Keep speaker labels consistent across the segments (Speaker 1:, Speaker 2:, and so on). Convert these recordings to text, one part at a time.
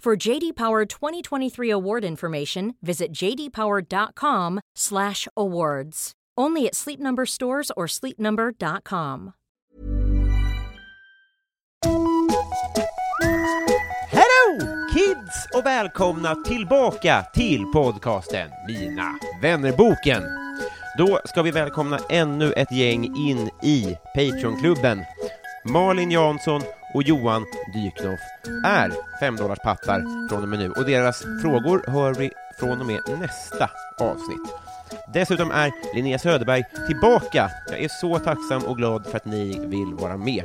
Speaker 1: For JD Power 2023 award information, visit jdpower.com/awards. Only at Sleep Number stores or sleepnumber.com.
Speaker 2: Hello kids och välkomna tillbaka till podcasten Mina vännerboken. Då ska vi välkomna ännu ett gäng in i Patreon-klubben. Malin Jansson och Johan Dyknoff är 5 pattar från och med nu och deras frågor hör vi från och med nästa avsnitt. Dessutom är Linnea Söderberg tillbaka. Jag är så tacksam och glad för att ni vill vara med.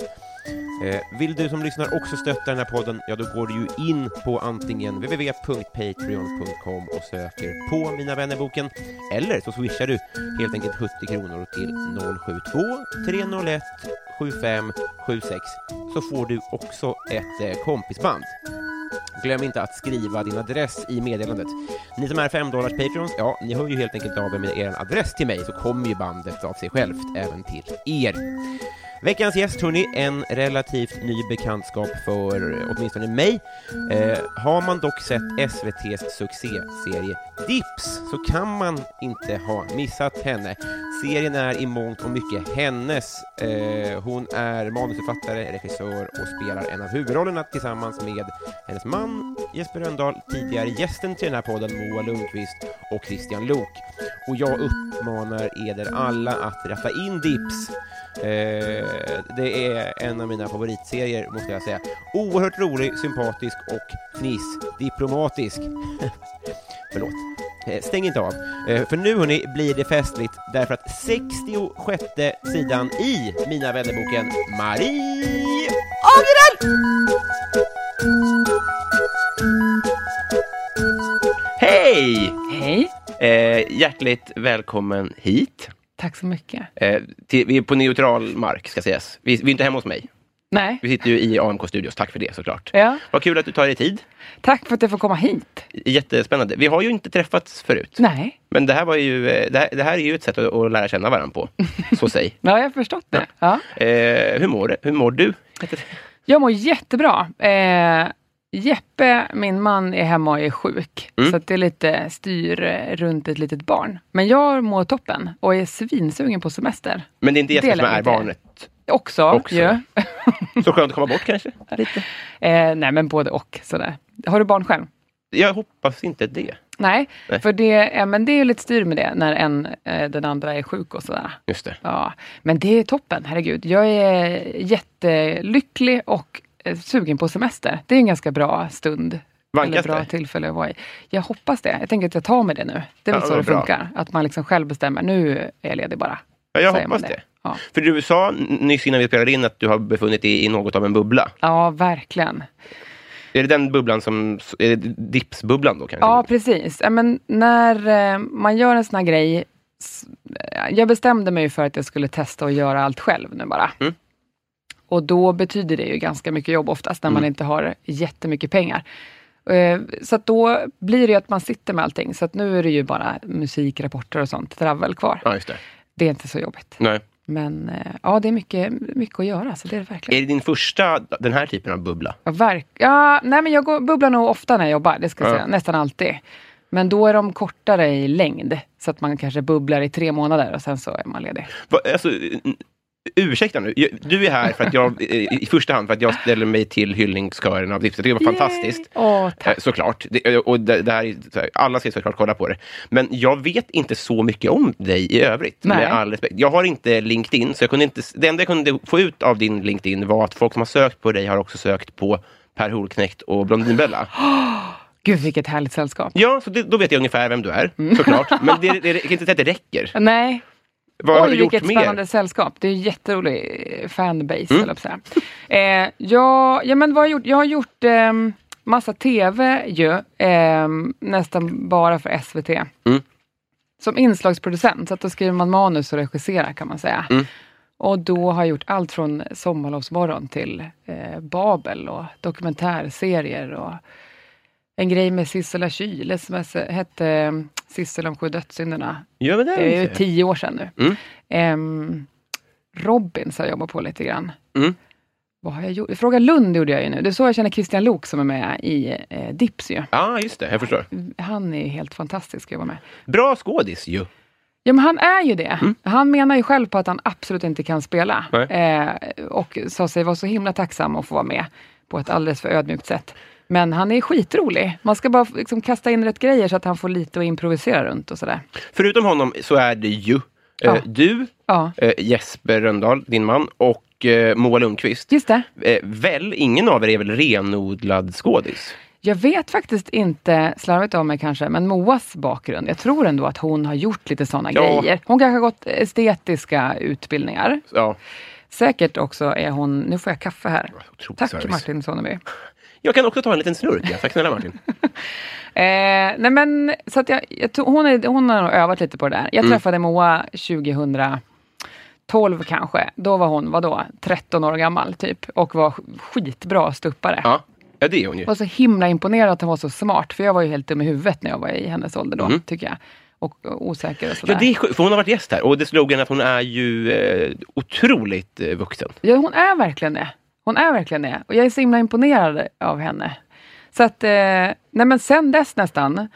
Speaker 2: Eh, Vill du som lyssnar också stötta den här podden, ja då går du ju in på antingen www.patreon.com och söker på Mina vännerboken, eller så swishar du helt enkelt 70 kronor till 072 301 7576 så får du också ett eh, kompisband. Glöm inte att skriva din adress i meddelandet. Ni som är 5 dollars Patreons, ja, ni hör ju helt enkelt av er med er adress till mig så kommer ju bandet av sig självt även till er. Veckans gäst, hörni, en relativt ny bekantskap för eh, åtminstone mig. Eh, har man dock sett SVTs succéserie Dips så kan man inte ha missat henne. Serien är i mångt och mycket hennes. Eh, hon är manusförfattare, regissör och spelar en av huvudrollerna tillsammans med hennes man Jesper Röndahl, tidigare gästen till den här podden Moa Lundqvist och Christian Lok. Och jag uppmanar er alla att ratta in Dips Eh, det är en av mina favoritserier, måste jag säga. Oerhört rolig, sympatisk och fnissdiplomatisk. Förlåt. Eh, Stäng inte av, Eh, för nu hörni blir det festligt därför att 66 sidan i Mina vännerboken Marie Agren! Hej!
Speaker 3: Hej,
Speaker 2: Eh, hjärtligt välkommen hit.
Speaker 3: tack så mycket.
Speaker 2: Eh, till, vi är på neutral mark, ska sägas. Vi, vi är inte hemma hos mig.
Speaker 3: Nej,
Speaker 2: Vi sitter ju i AMK Studios, tack för det såklart.
Speaker 3: ja.
Speaker 2: Vad kul att du tar dig tid.
Speaker 3: tack för att jag får komma hit.
Speaker 2: Jättespännande. Vi har ju inte träffats förut.
Speaker 3: Nej,
Speaker 2: Men det här, var ju, eh, det här, det här är ju ett sätt att, att lära känna varandra på. Så säg.
Speaker 3: ja, jag har förstått det. Ja.
Speaker 2: Eh, hur, mår, det? hur mår du? Heter det.
Speaker 3: Jag mår jättebra. Eh, Jeppe, min man, är hemma och är sjuk.
Speaker 2: Mm.
Speaker 3: Så att det är lite styr eh, runt ett litet barn. Men jag mår toppen och är svinsugen på semester.
Speaker 2: Men det är inte Jesper som
Speaker 3: Dela
Speaker 2: är
Speaker 3: inte det.
Speaker 2: barnet.
Speaker 3: Också.
Speaker 2: Också.
Speaker 3: ju.
Speaker 2: Så skönt att komma bort kanske? Lite.
Speaker 3: Eh, nej, men både och. Sådär. Har du barn själv?
Speaker 2: Jag hoppas inte det.
Speaker 3: Nej,
Speaker 2: Nej.
Speaker 3: för det, eh, men det är ju lite styr med det när en, eh, den andra är sjuk och sådär.
Speaker 2: Just det.
Speaker 3: Ja, men det är toppen, herregud. Jag är jättelycklig och eh, sugen på semester. Det är en ganska bra stund.
Speaker 2: Vankas
Speaker 3: eller bra
Speaker 2: det?
Speaker 3: tillfälle att vara i. Jag hoppas det. Jag tänker att jag tar mig det nu. Det är väl
Speaker 2: Ja,
Speaker 3: så
Speaker 2: vad
Speaker 3: det
Speaker 2: bra.
Speaker 3: funkar. Att man liksom själv bestämmer, nu är jag ledig bara.
Speaker 2: Ja, jag
Speaker 3: Säger man
Speaker 2: hoppas det.
Speaker 3: Ja.
Speaker 2: För du sa n- nyss innan vi spelade in att du har befunnit dig i något av en bubbla.
Speaker 3: ja, verkligen.
Speaker 2: Är det den bubblan som... Är det dipsbubblan då kanske?
Speaker 3: Ja, precis. Ja, Men när eh, man gör en sån här grej. s- eh, Jag bestämde mig ju för att jag skulle testa att göra allt själv nu bara.
Speaker 2: Mm.
Speaker 3: Och då betyder det ju ganska mycket jobb oftast när man
Speaker 2: Mm.
Speaker 3: inte har jättemycket pengar. Eh, Så att då blir det ju att man sitter med allting. Så att nu är det ju bara musikrapporter och sånt, travel kvar.
Speaker 2: Ja, just det.
Speaker 3: Det är inte så jobbigt.
Speaker 2: Nej.
Speaker 3: Men eh, ja, det är mycket, mycket att göra, så det är det verkligen.
Speaker 2: Är det din första, den här typen av bubbla?
Speaker 3: Ja, verk- ja, nej men jag går, bubblar nog ofta när jag jobbar, det ska jag
Speaker 2: Ja.
Speaker 3: säga. Nästan alltid. Men då är de kortare i längd, så att man kanske bubblar i tre månader och sen så är man ledig.
Speaker 2: Va, alltså, n- ursäkta nu, jag- du är här för att jag, eh, i första hand för att jag ställer mig till hyllningskören av Tips. Jag tycker det var fantastiskt.
Speaker 3: Åh, tack.
Speaker 2: Eh, Såklart. Det, och det, det här är, så här, alla ska såklart kolla på det. Men jag vet inte så mycket om dig i övrigt.
Speaker 3: Nej.
Speaker 2: Med all respekt. Jag har inte LinkedIn, så jag kunde inte, det enda jag kunde få ut av din LinkedIn var att folk som har sökt på dig har också sökt på Per Holknekt och Blondinbella.
Speaker 3: Gud, vilket härligt sällskap.
Speaker 2: Ja, så det, då vet jag ungefär vem du är,
Speaker 3: Mm.
Speaker 2: såklart. Men det, det, jag kan inte säga att det räcker.
Speaker 3: Nej,
Speaker 2: Vad har
Speaker 3: Oj,
Speaker 2: du gjort
Speaker 3: vilket spännande
Speaker 2: mer? Mm.
Speaker 3: sällskap. Det är en jätterolig eh, fanbase, höll jag på att säga. Eh, ja, ja, men vad har jag gjort? Jag har gjort eh, massa TV ju, ehm, nästan bara för SVT.
Speaker 2: Mm.
Speaker 3: Som inslagsproducent, så att då skriver man manus och regisserar kan man säga.
Speaker 2: Mm.
Speaker 3: Och då har jag gjort allt från Sommarlovsmorgon till eh, Babel och dokumentärserier och en grej med Sissela Kyle som hette eh, Sissela om sju dödssynderna.
Speaker 2: Ja, men
Speaker 3: Det är ju
Speaker 2: inte.
Speaker 3: tio år sedan nu.
Speaker 2: Mm.
Speaker 3: Ehm, Robin har jag jobbat på lite grann.
Speaker 2: Mm.
Speaker 3: Vad har jag gjort? Fråga Lund gjorde jag ju nu. Det är så jag känner Christian Lok som är med i eh, Dips ju.
Speaker 2: Ja, just det. Jag förstår.
Speaker 3: Han är ju helt fantastisk att jobba med.
Speaker 2: Bra skådis ju.
Speaker 3: Ja, men han är ju det. Han menar ju själv på att han absolut inte kan spela.
Speaker 2: Mm. Nej.
Speaker 3: Eh, och sa sig vara så himla tacksam att få vara med på ett alldeles för ödmjukt sätt. Men han är skitrolig. Man ska bara liksom, kasta in rätt grejer så att han får lite att improvisera runt och sådär.
Speaker 2: Förutom honom så är det ju eh,
Speaker 3: Ja.
Speaker 2: du,
Speaker 3: Ja,
Speaker 2: eh, Jesper Röndahl, din man, och eh, Moa Lundqvist.
Speaker 3: just det.
Speaker 2: Eh, väl, ingen av er är väl renodlad skådis?
Speaker 3: Jag vet faktiskt inte, slarvigt av mig kanske, men Moas bakgrund. Jag tror ändå att hon har gjort lite sådana
Speaker 2: Ja.
Speaker 3: grejer. Hon kanske har gått estetiska utbildningar.
Speaker 2: Ja,
Speaker 3: Säkert också är hon... Nu får jag kaffe här.
Speaker 2: otrolig
Speaker 3: Tack
Speaker 2: service.
Speaker 3: Martin Sonneby.
Speaker 2: Jag kan också ta en liten slurk. Ja. Tack snälla Martin.
Speaker 3: Eh, nej men, så att jag, jag tror, hon, är, hon har nog övat lite på det där. Jag
Speaker 2: Mm.
Speaker 3: träffade Moa 2012 kanske. Då var hon, vadå, 13 år gammal typ. Och var skitbra stuppare.
Speaker 2: Ja, ja det är hon ju.
Speaker 3: var så himla imponerad att hon var så smart, för jag var ju helt dum i huvudet när jag var i hennes ålder då,
Speaker 2: Mm.
Speaker 3: tycker jag. Och, och osäker och sådär.
Speaker 2: Ja, det är, sjukt, för hon har varit gäst här och det slog henne att hon är ju eh, otroligt eh, vuxen.
Speaker 3: Ja, hon är verkligen det. Hon är verkligen det. Och jag är så himla imponerad av henne. Så att, eh, nej men sen dess nästan,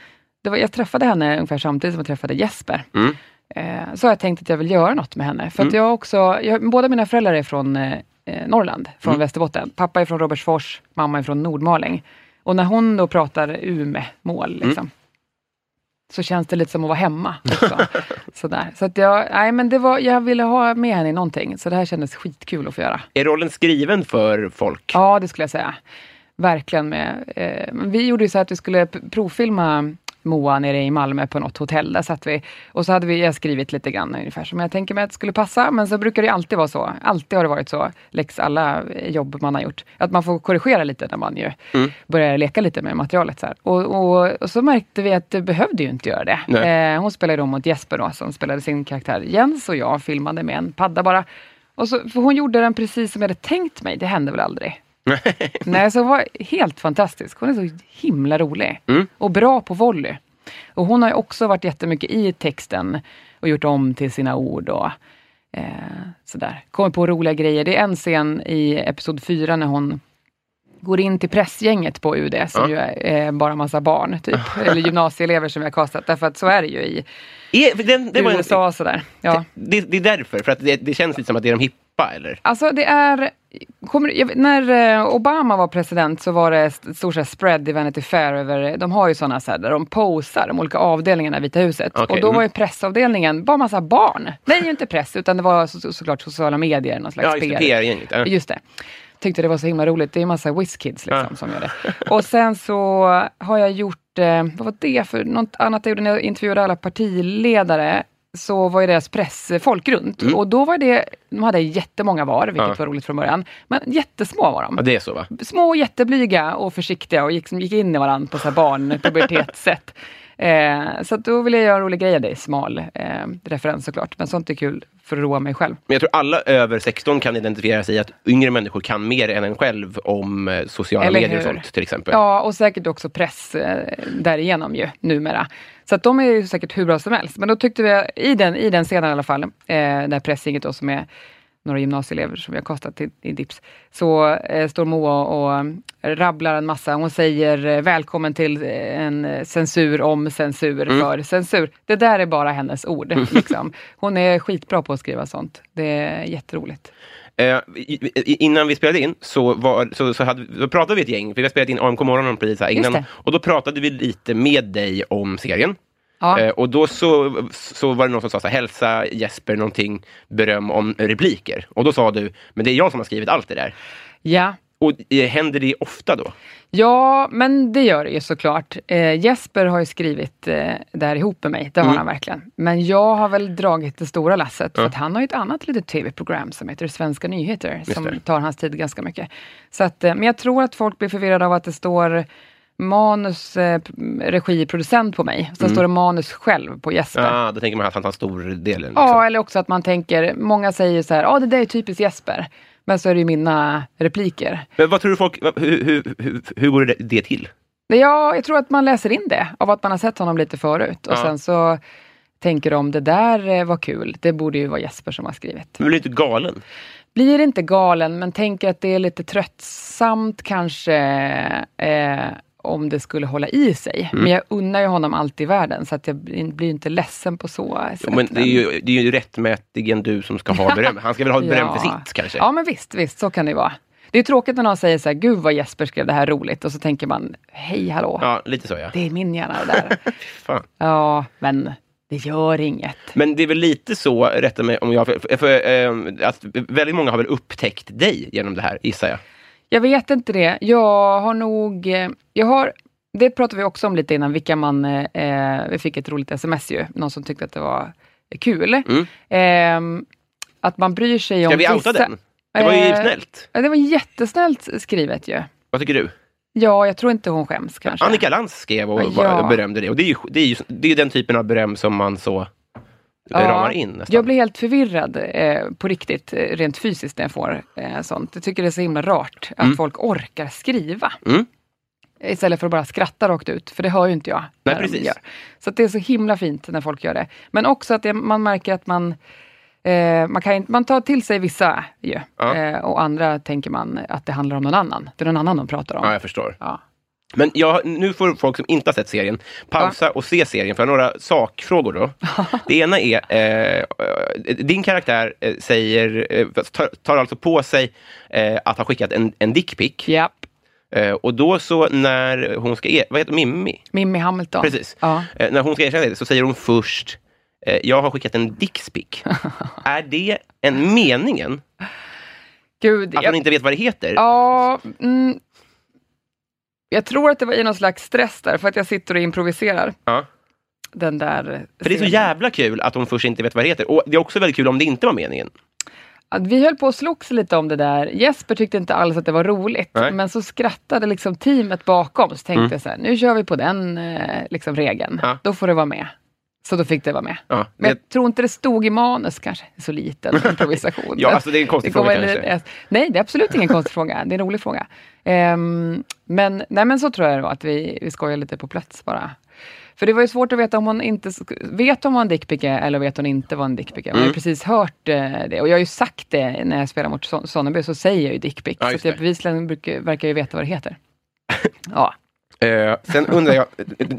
Speaker 3: det var, jag träffade henne ungefär samtidigt som jag träffade Jesper.
Speaker 2: Mm.
Speaker 3: Eh, så har jag tänkt att jag vill göra något med henne. För att jag också, jag, båda mina föräldrar är från eh, eh, Norrland,
Speaker 2: Mm.
Speaker 3: från Västerbotten. Pappa är från Robertsfors, mamma är från Nordmaling. Och när hon då pratar Umemål,
Speaker 2: Mm.
Speaker 3: liksom, så känns det lite som att vara hemma. Också. Sådär. Så att jag, nej, men det var, jag ville ha med henne i någonting, så det här kändes skitkul att få göra.
Speaker 2: Är rollen skriven för folk?
Speaker 3: Ja, det skulle jag säga. Verkligen. Med, eh, men vi gjorde ju så här att vi skulle p- provfilma Moa nere i Malmö på något hotell. Där satt vi. Och så hade vi, jag skrivit lite grann ungefär som jag tänker mig att det skulle passa. Men så brukar det ju alltid vara så. Alltid har det varit så, lex alla eh, jobb man har gjort. Att man får korrigera lite när man ju börjar leka lite med materialet. Så här. Och, och, och så märkte vi att det behövde ju inte göra det.
Speaker 2: Nej.
Speaker 3: Eh, hon spelade då mot Jesper då, som spelade sin karaktär Jens och jag filmade med en padda bara. Och så, för hon gjorde den precis som jag hade tänkt mig. Det hände väl aldrig. Nej, så hon var helt fantastisk. Hon är så himla rolig. Och bra på volley. Och hon har ju också varit jättemycket i texten och gjort om till sina ord och eh, sådär. Kommer på roliga grejer. Det är en scen i episod 4 när hon går in till pressgänget på UD, som
Speaker 2: Ja.
Speaker 3: ju är eh, bara massa barn, typ. Eller gymnasieelever som vi har kastat. Därför att så är det ju i
Speaker 2: Är, E, för den, det, var en,
Speaker 3: USA och sådär. Ja.
Speaker 2: det, det är därför, för att det, det känns lite som att det är de hippa, eller?
Speaker 3: Alltså det är... Kommer, jag, vet- när eh, Obama var president så var det ett stort så här spread i Vanity Fair över... De har ju sådana så här, där de posar, de olika avdelningarna i Vita huset.
Speaker 2: Okej,
Speaker 3: och då
Speaker 2: mm.
Speaker 3: var ju pressavdelningen bara massa barn. Nej, ju inte press, utan det var så, så, såklart sociala medier, någon slags
Speaker 2: Ja, just det, PR-gänget. Ja.
Speaker 3: Just det. Tyckte det var så himla roligt. Det är en massa WizKids liksom som gör det. Och sen så har jag gjort, eh, vad var det för något annat jag gjorde när jag intervjuade alla partiledare? Så var ju deras pressfolk runt. Och då var det, de hade jättemånga var, vilket
Speaker 2: Mm. Ja.
Speaker 3: var roligt från början. Men jättesmå var de
Speaker 2: Ja, det är så va?
Speaker 3: små och jätteblyga och försiktiga och gick, som gick in i varandra på så här barn pubertetssätt. Eh, så att då ville jag göra en rolig grej av det, smal eh, referens såklart. Men sånt är kul för att roa mig själv.
Speaker 2: Men jag tror alla över 16 kan identifiera sig i att yngre människor kan mer än en själv om eh, sociala
Speaker 3: Eller
Speaker 2: medier och
Speaker 3: hur?
Speaker 2: sånt till exempel.
Speaker 3: Ja, och säkert också press eh, därigenom ju numera. Så att de är ju säkert hur bra som helst. Men då tyckte vi, i den, i den scenen i alla fall, eh, där pressgänget då som är några gymnasieelever som vi har kastat i, i Dips, så eh, står Moa och eh, rabblar en massa. Hon säger eh, välkommen till eh, en eh, censur om censur
Speaker 2: Mm.
Speaker 3: för censur. Det där är bara hennes ord. Liksom. Hon är skitbra på att skriva sånt. Det är jätteroligt.
Speaker 2: Eh, i- i- innan vi spelade in så, var, så, så hade, då pratade vi ett gäng, för vi har spelat in AMK morgon precis här
Speaker 3: Just
Speaker 2: innan.
Speaker 3: det.
Speaker 2: Och då pratade vi lite med dig om serien.
Speaker 3: Ja.
Speaker 2: Eh, och då så, så var det någon som sa så här, hälsa Jesper någonting beröm om repliker. Och då sa du, men det är jag som har skrivit allt det där.
Speaker 3: ja.
Speaker 2: Och eh, händer det ofta då?
Speaker 3: Ja, men det gör det ju såklart. Eh, Jesper har ju skrivit eh, det här ihop med mig, det har
Speaker 2: Mm.
Speaker 3: han verkligen. Men jag har väl dragit det stora lasset, för att han har ju ett annat litet tv-program som heter Svenska nyheter,
Speaker 2: det.
Speaker 3: som tar hans tid ganska mycket. Så att, eh, men jag tror att folk blir förvirrade av att det står manus, eh, p- regi, producent på mig.
Speaker 2: Mm.
Speaker 3: Sen står det manus själv på Jesper.
Speaker 2: Ah, då tänker man att han tar stor delen. Liksom.
Speaker 3: Ja, eller också att man tänker, många säger så här, ja det där är typiskt Jesper. Men så är det ju mina repliker.
Speaker 2: Men vad tror du folk, vad- hur, hur, hur, hur går det, det till?
Speaker 3: Nej, Ja, jag tror att man läser in det av att man har sett honom lite förut. Och
Speaker 2: Ja.
Speaker 3: sen så tänker de, det där eh, var kul. Det borde ju vara Jesper som har skrivit.
Speaker 2: Man blir inte galen.
Speaker 3: Blir inte galen, men tänker att det är lite tröttsamt kanske eh, om det skulle hålla i sig.
Speaker 2: Mm.
Speaker 3: Men jag unnar ju honom allt i världen, så att jag blir blir ju inte ledsen på så sätt.
Speaker 2: Jo, men det är ju, det är ju rättmätigen du som ska ha beröm. Han ska väl ha beröm för sitt kanske?
Speaker 3: Ja, men visst, visst, så kan det ju vara. Det är tråkigt när någon säger så här, gud vad Jesper skrev det här roligt. Och så tänker man, hej hallå,
Speaker 2: Ja, lite så ja.
Speaker 3: det är min hjärna det där.
Speaker 2: Fan.
Speaker 3: Ja, men det gör inget.
Speaker 2: Men det är väl lite så, rätta mig om jag för, för, ehm, att väldigt många har väl upptäckt dig genom det här, gissar jag.
Speaker 3: Jag vet inte det. Jag har nog... eh, Jag har, det pratade vi också om lite innan, vilka man... Eh, vi fick ett roligt sms ju, någon som tyckte att det var kul. Ehm, att man bryr sig om...
Speaker 2: Mm. Ska vi outa
Speaker 3: vissa-
Speaker 2: den? Det var ju
Speaker 3: Eh,
Speaker 2: snällt.
Speaker 3: Ja, Det var jättesnällt skrivet ju.
Speaker 2: Vad tycker du?
Speaker 3: Ja, jag tror inte hon skäms kanske.
Speaker 2: Annika Lantz skrev och
Speaker 3: Ja.
Speaker 2: var- berömde dig. Och det är ju, det är ju det är ju den typen av beröm som man så eh, ramar in nästan.
Speaker 3: Jag blir helt förvirrad eh, på riktigt, eh, rent fysiskt, när jag får eh, sånt. Jag tycker det är så himla rart att folk orkar skriva.
Speaker 2: Mm.
Speaker 3: Istället för att bara skratta rakt ut, för det hör ju inte jag. när de
Speaker 2: precis.
Speaker 3: Gör. Så att det är så himla fint när folk gör det. Men också att det, man märker att man Eh, man, kan, inte- man tar till sig vissa ju,
Speaker 2: Ja.
Speaker 3: eh, och andra tänker man att det handlar om någon annan. Det är någon annan de pratar om.
Speaker 2: Ja, jag förstår.
Speaker 3: Ja.
Speaker 2: Men jag, nu får folk som inte har sett serien pausa och se serien, för jag har några sakfrågor då. Det ena är, eh, eh, din karaktär eh, säger, eh, tar, tar alltså på sig eh, att ha skickat en, en dickpic.
Speaker 3: Japp.
Speaker 2: Eh, och då så när hon ska, er, vad heter Mimmi?
Speaker 3: Mimmi Hamilton.
Speaker 2: Precis.
Speaker 3: Ja.
Speaker 2: Eh, när hon ska erkänna det så säger hon först, eh, jag har skickat en dickpic. är det en meningen?
Speaker 3: Gud,
Speaker 2: Att
Speaker 3: jag-
Speaker 2: hon inte vet vad det heter?
Speaker 3: Ja, mm, jag tror att det var i någon slags stress där, för att jag sitter och improviserar
Speaker 2: Ja.
Speaker 3: den där...
Speaker 2: För det är så
Speaker 3: scenen.
Speaker 2: jävla kul att hon först inte vet vad det heter. Och det är också väldigt kul om det inte var meningen.
Speaker 3: Att vi höll på och slogs lite om det där. Jesper tyckte inte alls att det var roligt,
Speaker 2: Nej. Mm.
Speaker 3: men så skrattade liksom teamet bakom, så tänkte jag så här, nu kör vi på den eh, liksom regeln,
Speaker 2: Ja.
Speaker 3: då får det vara med. Så då fick det vara med.
Speaker 2: Ja, det-
Speaker 3: Men jag tror inte det stod i manus kanske, så liten improvisation.
Speaker 2: Ja, alltså det är en konstig
Speaker 3: Det kommer
Speaker 2: fråga
Speaker 3: en
Speaker 2: kanske.
Speaker 3: liten- Nej, det är absolut ingen konstig fråga. Det är en rolig fråga. Ehm, men, nej, men så tror jag det var, att vi, vi skojar lite på plats bara. För det var ju svårt att veta om hon inte sk- vet om hon var en dickpic är eller vet hon inte vad en dickpic är. Man har
Speaker 2: Mm.
Speaker 3: ju precis hört eh, det. Och jag har ju sagt det när jag spelar mot Son- Sonneby, så säger jag ju dickpic.
Speaker 2: Ja,
Speaker 3: så
Speaker 2: just
Speaker 3: att jag
Speaker 2: det.
Speaker 3: bevisligen brukar, verkar ju veta vad det heter. ja.
Speaker 2: Eh, sen undrar jag,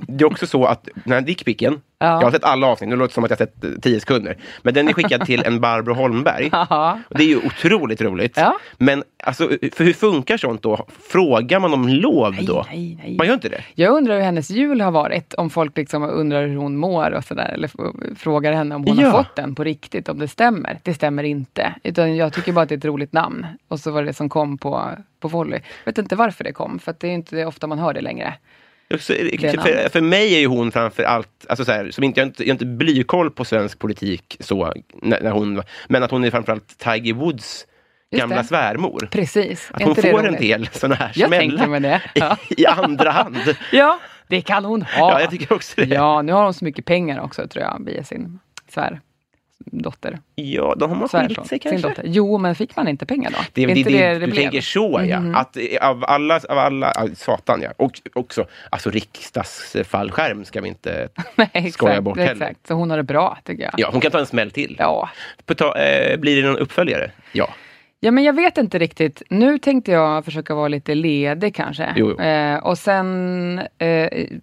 Speaker 2: det är också så att den här dickpicken,
Speaker 3: Ja.
Speaker 2: jag har sett alla avsnitt, nu låter det som att jag har sett eh, 10 sekunder, men den är skickad till en Barbro Holmberg.
Speaker 3: Jaha.
Speaker 2: Och det är ju otroligt roligt.
Speaker 3: Ja.
Speaker 2: Men alltså, för hur funkar sånt då? Frågar man om lov
Speaker 3: Nej,
Speaker 2: då?
Speaker 3: nej, nej.
Speaker 2: Man gör inte det?
Speaker 3: Jag undrar hur hennes jul har varit, om folk liksom undrar hur hon mår och sådär, eller f- frågar henne om hon
Speaker 2: Ja.
Speaker 3: har fått den på riktigt, om det stämmer. Det stämmer inte, utan jag tycker bara att det är ett roligt namn. Och så var det det som kom på, på volley. Vet inte varför det kom, för att det är inte det ofta man hör det längre.
Speaker 2: Och så är det-
Speaker 3: Det är en
Speaker 2: för,
Speaker 3: annan.
Speaker 2: för mig är ju hon framför allt, alltså så här, som inte, jag har inte, jag har inte blykoll på svensk politik, så, när, när hon, men att hon är framförallt Tiger Woods
Speaker 3: Just
Speaker 2: gamla
Speaker 3: det.
Speaker 2: svärmor.
Speaker 3: Precis.
Speaker 2: Att
Speaker 3: Är
Speaker 2: hon
Speaker 3: inte det
Speaker 2: får en
Speaker 3: roligt?
Speaker 2: del sådana här
Speaker 3: Jag
Speaker 2: smällar
Speaker 3: tänker mig det. Ja.
Speaker 2: i, i andra hand.
Speaker 3: ja, det kan hon ha.
Speaker 2: Ja, jag tycker också det.
Speaker 3: Ja, nu har hon så mycket pengar också, tror jag, via sin svär, dotter.
Speaker 2: Ja, då har man
Speaker 3: Så här
Speaker 2: skilt
Speaker 3: från
Speaker 2: sig
Speaker 3: sin
Speaker 2: kanske.
Speaker 3: dotter. Jo, men fick man inte pengar då?
Speaker 2: Det,
Speaker 3: Är
Speaker 2: det, det,
Speaker 3: inte
Speaker 2: det, du
Speaker 3: blev? Mm-hmm.
Speaker 2: tänker så, ja. Att, eh, av alla... Av alla ah, satan, ja. Och också alltså, riksdagsfallskärm ska vi inte
Speaker 3: Nej, exakt,
Speaker 2: skoja bort heller.
Speaker 3: Exakt, så hon har det bra tycker jag.
Speaker 2: Ja, hon kan ta en smäll till.
Speaker 3: ja.
Speaker 2: På ta, eh, blir det någon uppföljare? Ja.
Speaker 3: Ja, men jag vet inte riktigt. Nu tänkte jag försöka vara lite ledig kanske.
Speaker 2: Jo, jo.
Speaker 3: Eh, och sen, eh,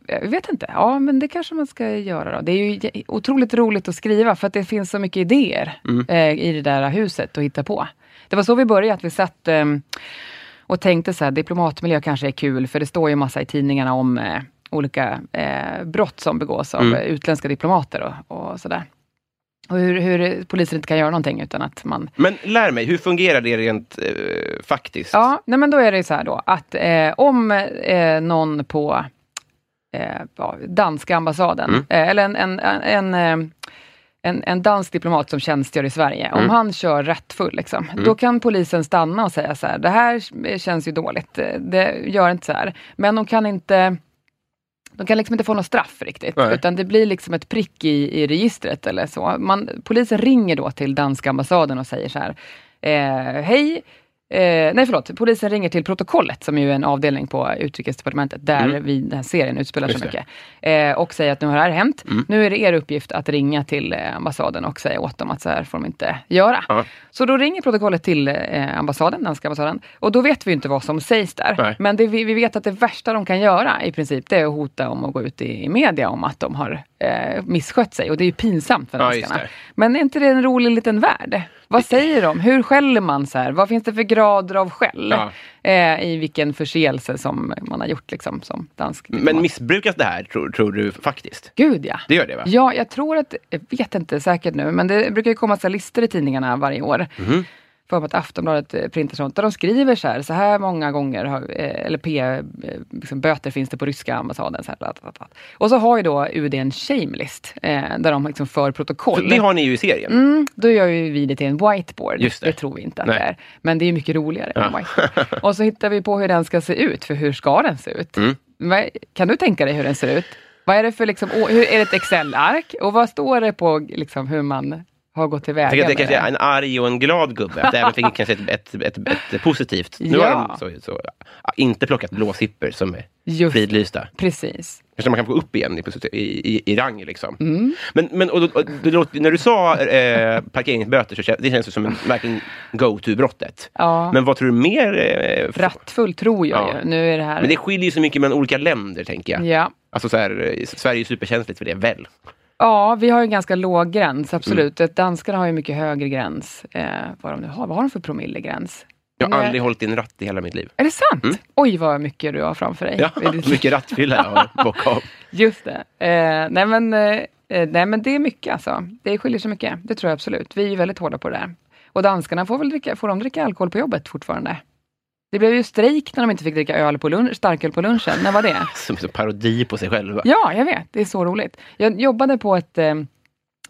Speaker 3: jag vet inte. Ja, men det kanske man ska göra då. Det är ju jä- otroligt roligt att skriva för att det finns så mycket idéer
Speaker 2: Mm.
Speaker 3: eh, i det där huset att hitta på. Det var så vi började, att vi satt eh, och tänkte så här, diplomatmiljö kanske är kul för det står ju massa i tidningarna om eh, olika eh, brott som begås av
Speaker 2: Mm.
Speaker 3: eh, utländska diplomater och, och sådär. Och hur, hur polisen inte kan göra någonting utan att man
Speaker 2: Men lär mig, hur fungerar det rent eh, faktiskt?
Speaker 3: Ja, nej men då är det ju så här då att eh, om eh, någon på eh, ja, danska ambassaden,
Speaker 2: Mm.
Speaker 3: eh, eller en, en, en, eh, en, en dansk diplomat som tjänstgör i Sverige, om
Speaker 2: Mm.
Speaker 3: han kör rattfull, liksom, då kan polisen stanna och säga så här, det här känns ju dåligt, eh, det gör inte så här. Men de kan inte de kan liksom inte få något straff riktigt,
Speaker 2: Nej.
Speaker 3: utan det blir liksom ett prick i, i registret eller så. Man, polisen ringer då till danska ambassaden och säger så här, eh, hej, Eh, nej förlåt, polisen ringer till protokollet som ju är en avdelning på utrikesdepartementet där vi, den här serien utspelar
Speaker 2: Mm. Just Mm.
Speaker 3: sig mycket. Eh, och säger att nu har det här hänt. Nu är det er uppgift att ringa till eh, ambassaden och säga åt dem att så här får de inte göra.
Speaker 2: Ja.
Speaker 3: Så då ringer protokollet till eh, ambassaden, danska ambassaden. Och då vet vi ju inte vad som sägs där.
Speaker 2: Nej.
Speaker 3: Men det, vi, vi vet att det värsta de kan göra i princip, det är att hota om att gå ut i, i media om att de har eh, misskött sig. Och det är ju pinsamt för
Speaker 2: Ja,
Speaker 3: danskarna.
Speaker 2: just det.
Speaker 3: Men är inte det en rolig liten värld? Vad säger de? Hur skäller man så här? Vad finns det för grader av skäll? Eh, I vilken förseelse som man har gjort liksom, som dansk
Speaker 2: Men
Speaker 3: diplomat?
Speaker 2: missbrukas det här, tror, tror du, faktiskt?
Speaker 3: Gud ja!
Speaker 2: Det gör det, va?
Speaker 3: Ja, jag tror att, jag vet inte säkert nu, men det brukar ju komma så här listor i tidningarna varje år.
Speaker 2: Mhm.
Speaker 3: För mig att Aftonbladet eh, printar sånt, där de skriver så här, så här många gånger, har, eh, eller P, eh, liksom böter finns det på ryska ambassaden. Så här, bla, bla, bla. Och så har ju då UD en shamelist, eh, där de liksom för
Speaker 2: För
Speaker 3: protokoll.
Speaker 2: Det har ni ju i serien.
Speaker 3: Mm, då gör ju vi det till en whiteboard.
Speaker 2: Just det.
Speaker 3: tror vi inte att
Speaker 2: Nej.
Speaker 3: det är. Men det är mycket roligare med en whiteboard. Och så hittar vi på hur den ska se ut, för hur ska den se ut?
Speaker 2: Mm.
Speaker 3: Vad- Kan du tänka dig hur den ser ut? Vad är det för liksom, å- hur, är det ett Excel-ark? Och vad står det på liksom, hur man har gått tillväga
Speaker 2: Jag tänker att det
Speaker 3: med
Speaker 2: kanske är
Speaker 3: det?
Speaker 2: en arg och en glad gubbe. Att det även fick kanske ett, ett, ett, ett positivt. Nu har
Speaker 3: Ja.
Speaker 2: de så, så, inte plockat blåsippor som är
Speaker 3: Just
Speaker 2: fridlysta.
Speaker 3: Precis.
Speaker 2: Kanske man kan gå upp igen i, i, i, i rang. Liksom.
Speaker 3: Mm.
Speaker 2: Men, men och, och, det låter, när du sa eh, parkeringsböter, så kän, det känns ju som en, verkligen go-to-brottet.
Speaker 3: Ja.
Speaker 2: Men vad tror du mer? Eh, för,
Speaker 3: Rattfull tror jag
Speaker 2: Ja.
Speaker 3: ju. Nu är det här...
Speaker 2: men det skiljer ju så mycket mellan olika länder, tänker jag.
Speaker 3: ja.
Speaker 2: Alltså så här, eh, Sverige är ju superkänsligt för det, väl?
Speaker 3: Ja, vi har ju en ganska låg gräns, absolut.
Speaker 2: Mm.
Speaker 3: Danskarna har ju mycket högre gräns. Eh, vad de nu har. Vad har de för promillegräns?
Speaker 2: Jag har
Speaker 3: Nej.
Speaker 2: aldrig hållit i en ratt i hela mitt liv.
Speaker 3: Är det sant? Oj, vad mycket du har framför dig.
Speaker 2: Mm. Ja,
Speaker 3: i ditt liv.
Speaker 2: mycket rattfylla jag har bockat av.
Speaker 3: Just det. Eh, nej, men, eh, eh, nej, men det är mycket alltså. Det skiljer sig mycket. Det tror jag absolut. Vi är ju väldigt hårda på det där. Och danskarna får väl dricka, får de dricka alkohol på jobbet fortfarande? Det blev ju strejk när de inte fick dricka öl på lunch, starköl på lunchen. När var det?
Speaker 2: Som en parodi på sig själva.
Speaker 3: Ja, jag vet. Det är så roligt. Jag jobbade på ett eh,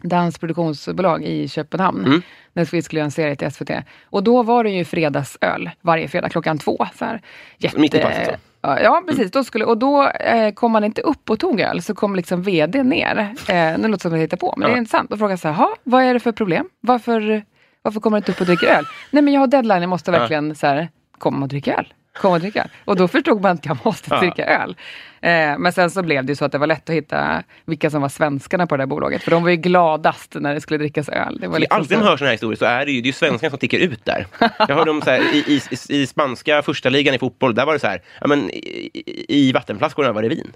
Speaker 3: dansproduktionsbolag i Köpenhamn,
Speaker 2: Mm.
Speaker 3: när vi skulle göra en serie till SVT. Och då var det ju fredagsöl varje fredag klockan två. Så här. Jätte...
Speaker 2: Mitt i passet, så.
Speaker 3: Ja, Ja, precis. Då skulle, och då eh, kom man inte upp och tog öl, så kom liksom VD ner. Eh, nu låter det som att jag hittar på, men det
Speaker 2: Ja.
Speaker 3: är intressant. Och frågade så här, "Ha, vad är det för problem? Varför, varför kommer du inte upp och dricker öl? Nej, men jag har deadline, jag måste verkligen så här, komma och dricka öl. Kom och dricka öl. Och då förstod man att jag måste
Speaker 2: Ja.
Speaker 3: dricka öl. Eh, men sen så blev det ju så att det var lätt att hitta vilka som var svenskarna på det där bolaget, för de var ju gladast när det skulle drickas öl. Det var
Speaker 2: Det är
Speaker 3: liksom
Speaker 2: alltid
Speaker 3: så-
Speaker 2: man hör såna här historier så är det ju, det är ju svenskarna som ticker ut där. Jag hörde om så här, i, i, i, i spanska första ligan i fotboll, där var det så här, ja, men, i, i- i vattenflaskorna var det vin.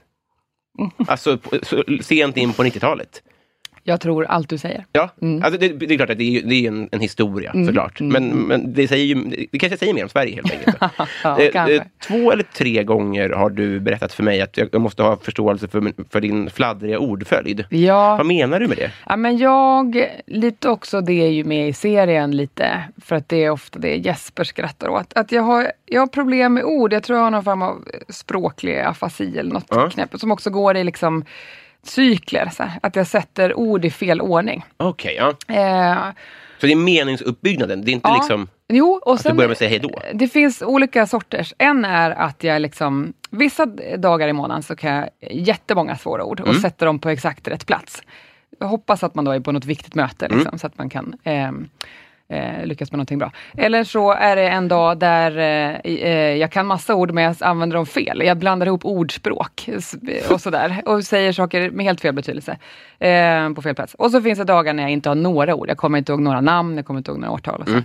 Speaker 3: Mm.
Speaker 2: Alltså på- så, sent in på 90-talet.
Speaker 3: Jag tror allt du säger.
Speaker 2: Ja, alltså, det, det är klart att det är, ju- det är en, en historia
Speaker 3: Mm.
Speaker 2: såklart. Men, men det, säger ju, det kanske säger mer om Sverige helt enkelt.
Speaker 3: Ja,
Speaker 2: Eh,
Speaker 3: kanske.
Speaker 2: eh, två eller tre gånger har du berättat för mig att jag jag måste ha förståelse för, min- för din fladdriga ordföljd.
Speaker 3: Ja.
Speaker 2: Vad menar du med det?
Speaker 3: Ja, men jag, lite också det är ju med i serien lite, för att det är ofta det Jesper skrattar åt. Att jag har, jag har problem med ord, jag tror jag har någon form av språklig afasi eller något
Speaker 2: Ja.
Speaker 3: knäpp, som också går i liksom cykler, så här, att jag sätter ord i fel ordning.
Speaker 2: Okej, ja.
Speaker 3: Eh,
Speaker 2: Så det är meningsuppbyggnaden, det är inte
Speaker 3: Ja.
Speaker 2: liksom...
Speaker 3: Jo, och
Speaker 2: du
Speaker 3: sen,
Speaker 2: börjar med att säga hej då.
Speaker 3: Det finns olika sorters. En är att jag liksom,
Speaker 2: Mm.
Speaker 3: vissa dagar i månaden så kan jag jättemånga svåra ord och sätta dem på exakt rätt plats. jag hoppas att man då är på något viktigt möte
Speaker 2: Mm.
Speaker 3: liksom, så att man kan ehm, eh, lyckas med någonting bra. Eller så är det en dag där eh, i- eh, jag kan massa ord men jag använder dem fel. Jag blandar ihop ordspråk s- eh, och sådär och säger saker med helt fel betydelse eh, på fel plats. Och så finns det dagar när jag inte har några ord. Jag kommer inte ihåg några namn, jag kommer inte ihåg några årtal. Och så.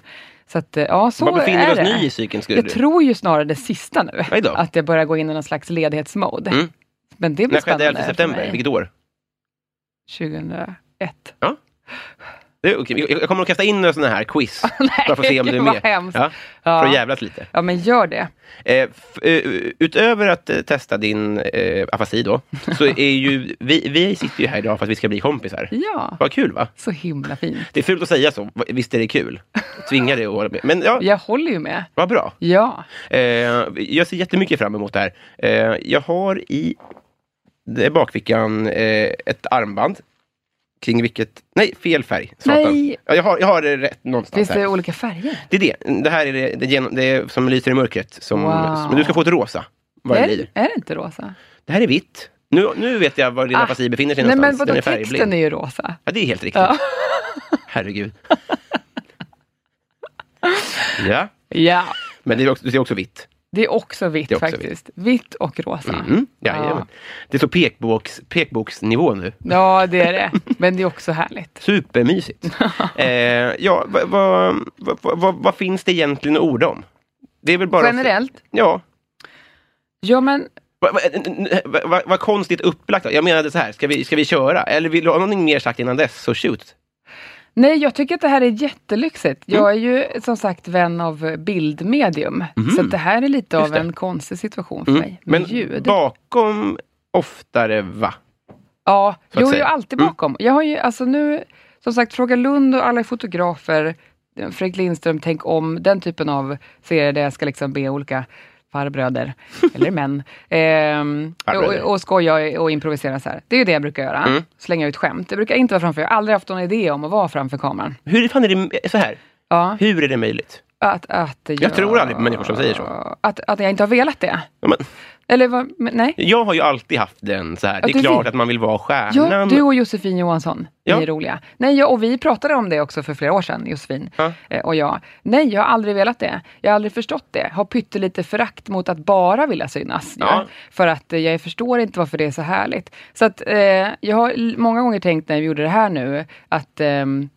Speaker 3: Så att, eh, ja, så
Speaker 2: Mm. Var befinner vi
Speaker 3: är
Speaker 2: oss
Speaker 3: det.
Speaker 2: nu i cykeln? Skulle
Speaker 3: Jag
Speaker 2: du?
Speaker 3: tror ju snarare det sista nu.
Speaker 2: Aj då.
Speaker 3: Att jag börjar gå in i någon slags ledighetsmode.
Speaker 2: Mm.
Speaker 3: Men det blir
Speaker 2: När skedde
Speaker 3: spännande.
Speaker 2: 11 september?
Speaker 3: för mig.
Speaker 2: Vilket år?
Speaker 3: 2001.
Speaker 2: Det är okej. Jag jag kommer att kasta in några sådana här quiz. bara för att se om du är
Speaker 3: gud, vad
Speaker 2: med.
Speaker 3: hemskt.
Speaker 2: Ja, för att
Speaker 3: Ja.
Speaker 2: jävlas lite.
Speaker 3: ja, men gör det.
Speaker 2: Eh, f- eh, utöver att eh, testa din eh, afasi då, så är ju vi, vi sitter ju här idag för att vi ska bli kompisar.
Speaker 3: Ja,
Speaker 2: Vad kul va?
Speaker 3: så himla fint.
Speaker 2: Det är fult att säga så, Va- visst är det kul? Tvinga dig att hålla med. Men ja,
Speaker 3: Jag håller ju med.
Speaker 2: vad bra.
Speaker 3: Ja,
Speaker 2: Eh, jag ser jättemycket fram emot det här. Eh, jag har i det- bakfickan eh, ett armband. Kring vilket... Nej, fel färg. Satan.
Speaker 3: Nej.
Speaker 2: Ja, jag, har, jag har det rätt någonstans.
Speaker 3: finns
Speaker 2: här.
Speaker 3: det olika färger?
Speaker 2: Det är det. Det här är det, det, genom, det som lyser i mörkret. Som,
Speaker 3: Wow.
Speaker 2: som, men du ska få ett rosa. Vad det
Speaker 3: är,
Speaker 2: blir.
Speaker 3: är det inte rosa?
Speaker 2: Det här är vitt. Nu, nu vet jag var din
Speaker 3: Ah.
Speaker 2: afasi befinner sig
Speaker 3: Nej, men
Speaker 2: någonstans.
Speaker 3: vadå,
Speaker 2: Den är
Speaker 3: texten
Speaker 2: färgblind.
Speaker 3: är ju rosa.
Speaker 2: Ja, det är helt riktigt.
Speaker 3: Ja.
Speaker 2: Herregud. ja,
Speaker 3: ja,
Speaker 2: men det är också, det är också vitt.
Speaker 3: det är också vitt
Speaker 2: Det är också
Speaker 3: faktiskt. Vitt och rosa.
Speaker 2: Mm. Ja,
Speaker 3: Ja.
Speaker 2: Det är så pekboks, pekboksnivå nu.
Speaker 3: Ja, det är det. Men det är också härligt.
Speaker 2: Supermysigt. eh, ja, vad va, va, va, va, vad finns det egentligen att orda om? Det är väl bara...
Speaker 3: Generellt?
Speaker 2: Ja.
Speaker 3: Ja, men
Speaker 2: Vad va, va, va konstigt upplagt. Jag menade så här, ska vi, ska vi köra? Eller vill du ha någonting mer sagt innan dess, så shoot.
Speaker 3: Nej, jag tycker att det här är jättelyxigt.
Speaker 2: Mm.
Speaker 3: Jag är ju som sagt vän av bildmedium. Så att det här är lite
Speaker 2: Just
Speaker 3: av
Speaker 2: det.
Speaker 3: en konstig situation för
Speaker 2: Mm.
Speaker 3: mig. Med
Speaker 2: Men
Speaker 3: ljud.
Speaker 2: bakom oftare, va?
Speaker 3: ja,
Speaker 2: att
Speaker 3: jo, jag är
Speaker 2: säga.
Speaker 3: alltid
Speaker 2: Mm.
Speaker 3: bakom. Jag har ju, alltså nu, som sagt, Fråga Lund och alla är fotografer. Fredrik Lindström, Tänk om, den typen av serier där jag ska liksom be olika farbröder, eller män, ehm,
Speaker 2: Farbröder. Mm.
Speaker 3: och, och skoja och improvisera så här. Det är ju det jag brukar göra, slänga ut skämt. Jag brukar inte vara framför, jag har aldrig haft någon idé om att vara framför kameran.
Speaker 2: Hur fan är det... Så här,
Speaker 3: Ja.
Speaker 2: hur är det möjligt?
Speaker 3: Att, att jag,
Speaker 2: tror aldrig på människor som säger så.
Speaker 3: Ah, Att, att jag inte har velat det?
Speaker 2: Ja, men,
Speaker 3: Eller vad, men, nej?
Speaker 2: jag har ju alltid haft den så här.
Speaker 3: Ja,
Speaker 2: Det
Speaker 3: du
Speaker 2: är klart
Speaker 3: vill.
Speaker 2: att man vill vara
Speaker 3: Ja,
Speaker 2: stjärnan.
Speaker 3: du och Josefin Johansson,
Speaker 2: Ja.
Speaker 3: ni är roliga. Nej, jag, och vi pratade om det också för flera år sedan, Josefin
Speaker 2: Ja.
Speaker 3: eh, och jag. Nej, jag har aldrig velat det. Jag har aldrig förstått det. Har pyttelite förakt mot att bara vilja synas. ju.
Speaker 2: Ja.
Speaker 3: För att eh, jag förstår inte varför det är så härligt. Så att eh, jag har l- många gånger tänkt när vi gjorde det här nu att ehm,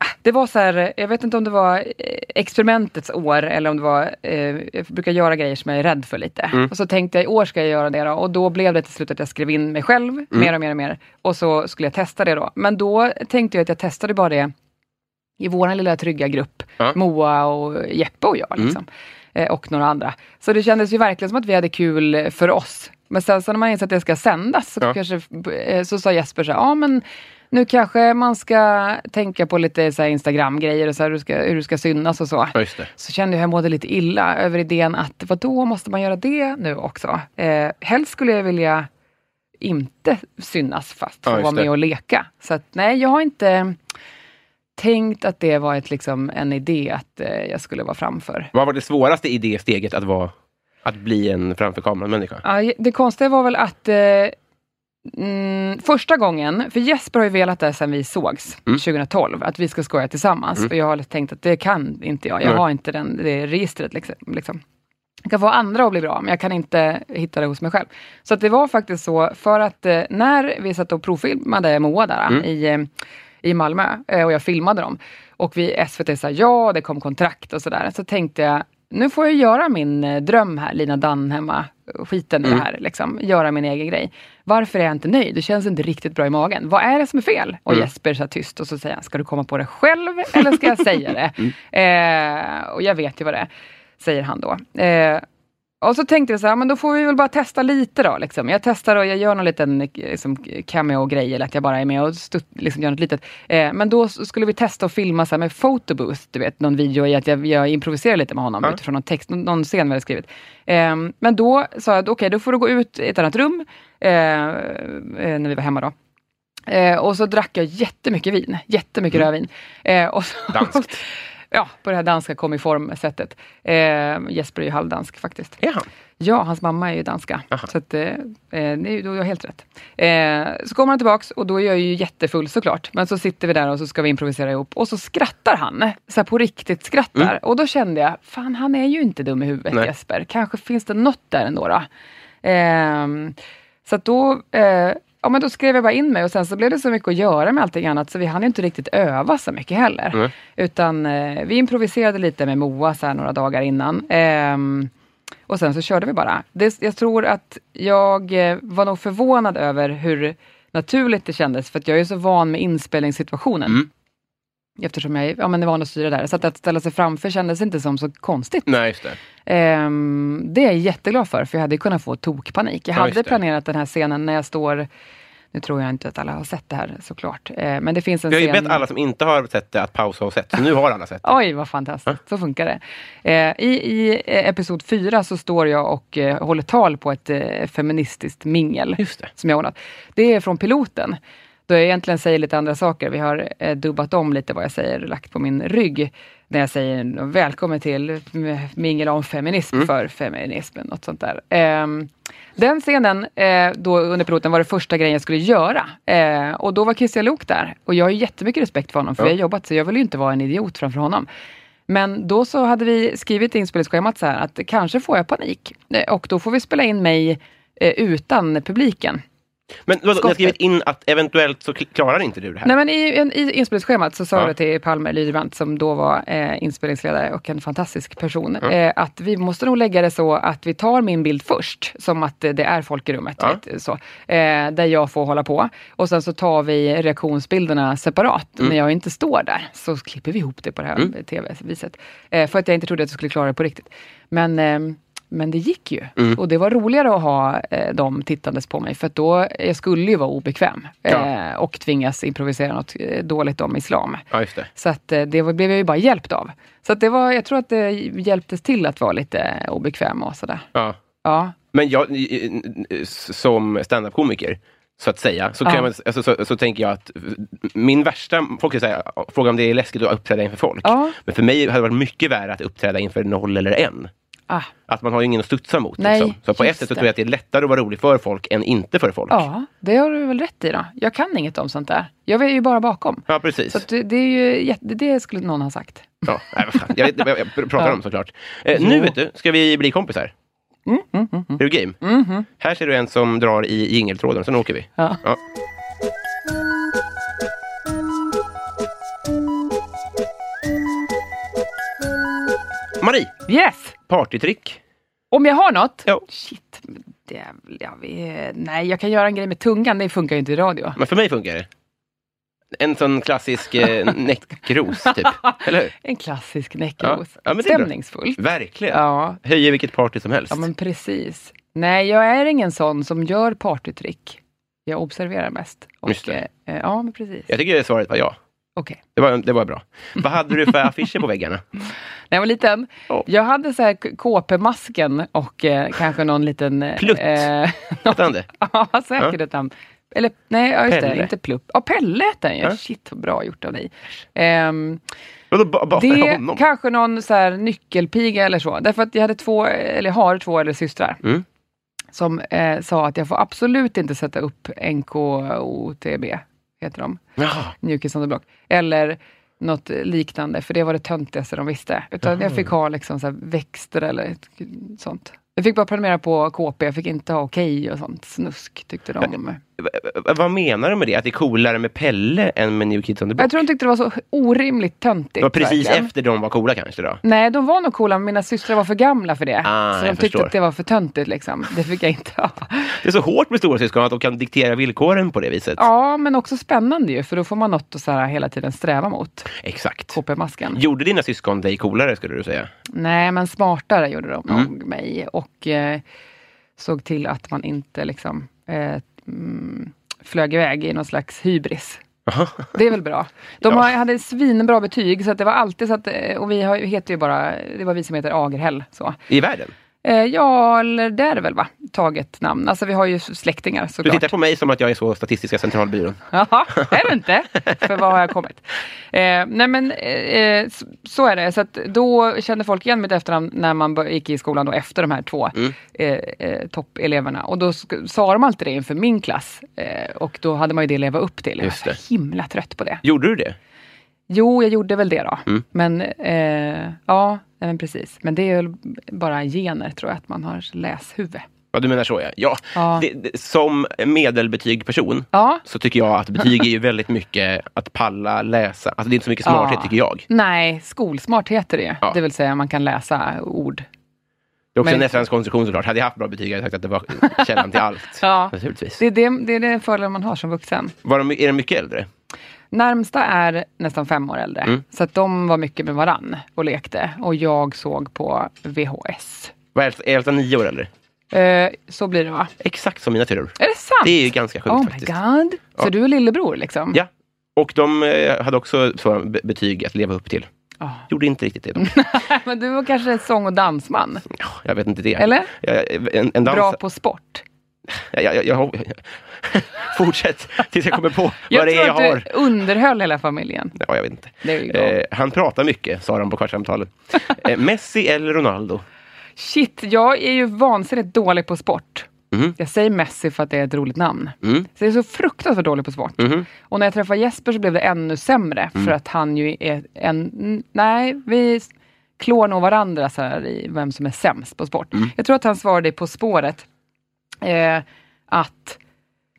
Speaker 3: ah, Det var så här, jag vet inte om det var eh, experimentets år eller om det var, eh, jag brukar göra grejer som jag är rädd för lite. Och så tänkte jag i år ska jag göra det då och då blev det till slut att jag skrev in mig själv mer och mer och mer. Och så skulle jag testa det då. Men då tänkte jag att jag testade bara det i vår lilla trygga grupp,
Speaker 2: Ja. Mm.
Speaker 3: Moa och Jeppe och jag. Liksom. Eh, och några andra. Så det kändes ju verkligen som att vi hade kul eh, för oss. Men sen så när man insåg att det ska sändas så,
Speaker 2: Ja.
Speaker 3: kanske, eh, så sa Jesper så här, ja men nu kanske man ska tänka på lite så här Instagram-grejer och så här, hur, du ska, hur du ska synas och så.
Speaker 2: Ja, just det.
Speaker 3: Så kände jag att jag mådde lite illa över idén att då måste man göra det nu också? Eh, helst skulle jag vilja inte synas fast få
Speaker 2: Ja, just
Speaker 3: vara
Speaker 2: det.
Speaker 3: med och leka. Så att, nej, jag har inte tänkt att det var ett, liksom, en idé att eh, jag skulle vara framför.
Speaker 2: Vad var det svåraste i det steget att vara... Att bli en framför kameran-människa?
Speaker 3: Ja, det konstiga var väl att eh, mm, första gången, för Jesper har ju velat det sen vi sågs
Speaker 2: Mm.
Speaker 3: 2012, att vi ska skoja tillsammans. Och jag har tänkt att det kan inte jag, jag
Speaker 2: Nej.
Speaker 3: har inte den, det registret. Liksom, liksom. Jag kan få andra att bli bra, men jag kan inte hitta det hos mig själv. Så att det var faktiskt så, för att eh, när vi satt och provfilmade Moa där i, eh, i Malmö, eh, och jag filmade dem, och vi SVT sa ja, det kom kontrakt och sådär, så tänkte jag, nu får jag göra min eh, dröm här, Lina Danhemma-skiten i det här, liksom, göra min egen grej. Varför är jag inte nöjd? Det känns inte riktigt bra i magen. Vad är det som är fel? Och Jesper sa tyst och så säger han, ska du komma på det själv eller ska jag säga det? Eh, och jag vet ju vad det är, säger han då. Eh, och så tänkte jag så här, men då får vi väl bara testa lite då. Liksom. Jag testar och jag gör någon liten eh, liksom, cameo-grej, eller att jag bara är med och stutt, liksom, gör något litet. Eh, men då s- skulle vi testa att filma så här med photobooth, du vet, någon video i att jag, jag improviserar lite med honom
Speaker 2: Ja.
Speaker 3: utifrån någon text, någon, någon scen vi hade skrivit. Eh, men då sa jag, att, okej, då får du gå ut i ett annat rum, eh, eh, när vi var hemma då. Eh, och så drack jag jättemycket vin, jättemycket rödvin. Eh, och så,
Speaker 2: Danskt.
Speaker 3: Ja, på det här danska kom i form-sättet. Eh, Jesper är ju halvdansk faktiskt.
Speaker 2: Är han?
Speaker 3: Ja, hans mamma är ju danska. Så att, eh, eh, nej, då är jag helt rätt. Eh, så kommer han tillbaks och då är jag ju jättefull såklart. Men så sitter vi där och så ska vi improvisera ihop och så skrattar han. Så här på riktigt skrattar. Och då kände jag, fan han är ju inte dum i huvudet
Speaker 2: Nej.
Speaker 3: Jesper. Kanske finns det något där ändå. Då. Ehm, så att då, eh, ja, men då skrev jag bara in mig och sen så blev det så mycket att göra med allting annat så vi hann ju inte riktigt öva så mycket heller.
Speaker 2: Mm.
Speaker 3: Utan eh, vi improviserade lite med Moa så här några dagar innan. Ehm, och sen så körde vi bara. Det, jag tror att jag eh, var nog förvånad över hur naturligt det kändes, för att jag är så van med inspelningssituationen.
Speaker 2: Mm.
Speaker 3: Eftersom jag är- ja, men är van att styra där. Så att, att ställa sig framför kändes inte som så konstigt.
Speaker 2: Nej, just det.
Speaker 3: Ehm, det är jag jätteglad för, för jag hade kunnat få tokpanik. Jag
Speaker 2: Ja, just
Speaker 3: hade
Speaker 2: det.
Speaker 3: planerat den här scenen när jag står... Nu tror jag inte att alla har sett det här såklart. Eh, men det finns en
Speaker 2: Vi har ju
Speaker 3: scen...
Speaker 2: bett alla som inte har sett det att pausa och sett. Så nu har alla sett det.
Speaker 3: Oj, vad fantastiskt. Så funkar det. Eh, I i eh, episod fyra så står jag och eh, håller tal på ett eh, feministiskt mingel
Speaker 2: Just det.
Speaker 3: som jag ordnat. Det är från piloten. Då jag egentligen säger lite andra saker. Vi har eh, dubbat om lite vad jag säger, lagt på min rygg. När jag säger välkommen till m- mingel om feminism för feminismen, något sånt där. Ehm, den scenen eh, då under piloten var det första grejen jag skulle göra. Eh, och då var Kristian Lok där. Och jag har ju jättemycket respekt för honom, för vi har jobbat så jag vill ju inte vara en idiot framför honom. Men då så hade vi skrivit i inspelningsschemat så här att kanske får jag panik. Eh, Och då får vi spela in mig eh, utan publiken.
Speaker 2: Men vadå, ni har
Speaker 3: Skottet.
Speaker 2: skrivit in att eventuellt så kl- klarar inte du det här?
Speaker 3: Nej, men i, en, I inspelningsschemat så sa
Speaker 2: Ja.
Speaker 3: jag till Palme Lydebrant, som då var eh, inspelningsledare och en fantastisk person, eh, att vi måste nog lägga det så att vi tar min bild först, som att eh, det är folk i rummet,
Speaker 2: Ja.
Speaker 3: vet, så, eh, där jag får hålla på. Och sen så tar vi reaktionsbilderna separat, när jag inte står där. Så klipper vi ihop det på det här tv-viset. Eh, för att jag inte trodde att jag skulle klara det på riktigt. Men... ehm, men det gick ju. Och det var roligare att ha eh, dem tittandes på mig, för att då, jag skulle ju vara obekväm
Speaker 2: Ja.
Speaker 3: eh, och tvingas improvisera något eh, dåligt om islam.
Speaker 2: Ja, just det.
Speaker 3: Så att eh, det var, blev jag ju bara hjälpt av. Så att det var, jag tror att det hjälptes till att vara lite obekväm och sådär.
Speaker 2: Ja.
Speaker 3: Ja,
Speaker 2: Men jag, som standup-komiker, så att säga, så, kan
Speaker 3: Ja.
Speaker 2: man, alltså, så, så tänker jag att min värsta... Folk säger fråga om det är läskigt att uppträda inför folk.
Speaker 3: Ja.
Speaker 2: Men för mig hade det varit mycket värre att uppträda inför noll eller en.
Speaker 3: ah,
Speaker 2: Att Alltså, man har ju ingen att studsa mot.
Speaker 3: Nej,
Speaker 2: liksom. Så på ett
Speaker 3: just
Speaker 2: sätt så
Speaker 3: det.
Speaker 2: tror jag att det är lättare att vara rolig för folk än inte för folk.
Speaker 3: ja, det har du väl rätt i då. Jag kan inget om sånt där. Jag är ju bara bakom.
Speaker 2: Ja, precis.
Speaker 3: Så att det, det är ju jätte, det skulle någon ha sagt.
Speaker 2: Ja, nej, vad fan. jag vet inte vad jag pratar
Speaker 3: Ja.
Speaker 2: om såklart. Eh, nu vet du, ska vi bli kompisar.
Speaker 3: Mm,
Speaker 2: Är du game? Här ser du en som drar i jingeltråden, sen åker vi.
Speaker 3: Mm-hmm. Ja.
Speaker 2: Ja. Marie,
Speaker 3: Yes!
Speaker 2: partytrick.
Speaker 3: Om jag har något?
Speaker 2: Ja.
Speaker 3: Shit. Det, jag vet, nej, jag kan göra en grej med tungan. Det funkar ju inte i radio.
Speaker 2: Men för mig funkar det. En sån klassisk eh, näckros, typ. Eller hur?
Speaker 3: En klassisk näckros.
Speaker 2: Ja, ja, men det är bra.
Speaker 3: Stämningsfullt.
Speaker 2: Verkligen.
Speaker 3: Ja,
Speaker 2: Höjer vilket party som helst.
Speaker 3: ja, men precis. Nej, jag är ingen sån som gör partytrick. Jag observerar mest. Och,
Speaker 2: Just det.
Speaker 3: eh, Ja, men precis.
Speaker 2: Jag tycker svaret var ja.
Speaker 3: Okej.
Speaker 2: Det var, det var bra. Vad hade du för affischer på väggarna?
Speaker 3: När jag var liten,
Speaker 2: Ja.
Speaker 3: jag hade så här k- KP-masken och eh, kanske någon liten... eh,
Speaker 2: Plutt.
Speaker 3: eh,
Speaker 2: Hette han det?
Speaker 3: Ja, säkert ett namn. Eller nej, ja, just
Speaker 2: Pelle.
Speaker 3: det, inte Plupp. Ja, Pelle hette han ju.
Speaker 2: Ja.
Speaker 3: Shit, vad bra gjort av dig. Ehm,
Speaker 2: Vadå, ba, ba,
Speaker 3: Det är
Speaker 2: honom?
Speaker 3: kanske någon så här nyckelpiga eller så. Därför att jag hade två, eller har två eller systrar.
Speaker 2: Mm.
Speaker 3: Som eh, sa att jag får absolut inte sätta upp NKOTB, heter de.
Speaker 2: Jaha.
Speaker 3: Mjukis on the block. Eller något liknande, för det var det töntigaste de visste. Utan jag fick ha liksom så här växter eller ett- sånt. Jag fick bara prenumerera på KP, jag fick inte ha okej och sånt. Snusk tyckte de.
Speaker 2: V- v- vad menar du med det? Att det är coolare med Pelle än med New Kids on the Block?
Speaker 3: Jag tror de tyckte det var så orimligt töntigt.
Speaker 2: det var precis
Speaker 3: verkligen.
Speaker 2: efter de var coola kanske då?
Speaker 3: Nej, de var nog coola, men mina systrar var för gamla för det.
Speaker 2: Ah,
Speaker 3: så de
Speaker 2: jag
Speaker 3: tyckte
Speaker 2: förstår.
Speaker 3: att det var för töntigt. Liksom. Det fick jag inte ha.
Speaker 2: Det är så hårt med storasyskon att de kan diktera villkoren på det viset.
Speaker 3: Ja, men också spännande ju, för då får man något att så här, hela tiden sträva mot.
Speaker 2: Exakt.
Speaker 3: KP-masken.
Speaker 2: Gjorde dina syskon dig coolare skulle du säga?
Speaker 3: Nej, men smartare gjorde de nog mig. Och eh, såg till att man inte liksom, eh, mm, flög iväg i någon slags hybris. Det är väl bra. De har, hade svinbra betyg, så att det var alltid så att, eh, och vi har, heter ju bara, det var vi som heter Agerhäll. Så.
Speaker 2: I världen?
Speaker 3: Eh, ja, eller det är det väl va? taget namn. Alltså vi har ju släktingar
Speaker 2: Du
Speaker 3: såklart.
Speaker 2: tittar på mig som att jag är så Statistiska centralbyrån.
Speaker 3: Jaha, är du inte? För vad har jag kommit? Eh, nej men eh, eh, så, så är det. Så att då kände folk igen mitt efternamn när man bör, gick i skolan då efter de här två
Speaker 2: Mm.
Speaker 3: eh, eh, toppeleverna. Och då sk- sa de alltid det inför min klass. Eh, och då hade man ju det att leva upp till. Jag
Speaker 2: Just
Speaker 3: var så himla trött på det.
Speaker 2: Gjorde du det?
Speaker 3: Jo, jag gjorde väl det då.
Speaker 2: Mm.
Speaker 3: Men eh, ja, nej, men precis. Men det är väl bara gener tror jag, att man har läshuvud.
Speaker 2: Ja, du menar så ja. ja.
Speaker 3: Ja.
Speaker 2: Det, det, som medelbetygsperson
Speaker 3: Ja,
Speaker 2: så tycker jag att betyg är ju väldigt mycket att palla läsa. Alltså det är inte så mycket smarthet
Speaker 3: Ja.
Speaker 2: tycker jag.
Speaker 3: nej, skolsmart heter det ju.
Speaker 2: Ja.
Speaker 3: Det vill säga man kan läsa ord.
Speaker 2: Det är också
Speaker 3: Men-
Speaker 2: en efterhandskonstruktion såklart. Hade jag haft bra betyg hade jag sagt att det var källan till allt.
Speaker 3: Ja.
Speaker 2: Naturligtvis.
Speaker 3: Det är, det, det är den fördelen man har som vuxen.
Speaker 2: Var de, är de mycket äldre?
Speaker 3: Närmsta är nästan fem år äldre,
Speaker 2: Mm.
Speaker 3: så att de var mycket med varann och lekte. Och jag såg på VHS.
Speaker 2: Var Elsa, är Elsa nio år äldre?
Speaker 3: Eh, så blir det va?
Speaker 2: Exakt som mina tyror.
Speaker 3: Är det sant?
Speaker 2: Det är ju ganska sjukt
Speaker 3: oh
Speaker 2: faktiskt.
Speaker 3: my god! Så
Speaker 2: Ja.
Speaker 3: du är lillebror liksom?
Speaker 2: Ja. Och de eh, hade också så, be- betyg att leva upp till.
Speaker 3: Ja.
Speaker 2: Gjorde inte riktigt det. dock.
Speaker 3: Men du var kanske en sång och dansman?
Speaker 2: Ja, Jag vet inte det.
Speaker 3: Eller?
Speaker 2: Jag, en, en dans...
Speaker 3: Bra på sport?
Speaker 2: Jag, jag, jag, jag, fortsätt tills jag kommer på vad
Speaker 3: Jag
Speaker 2: det är
Speaker 3: tror
Speaker 2: jag
Speaker 3: att
Speaker 2: har.
Speaker 3: du underhöll hela familjen.
Speaker 2: Ja, jag vet inte.
Speaker 3: Det är ju bra.
Speaker 2: Eh, han pratar mycket, sa de på kvartssamtalet. eh, Messi eller Ronaldo?
Speaker 3: Shit, jag är ju vansinnigt dålig på sport.
Speaker 2: Mhm.
Speaker 3: Jag säger Messi för att det är ett roligt namn.
Speaker 2: Mm.
Speaker 3: Så jag är så fruktansvärt dålig på sport.
Speaker 2: Mhm.
Speaker 3: Och när jag träffade Jesper så blev det ännu sämre. För att han ju är en... n- Nej, vi s- klår nog varandra så här i vem som är sämst på sport.
Speaker 2: Mhm.
Speaker 3: Jag tror att han svarade i På spåret eh, att...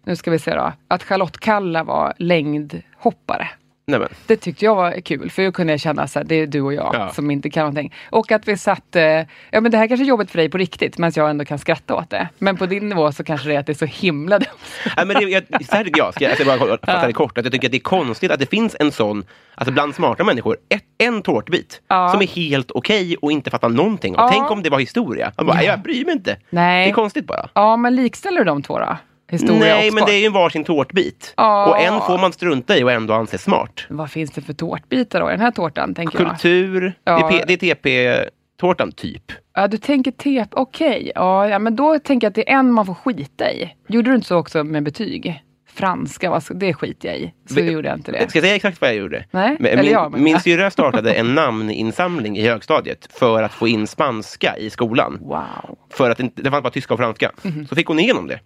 Speaker 3: Nu ska vi se då. Att Charlotte Kalla var längdhoppare.
Speaker 2: Nej, men.
Speaker 3: Det tyckte jag var kul, för då kunde jag känna att det är du och jag
Speaker 2: Ja.
Speaker 3: som inte kan någonting. Och att vi satt, eh, ja men det här kanske är jobbigt för dig på riktigt, men jag ändå kan skratta åt det. Men på din nivå så kanske det är att det är så himla dumt.
Speaker 2: Nej, men det, jag, så här tycker jag, ska jag, jag ska bara kolla- fatta det kort, att jag tycker att det är konstigt att det finns en sån, alltså bland smarta människor, ett, en tårtbit
Speaker 3: Ja.
Speaker 2: som är helt okej och inte fattar någonting av.
Speaker 3: Ja.
Speaker 2: Tänk om det var historia. Jag, bara, jag bryr mig inte.
Speaker 3: Nej.
Speaker 2: Det är konstigt bara.
Speaker 3: Ja, men likställer du de två då? Historia
Speaker 2: Nej,
Speaker 3: och sport.
Speaker 2: men det är ju varsin tårtbit.
Speaker 3: Ja.
Speaker 2: Och en får man strunta i och ändå anses smart.
Speaker 3: Vad finns det för tårtbitar då i den här tårtan, tänker jag?
Speaker 2: Kultur,
Speaker 3: Ja.
Speaker 2: det är P- det är TP-tårtan typ.
Speaker 3: Ja, du tänker tep, okej. Ja, ja, men då tänker jag att det är en man får skita i. Gjorde du inte så också med betyg? Franska, vad ska- det skiter jag i. Så
Speaker 2: Vi-
Speaker 3: gjorde jag inte det.
Speaker 2: Ska jag säga exakt vad jag gjorde?
Speaker 3: Nej,
Speaker 2: Men
Speaker 3: eller
Speaker 2: min,
Speaker 3: jag, men-
Speaker 2: min syrra startade en namninsamling i högstadiet för att få in spanska i skolan.
Speaker 3: Wow.
Speaker 2: För att det, inte- det fanns bara tyska och franska.
Speaker 3: Mhm.
Speaker 2: Så fick hon igenom det.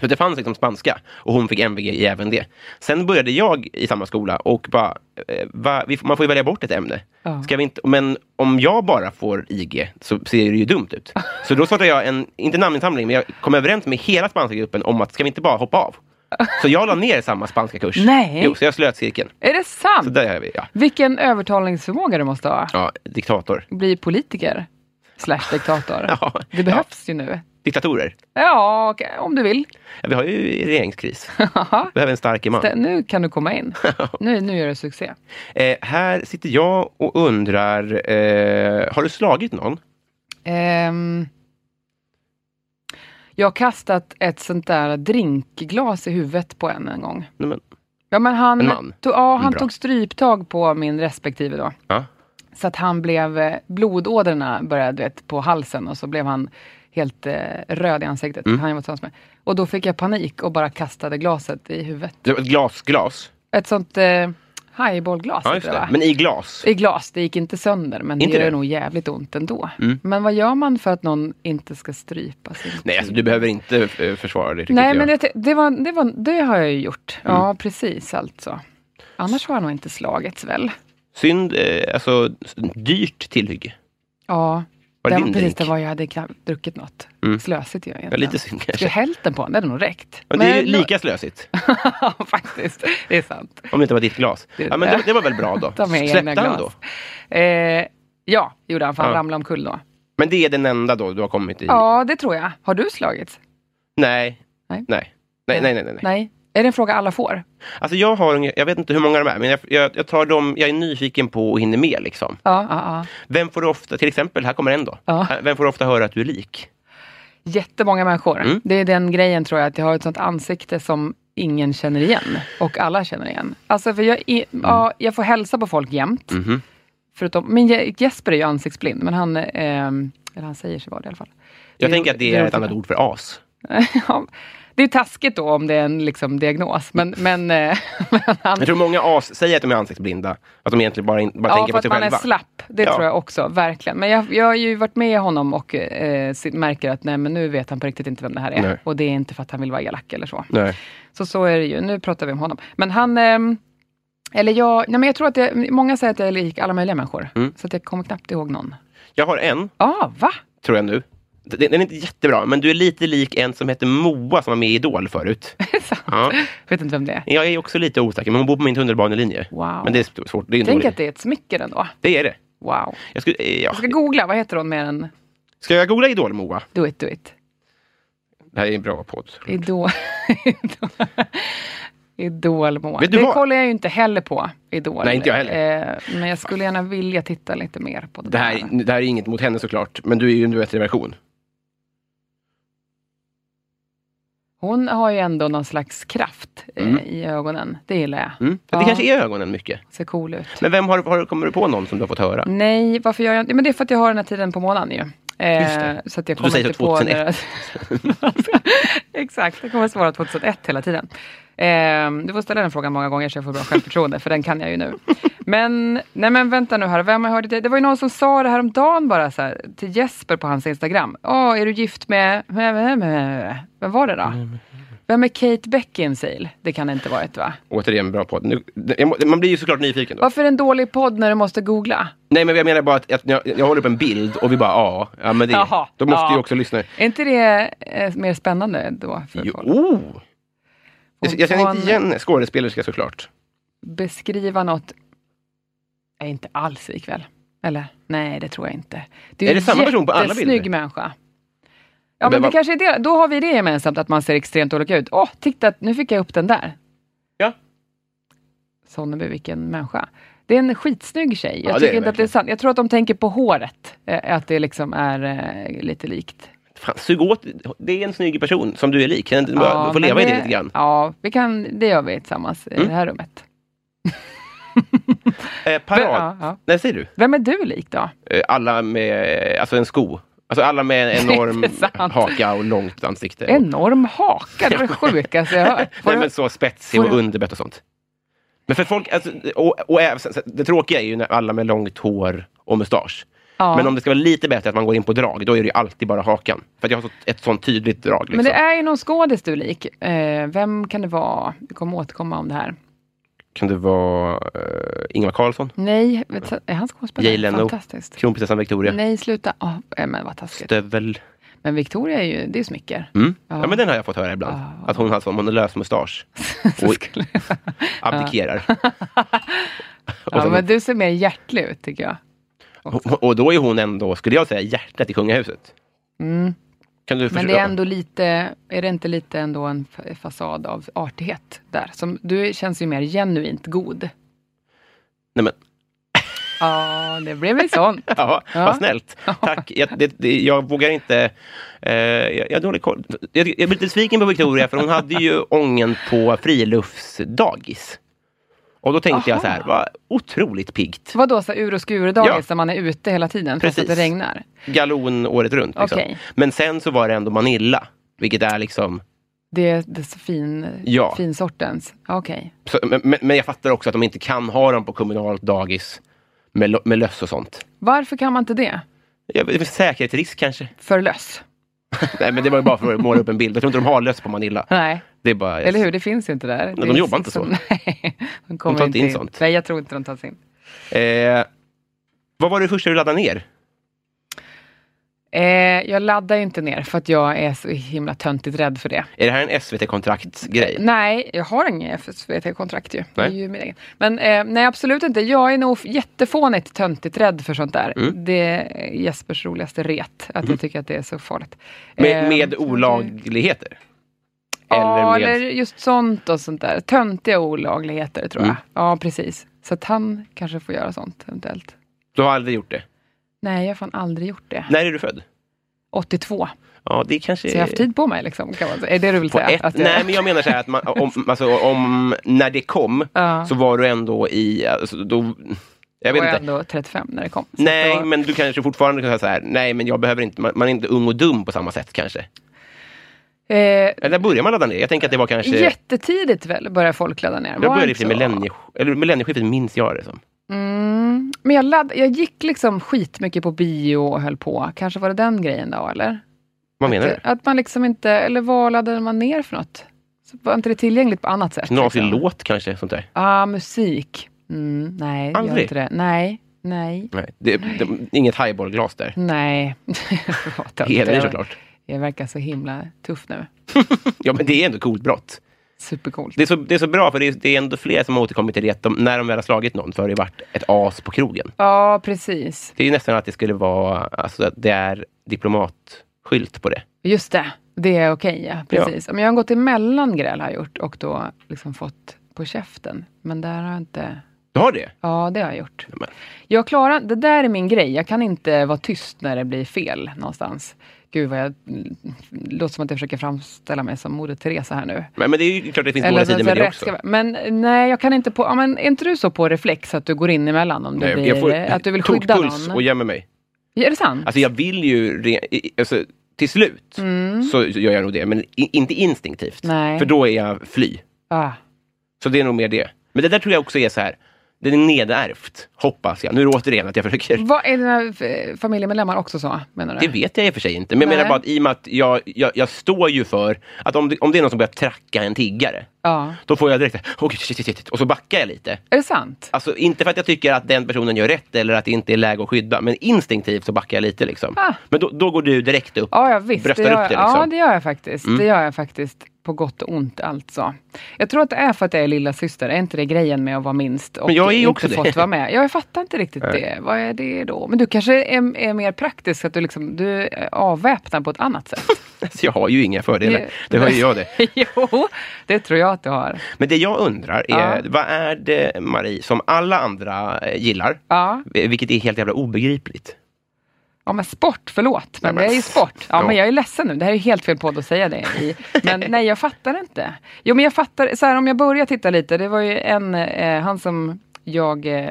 Speaker 2: Så det fanns liksom spanska och hon fick MVG i även det. Sen började jag i samma skola och bara, eh, va, vi, man får ju välja bort ett ämne.
Speaker 3: Ja.
Speaker 2: Ska vi inte, men om jag bara får IG så ser det ju dumt ut. Så då startade jag en, inte namninsamling, men jag kom överens med hela spanska gruppen om att ska vi inte bara hoppa av? Så jag la ner samma spanska kurs.
Speaker 3: Nej.
Speaker 2: Jo, så jag slöt cirkeln.
Speaker 3: Är det
Speaker 2: Så
Speaker 3: sant?
Speaker 2: där är vi, ja.
Speaker 3: Vilken övertalningsförmåga du måste ha.
Speaker 2: ja, diktator.
Speaker 3: bli politiker slash diktator.
Speaker 2: Ja,
Speaker 3: Det behövs ju nu.
Speaker 2: Diktatorer.
Speaker 3: Ja, okej, om du vill.
Speaker 2: Ja, vi har ju regeringskris. Behöver en stark man.
Speaker 3: Det- Nu kan du komma in. Nu, nu gör du succé.
Speaker 2: Eh, här sitter jag och undrar, eh, har du slagit någon?
Speaker 3: Ehm, jag har kastat ett sånt där drinkglas i huvudet på en en gång.
Speaker 2: Nej, men,
Speaker 3: Ja, men han,
Speaker 2: En man?
Speaker 3: Tog, ja, han
Speaker 2: Bra.
Speaker 3: tog stryptag på min respektive då.
Speaker 2: ja.
Speaker 3: Så att han blev, eh, blodådrorna började du vet, på halsen och så blev han helt eh, röd i ansiktet.
Speaker 2: Mm.
Speaker 3: Han jag var tillsammans med. Och då fick jag panik och bara kastade glaset i huvudet.
Speaker 2: Det var Ett glasglas?
Speaker 3: Ett sånt eh, highballglas.
Speaker 2: Ja, just
Speaker 3: heter
Speaker 2: det.
Speaker 3: det, va?
Speaker 2: Men i glas?
Speaker 3: I glas, det gick inte sönder, men
Speaker 2: Inte
Speaker 3: det gör
Speaker 2: det?
Speaker 3: nog jävligt ont ändå.
Speaker 2: Mm.
Speaker 3: Men vad gör man för att någon inte ska strypa sin
Speaker 2: Nej, alltså, du behöver inte eh, försvara dig.
Speaker 3: Nej, men
Speaker 2: det... Mm.
Speaker 3: det, det, var, det, var, det har jag ju gjort. Ja, precis alltså. Annars har jag nog inte slagits väl?
Speaker 2: Synd, eh, alltså s- dyrt tillhygge.
Speaker 3: Ja,
Speaker 2: Var det
Speaker 3: den,
Speaker 2: din
Speaker 3: precis.
Speaker 2: drink?
Speaker 3: Det var jag hade knappt druckit något. Slösigt ju egentligen.
Speaker 2: Ja, lite synd
Speaker 3: Skulle
Speaker 2: kanske.
Speaker 3: hällt den på honom, det hade nog räckt.
Speaker 2: Men det är ju
Speaker 3: Men-
Speaker 2: lika slösigt,
Speaker 3: Ja, faktiskt. Det är sant.
Speaker 2: om det inte var ditt glas.
Speaker 3: Det-
Speaker 2: Ja, men det, det var väl bra då.
Speaker 3: Ta med egna
Speaker 2: Släppte han
Speaker 3: glas.
Speaker 2: då?
Speaker 3: Eh, ja, gjorde han, för han
Speaker 2: Ja.
Speaker 3: ramlade omkull då.
Speaker 2: Men det är den enda då du har kommit i?
Speaker 3: Ja, det tror jag. Har du slagits?
Speaker 2: Nej.
Speaker 3: Nej.
Speaker 2: Nej. Nej. Nej, nej, nej, nej.
Speaker 3: Nej. Är det en fråga alla får?
Speaker 2: Alltså jag har, unge- jag vet inte hur många de är, men jag, jag, jag tar dem jag är nyfiken på och hinner med liksom.
Speaker 3: Ja, ja, ja.
Speaker 2: Vem får du ofta, till exempel, här kommer en då.
Speaker 3: Ja.
Speaker 2: Äh, Vem får du ofta höra att du är lik?
Speaker 3: Jättemånga människor.
Speaker 2: Mm.
Speaker 3: Det är den grejen tror jag, att jag har ett sånt ansikte som ingen känner igen. Och alla känner igen. Alltså, för jag, i,
Speaker 2: Mm.
Speaker 3: ja, jag får hälsa på folk jämt.
Speaker 2: Mhm.
Speaker 3: Förutom, men Je- Jesper är ju ansiktsblind, men han, eh, eller han ehm, säger sig vara det i alla fall.
Speaker 2: Jag tänker att det är ett
Speaker 3: låter-
Speaker 2: annat ord för as.
Speaker 3: Ja, det är taskigt då om det är en liksom, diagnos. Men, men, eh, men han,
Speaker 2: Jag tror många as säger att de är ansiktsblinda. Att de egentligen bara, in, bara
Speaker 3: ja,
Speaker 2: tänker
Speaker 3: för
Speaker 2: på
Speaker 3: att
Speaker 2: sig
Speaker 3: man är
Speaker 2: själva.
Speaker 3: slapp. Det
Speaker 2: Ja.
Speaker 3: tror jag också, verkligen. Men jag, jag har ju varit med honom och eh, sit- märker att nej, men nu vet han på riktigt inte vem det här är.
Speaker 2: Nej.
Speaker 3: Och det är inte för att han vill vara elak eller så.
Speaker 2: Nej.
Speaker 3: Så så är det ju. Nu pratar vi om honom. Men han... ehm, eller jag, nej men jag tror att jag, många säger att jag är lik alla möjliga människor.
Speaker 2: Mm.
Speaker 3: Så att jag kommer knappt ihåg någon.
Speaker 2: Jag har en,
Speaker 3: Ja, ah, va?
Speaker 2: tror jag nu. Den den är inte jättebra, men du är lite lik en som hette Moa som var med i Idol förut.
Speaker 3: Är det sant?
Speaker 2: Ja.
Speaker 3: Vet inte vem det är.
Speaker 2: Jag är också lite osäker, men hon bor på min tunnelbanelinje.
Speaker 3: Wow.
Speaker 2: Men det är svårt. Det är,
Speaker 3: Tänk
Speaker 2: dåligt.
Speaker 3: att det är ett smicker ändå.
Speaker 2: det är det.
Speaker 3: Wow.
Speaker 2: Jag skulle, eh, ja.
Speaker 3: Jag ska googla, vad heter hon mer än
Speaker 2: Ska jag googla Idol Moa?
Speaker 3: Do it, do it?
Speaker 2: Det här är en bra podd.
Speaker 3: Idol... Idol Moa.
Speaker 2: Vet du
Speaker 3: Det
Speaker 2: vad?
Speaker 3: kollar jag ju inte heller på, Idol.
Speaker 2: Nej, inte jag heller.
Speaker 3: Eh, men jag skulle gärna vilja titta lite mer på det,
Speaker 2: Det här, det här är inget mot henne såklart, men du är ju en bättre version.
Speaker 3: Hon har ju ändå någon slags kraft eh,
Speaker 2: Mm.
Speaker 3: i ögonen. Det gillar jag.
Speaker 2: Mm. Det
Speaker 3: Ja.
Speaker 2: kanske är ögonen mycket.
Speaker 3: Ser cool ut.
Speaker 2: Men vem har, har, kommer du på någon som du har fått
Speaker 3: Mm.
Speaker 2: höra?
Speaker 3: Nej, varför gör jag inte? Men det är för att jag har den här tiden på månaden ju. Eh,
Speaker 2: Just det.
Speaker 3: Så att jag
Speaker 2: Du
Speaker 3: kommer
Speaker 2: säger
Speaker 3: inte
Speaker 2: så
Speaker 3: på
Speaker 2: 2001.
Speaker 3: deras... Exakt, jag kommer svara 2001 hela tiden. Eh, du får ställa den frågan många gånger så jag får bra självförtroende, för den kan jag ju nu. Men, nej men vänta nu här, vem har jag hört det? Det var ju någon som sa det här om dagen bara så här, till Jesper på hans Instagram. Åh, är du gift med... Vem var det då? Vem är Kate Beckinsale? Det kan det inte varit va?
Speaker 2: Återigen, bra podd. Nu, jag, må- man blir ju såklart nyfiken då.
Speaker 3: Varför är det en dålig podd när du måste googla?
Speaker 2: Nej, men jag menar bara att, att jag, jag håller upp en bild och vi bara ja, ja men det,
Speaker 3: Jaha,
Speaker 2: då måste
Speaker 3: ja.
Speaker 2: ju också lyssna.
Speaker 3: Är inte det eh, mer spännande då? För
Speaker 2: Jo!
Speaker 3: folk?
Speaker 2: Jag, jag
Speaker 3: Hon-
Speaker 2: känner
Speaker 3: hon-
Speaker 2: inte igen skådespelerska såklart.
Speaker 3: beskriva något är inte alls lik väl? Eller? Nej, det tror jag inte.
Speaker 2: Är
Speaker 3: en
Speaker 2: det samma person på alla bilder?
Speaker 3: jättesnygg människa. Ja, men,
Speaker 2: Men
Speaker 3: det
Speaker 2: vad-
Speaker 3: kanske är det. Då har vi det gemensamt, att man ser extremt olika ut. Åh, titta, nu fick jag upp den där.
Speaker 2: Ja.
Speaker 3: Sonneby, vilken människa. Det är en skitsnygg tjej. Jag
Speaker 2: Ja, det är
Speaker 3: tycker
Speaker 2: det
Speaker 3: inte att det är
Speaker 2: verkligen.
Speaker 3: sant. Jag tror att de tänker på håret, eh, att det liksom är eh, lite likt.
Speaker 2: Fan, sug åt, det är en snygg person som du är lik. Du
Speaker 3: Ja,
Speaker 2: bara- du får
Speaker 3: men
Speaker 2: leva i det lite grann.
Speaker 3: Ja, vi kan, det gör vi tillsammans i
Speaker 2: Mm.
Speaker 3: det här rummet.
Speaker 2: Eh, parad.
Speaker 3: Ja, ja.
Speaker 2: Nej, säger du?
Speaker 3: Vem är du lik då?
Speaker 2: Eh, alla med eh, alltså en sko. Alltså alla med en
Speaker 3: Det är
Speaker 2: enorm
Speaker 3: inte sant.
Speaker 2: haka och långt ansikte. Och,
Speaker 3: Enorm haka, det var det sjukaste jag hört. Får
Speaker 2: nej, men
Speaker 3: du-
Speaker 2: så spetsig och
Speaker 3: får jag-
Speaker 2: underbett och sånt. Men för folk, alltså, och, och, även- det tråkiga är ju när alla med långt hår och mustasch.
Speaker 3: Ja.
Speaker 2: Men om det ska vara lite bättre att man går in på drag, då är det ju alltid bara hakan. För att jag har så, ett sånt tydligt drag. Liksom.
Speaker 3: Men det är ju någon skådis du är lik. Eh, vem kan det vara? Vi kommer återkomma om det här.
Speaker 2: Kan det vara eh, Ingvar Carlsson?
Speaker 3: Nej, vet, du- är han skådespelare?
Speaker 2: Jay Leno.
Speaker 3: Fantastiskt.
Speaker 2: Kronprinsessan Victoria?
Speaker 3: Nej, sluta. Ja, eh, men vad taskigt.
Speaker 2: Stövel?
Speaker 3: Men Victoria är ju, det är ju smicker.
Speaker 2: Mm. Ja.
Speaker 3: Ja.
Speaker 2: men den har jag fått höra ibland.
Speaker 3: Ja.
Speaker 2: Att hon har sån lös mustasch.
Speaker 3: Så
Speaker 2: Oj.
Speaker 3: skulle-
Speaker 2: Abdikerar. och,
Speaker 3: ja,
Speaker 2: sen,
Speaker 3: men du ser mer hjärtlig ut tycker jag.
Speaker 2: och- och då är hon ändå, skulle jag säga, hjärtat i kungahuset.
Speaker 3: Mm.
Speaker 2: Kan du
Speaker 3: Men
Speaker 2: förstå?
Speaker 3: det är ändå lite, är det inte lite ändå en f- fasad av artighet där? Som, du känns ju mer genuint god.
Speaker 2: Nej, men,
Speaker 3: Ja, det blev en sån.
Speaker 2: ja,
Speaker 3: Ja.
Speaker 2: Vad snällt. Tack. Jag, det, det, jag vågar inte... Eh, jag, jag, har dålig koll. jag, jag blir lite besviken på Victoria, för hon hade ju ången på friluftsdagis. Och då tänkte jag så här, vad otroligt pigt.
Speaker 3: Vadå, så här ur och skur-dagis
Speaker 2: Ja.
Speaker 3: där man är ute hela tiden fast att
Speaker 2: Precis.
Speaker 3: det regnar?
Speaker 2: galon året runt. Liksom.
Speaker 3: Okej.
Speaker 2: Men sen så var det ändå Manilla, vilket är liksom...
Speaker 3: Det är, det är så fin,
Speaker 2: Ja.
Speaker 3: finsortens? Okej.
Speaker 2: Så, men- men, men jag fattar också att de inte kan ha dem på kommunalt dagis med, lo- med löss och sånt.
Speaker 3: Varför kan man inte det?
Speaker 2: Jag vet inte, Säkerhetsrisk kanske?
Speaker 3: För löss?
Speaker 2: Nej, men det var ju bara för att måla upp en bild. Jag tror inte de har löss på Manilla.
Speaker 3: Nej,
Speaker 2: Det är bara...
Speaker 3: eller hur? Det finns ju inte där.
Speaker 2: de
Speaker 3: Det är
Speaker 2: jobbar inte så.
Speaker 3: Nej, de, kommer
Speaker 2: tar inte in sånt.
Speaker 3: Nej, jag tror inte de tas in.
Speaker 2: Eh, vad var det första du laddade ner?
Speaker 3: Eh, jag laddar ju inte ner för att jag är så himla töntigt rädd för det.
Speaker 2: Är det här en SVT-kontraktsgrej?
Speaker 3: Nej, jag har ingen SVT-kontrakt ju. Det är
Speaker 2: Nej.
Speaker 3: ju min egen. Men eh, nej, absolut inte. Jag är nog jättefånigt töntigt rädd för sånt där.
Speaker 2: Mm.
Speaker 3: Det är Jespers roligaste ret, att jag tycker att det är så farligt.
Speaker 2: Med,
Speaker 3: Eh,
Speaker 2: med
Speaker 3: så det-
Speaker 2: olagligheter?
Speaker 3: Ja,
Speaker 2: Eller med...
Speaker 3: eller just sånt och sånt där. Töntiga olagligheter tror
Speaker 2: Mm.
Speaker 3: jag. Ja, precis. Så att han kanske får göra sånt eventuellt.
Speaker 2: Du har aldrig gjort det?
Speaker 3: Nej, jag har fan aldrig gjort det.
Speaker 2: När är du född?
Speaker 3: 82,
Speaker 2: Ja, det kanske...
Speaker 3: så jag har haft tid på mig liksom. Kan man säga. Är det du vill
Speaker 2: På
Speaker 3: säga?
Speaker 2: ett,
Speaker 3: Att jag-
Speaker 2: nej, men jag menar så här att man, om, alltså, om, när det kom
Speaker 3: Ja.
Speaker 2: så var du ändå i... Alltså, då, Jag
Speaker 3: Jag
Speaker 2: vet
Speaker 3: var jag
Speaker 2: inte.
Speaker 3: ändå 35 när det kom. Så
Speaker 2: Nej,
Speaker 3: då,
Speaker 2: men du kanske fortfarande kan säga så här, nej men jag behöver inte, man, man är inte ung och dum på samma sätt kanske.
Speaker 3: eh,
Speaker 2: Eller där börjar man ladda ner. Jag tänker att det var kanske...
Speaker 3: jättetidigt väl började folk ladda ner.
Speaker 2: Jag
Speaker 3: Var
Speaker 2: började i och
Speaker 3: inte
Speaker 2: för sig
Speaker 3: så?
Speaker 2: millennie, eller millennieskiftet minns jag det som.
Speaker 3: Mm, men jag, ladd, jag gick liksom skitmycket på bio och höll på. Kanske var det den grejen då, eller?
Speaker 2: Vad menar du?
Speaker 3: Att man liksom inte, eller vad laddade man ner för något? Så var inte det tillgängligt på annat sätt?
Speaker 2: Knasig
Speaker 3: liksom?
Speaker 2: låt kanske, sånt där.
Speaker 3: Ah, musik. Mm, nej, gör
Speaker 2: Aldrig.
Speaker 3: inte det. Nej, nej,
Speaker 2: Nej, det, det, inget highballglas där.
Speaker 3: nej. Vad töntigt.
Speaker 2: Heder
Speaker 3: jag,
Speaker 2: såklart.
Speaker 3: jag verkar så himla tuff nu.
Speaker 2: Ja, men det är ändå coolt brott.
Speaker 3: Supercoolt.
Speaker 2: Det är så, det är så bra, för det är, det är ändå fler som har återkommit till det. De, när de väl har slagit någon så har det varit ett as på krogen.
Speaker 3: Ja, precis.
Speaker 2: Det är ju nästan att det skulle vara, alltså att det är diplomatskylt på det.
Speaker 3: Just det, det är okej. ja. Precis. Men jag har gått emellan gräl har jag gjort och då liksom fått på käften. Men där har jag inte...
Speaker 2: Du har det?
Speaker 3: Ja, det har jag gjort.
Speaker 2: Nämen.
Speaker 3: Jag klarar, det där är min grej. Jag kan inte vara tyst när det blir fel någonstans. Gud vad jag... Låter som att jag försöker framställa mig som Moder Teresa här nu.
Speaker 2: Men, men det är ju klart att det finns
Speaker 3: Eller
Speaker 2: dåliga
Speaker 3: så
Speaker 2: sidor
Speaker 3: att
Speaker 2: med det
Speaker 3: rätt ska
Speaker 2: också.
Speaker 3: vara- Men nej, jag kan inte på... Ja, men är inte du så på reflex att du går in emellan om du,
Speaker 2: Nej,
Speaker 3: blir,
Speaker 2: jag får
Speaker 3: att du vill skydda
Speaker 2: tokpuls
Speaker 3: någon?
Speaker 2: och gömmer mig.
Speaker 3: Ja, Är det sant?
Speaker 2: Alltså jag vill ju, re, i- alltså, till slut så gör jag nog det, men i, inte instinktivt.
Speaker 3: Mm. Nej.
Speaker 2: För då är jag fly.
Speaker 3: ah,
Speaker 2: Så det är nog mer det. Men det där tror jag också är så här, det är nedärvt, hoppas jag. Nu är det återigen att jag försöker
Speaker 3: vad är dina eh, familjemedlemmar också så, menar du?
Speaker 2: Det vet jag i och för sig inte. Men jag
Speaker 3: Nej.
Speaker 2: menar bara att i och med att jag, jag, jag står ju för att om det, om det är någon som börjar tracka en tiggare,
Speaker 3: Ja.
Speaker 2: då får jag direkt oh, shit, shit, shit, shit, och så backar jag lite.
Speaker 3: Är det sant?
Speaker 2: Alltså inte för att jag tycker att den personen gör rätt eller att det inte är läge att skydda, men instinktivt så backar jag lite liksom.
Speaker 3: Ah.
Speaker 2: Men då, då går du direkt upp.
Speaker 3: Ja, ja visst.
Speaker 2: Bröstar
Speaker 3: det
Speaker 2: upp
Speaker 3: gör,
Speaker 2: det,
Speaker 3: jag-
Speaker 2: liksom.
Speaker 3: Ja, det gör jag faktiskt. Det gör jag faktiskt. På gott och ont alltså. Jag tror att det är för att jag är lilla syster. Är inte det grejen med att vara minst? Och
Speaker 2: Men jag är ju
Speaker 3: inte
Speaker 2: också det.
Speaker 3: fått vara med. Ja, jag fattar inte riktigt det. Vad är det då? Men du kanske är, är mer praktisk, att du, liksom, du är avväpnad på ett annat sätt?
Speaker 2: Så jag har ju inga fördelar.
Speaker 3: Det-
Speaker 2: Det har ju jag det.
Speaker 3: jo, det tror jag att du har.
Speaker 2: Men det jag undrar är,
Speaker 3: Ja.
Speaker 2: vad är det Marie som alla andra eh, gillar?
Speaker 3: Ja,
Speaker 2: Vilket är helt jävla obegripligt.
Speaker 3: ja men sport, förlåt. Men
Speaker 2: Nej, men-
Speaker 3: det är ju sport. Ja,
Speaker 2: Ja.
Speaker 3: men jag är ledsen nu. Det här är helt fel podd att säga det i. Men nej, jag fattar inte. Jo, men jag fattar. Så här, om jag börjar titta lite. Det var ju en, eh, han som jag, eh,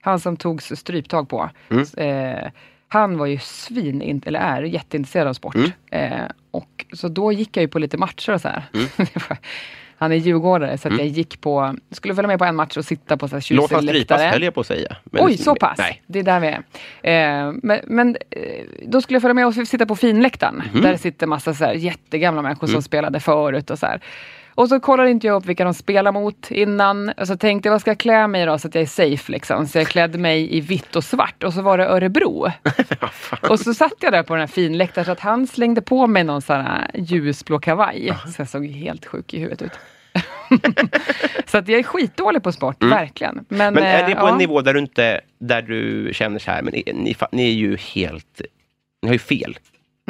Speaker 3: han som togs stryptag på.
Speaker 2: Mm.
Speaker 3: Eh, han var ju svin, in- eller är, jätteintresserad av sport.
Speaker 2: Mm.
Speaker 3: Eh, och, så då gick jag ju på lite matcher och så här.
Speaker 2: Mm.
Speaker 3: Det var- Han är djurgårdare, så att jag gick på, skulle följa med på en match och sitta på så här
Speaker 2: Låt
Speaker 3: tjusig
Speaker 2: han strypas
Speaker 3: läktare.
Speaker 2: höll jag på att säga. Men- liksom,
Speaker 3: Oj, så pass?
Speaker 2: Nej.
Speaker 3: Det är där vi är. Eh, men men eh, då skulle jag följa med och sitta på finläktaren.
Speaker 2: Mhm.
Speaker 3: Där sitter massa så här jättegamla människor
Speaker 2: Mm.
Speaker 3: som spelade förut och så här. Och så kollade inte jag upp vilka de spelar mot innan. Och så tänkte jag, vad ska jag klä mig då så att jag är safe liksom? Så jag klädde mig i vitt och svart och så var det Örebro. och så satt jag där på den här finläktaren så att han slängde på mig någon sån här ljusblå kavaj. Så jag såg helt sjuk i huvudet ut. så att jag är skitdålig på sport, verkligen. Men,
Speaker 2: Mm. Men är det
Speaker 3: eh,
Speaker 2: på
Speaker 3: ja.
Speaker 2: en nivå där du inte, där du känner så här, men ni, ni, fa- ni är ju helt, ni har ju fel.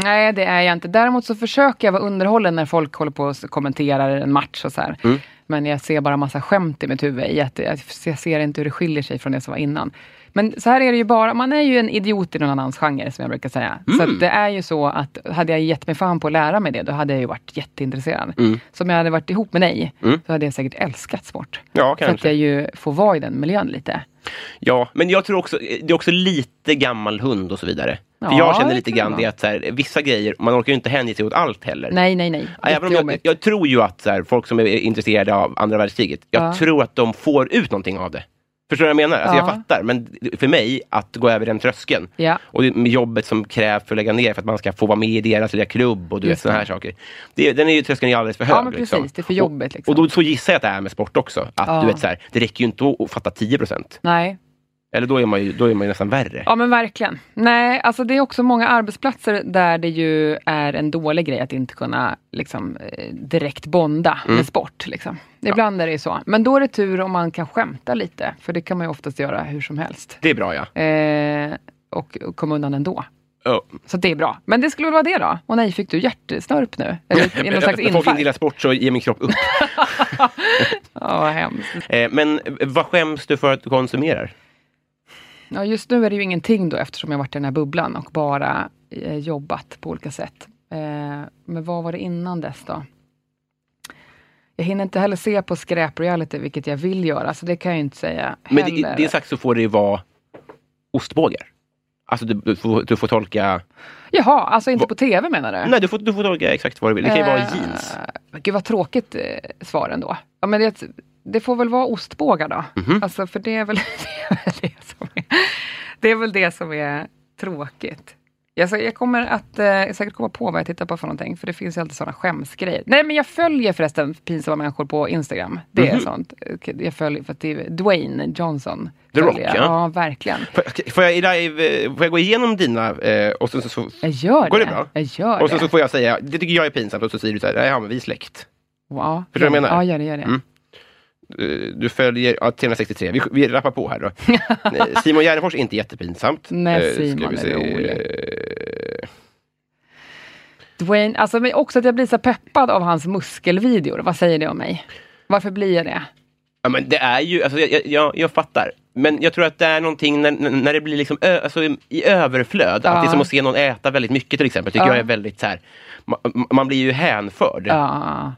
Speaker 3: Nej, det är jag inte. Däremot så försöker jag vara underhållen när folk håller på och s- kommenterar en match och så här.
Speaker 2: Mm.
Speaker 3: Men jag ser bara massa skämt i mitt huvud. I att jag s- jag ser inte hur det skiljer sig från det som var innan. Men så här är det ju bara. Man är ju en idiot i någon annans genre, som jag brukar säga. Så
Speaker 2: Mm.
Speaker 3: att det är ju så att hade jag gett mig fan på att lära mig det, då hade jag ju varit jätteintresserad.
Speaker 2: Mm.
Speaker 3: Så om jag hade varit ihop med dig, så hade jag säkert älskat sport.
Speaker 2: Ja,
Speaker 3: För att
Speaker 2: kanske.
Speaker 3: jag ju får vara i den miljön lite.
Speaker 2: Ja, men jag tror också, det är också lite gammal hund och så vidare. För
Speaker 3: Ja,
Speaker 2: jag känner
Speaker 3: det
Speaker 2: lite
Speaker 3: kan
Speaker 2: grann
Speaker 3: vara.
Speaker 2: det att så här, vissa grejer, man orkar ju inte hänge sig åt allt heller.
Speaker 3: Nej, nej, nej.
Speaker 2: Ja, Även om jag,
Speaker 3: Jättejobbigt.
Speaker 2: jag tror ju att så här, folk som är intresserade av andra världskriget, jag
Speaker 3: Ja.
Speaker 2: tror att de får ut någonting av det. Förstår du vad jag menar? Alltså,
Speaker 3: Ja.
Speaker 2: Jag fattar, men för mig, att gå över den tröskeln
Speaker 3: Ja.
Speaker 2: och det med jobbet som krävs för att lägga ner för att man ska få vara med i deras lilla klubb och du vet,
Speaker 3: Just
Speaker 2: såna
Speaker 3: det.
Speaker 2: här saker. Det, den är ju tröskeln är alldeles för hög.
Speaker 3: Ja, men precis. Det är för jobbigt, liksom.
Speaker 2: Och, och då så gissar jag att det är med sport också. Att
Speaker 3: Ja.
Speaker 2: du vet, så här, det räcker ju inte att- att fatta 10 procent.
Speaker 3: Nej,
Speaker 2: Eller då är, man ju, då är man ju nästan värre.
Speaker 3: Ja men verkligen. Nej, alltså det är också många arbetsplatser där det ju är en dålig grej att inte kunna liksom, eh, direkt bonda med sport. Liksom. Ibland är det ju så. Men då är det tur om man kan skämta lite, för det kan man ju oftast göra hur som helst.
Speaker 2: Det är bra ja.
Speaker 3: Eh, och, och komma undan ändå.
Speaker 2: Ja.
Speaker 3: Så det är bra. Men det skulle väl vara det då? Åh nej, fick du hjärtsnörp nu? Eller i någon slags
Speaker 2: När folk inte gillar
Speaker 3: infarkt?
Speaker 2: sport så ger min kropp upp.
Speaker 3: Ja, vad hemskt.
Speaker 2: Eh, men vad skäms du för att du konsumerar?
Speaker 3: Ja, just nu är det ju ingenting då eftersom jag varit i den här bubblan och bara eh, jobbat på olika sätt. Eh, men vad var det innan dess då? Jag hinner inte heller se på skräpreality, vilket jag vill göra, så det kan jag ju inte säga
Speaker 2: Men
Speaker 3: heller.
Speaker 2: det, det sagt så får det ju vara ostbågar. Alltså du, du, får, du får tolka...
Speaker 3: Jaha, alltså inte på tv menar du?
Speaker 2: Nej, du får, du får tolka exakt vad du vill. Det kan ju vara
Speaker 3: Eh,
Speaker 2: jeans.
Speaker 3: Gud vad tråkigt eh, svar ändå. Ja, men det, det får väl vara ostbågar då.
Speaker 2: Mhm.
Speaker 3: Alltså för det är, väl, det är väl det som är, det är väl det som är tråkigt. Jag, ska- jag kommer att eh, säkert komma på vad jag tittar på för någonting, för det finns ju alltid sådana skämsgrejer. Nej men jag följer förresten pinsamma människor på Instagram. Det
Speaker 2: Mhm.
Speaker 3: är sånt. Jag följer för att det är Dwayne Johnson.
Speaker 2: The Rock,
Speaker 3: följer jag.
Speaker 2: ja.
Speaker 3: Ja, verkligen.
Speaker 2: Får- Får jag, i live, eh, får jag gå igenom dina eh, och sen så, så,
Speaker 3: Jag gör
Speaker 2: Går
Speaker 3: det.
Speaker 2: det bra?
Speaker 3: Jag gör
Speaker 2: och sen
Speaker 3: det.
Speaker 2: så får jag säga, det tycker jag är pinsamt, och så säger du så här, ja men vi är släkt.
Speaker 3: Ja,
Speaker 2: Förstår du vad jag menar?
Speaker 3: gör det. Ja, gör det, gör det.
Speaker 2: Mm. Eh, Du följer, ja 363, vi, vi rappar på här då. Eh, Simon Gärdenfors är inte jättepinsamt.
Speaker 3: Nej,
Speaker 2: Eh, ska
Speaker 3: Simon
Speaker 2: vi
Speaker 3: är
Speaker 2: se,
Speaker 3: rolig.
Speaker 2: eh,
Speaker 3: Dwayne, alltså men också att jag blir så peppad av hans muskelvideor. Vad säger det om mig? Varför blir jag det?
Speaker 2: Ja, men det är ju, alltså, jag- jag, jag, jag fattar. Men jag tror att det är någonting när, när- när det blir liksom ö, alltså, i- i överflöd. Att det är som att se någon äta väldigt mycket till exempel. Tycker
Speaker 3: Ja.
Speaker 2: jag är väldigt så här, ma, ma- man blir ju hänförd.
Speaker 3: Ja,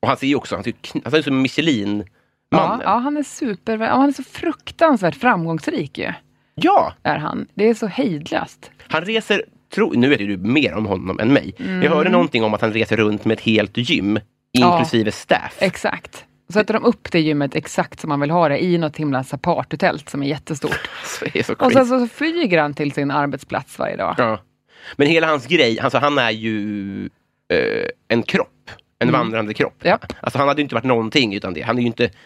Speaker 2: Och han ser ju också, han ser ju kn- alltså, som Michelin-mannen.
Speaker 3: ja, ja han är super, ja, han är så fruktansvärt framgångsrik ju.
Speaker 2: Ja,
Speaker 3: Är han. Det är så hejdlöst.
Speaker 2: Han reser, tro, nu vet ju du mer om honom än mig.
Speaker 3: Mm.
Speaker 2: Jag hörde någonting om att han reser runt med ett helt gym, inklusive staff.
Speaker 3: Exakt. Sätter de upp det gymmet exakt som man vill ha det i något himla så här partytält som är jättestort.
Speaker 2: Så det är så
Speaker 3: Och
Speaker 2: crazy.
Speaker 3: sen så flyger han till sin arbetsplats varje dag.
Speaker 2: ja. Men hela hans grej, alltså han är ju eh, en kropp. En vandrande kropp.
Speaker 3: Mm. Ja.
Speaker 2: Alltså han hade ju inte varit någonting utan det. Han är ju inte...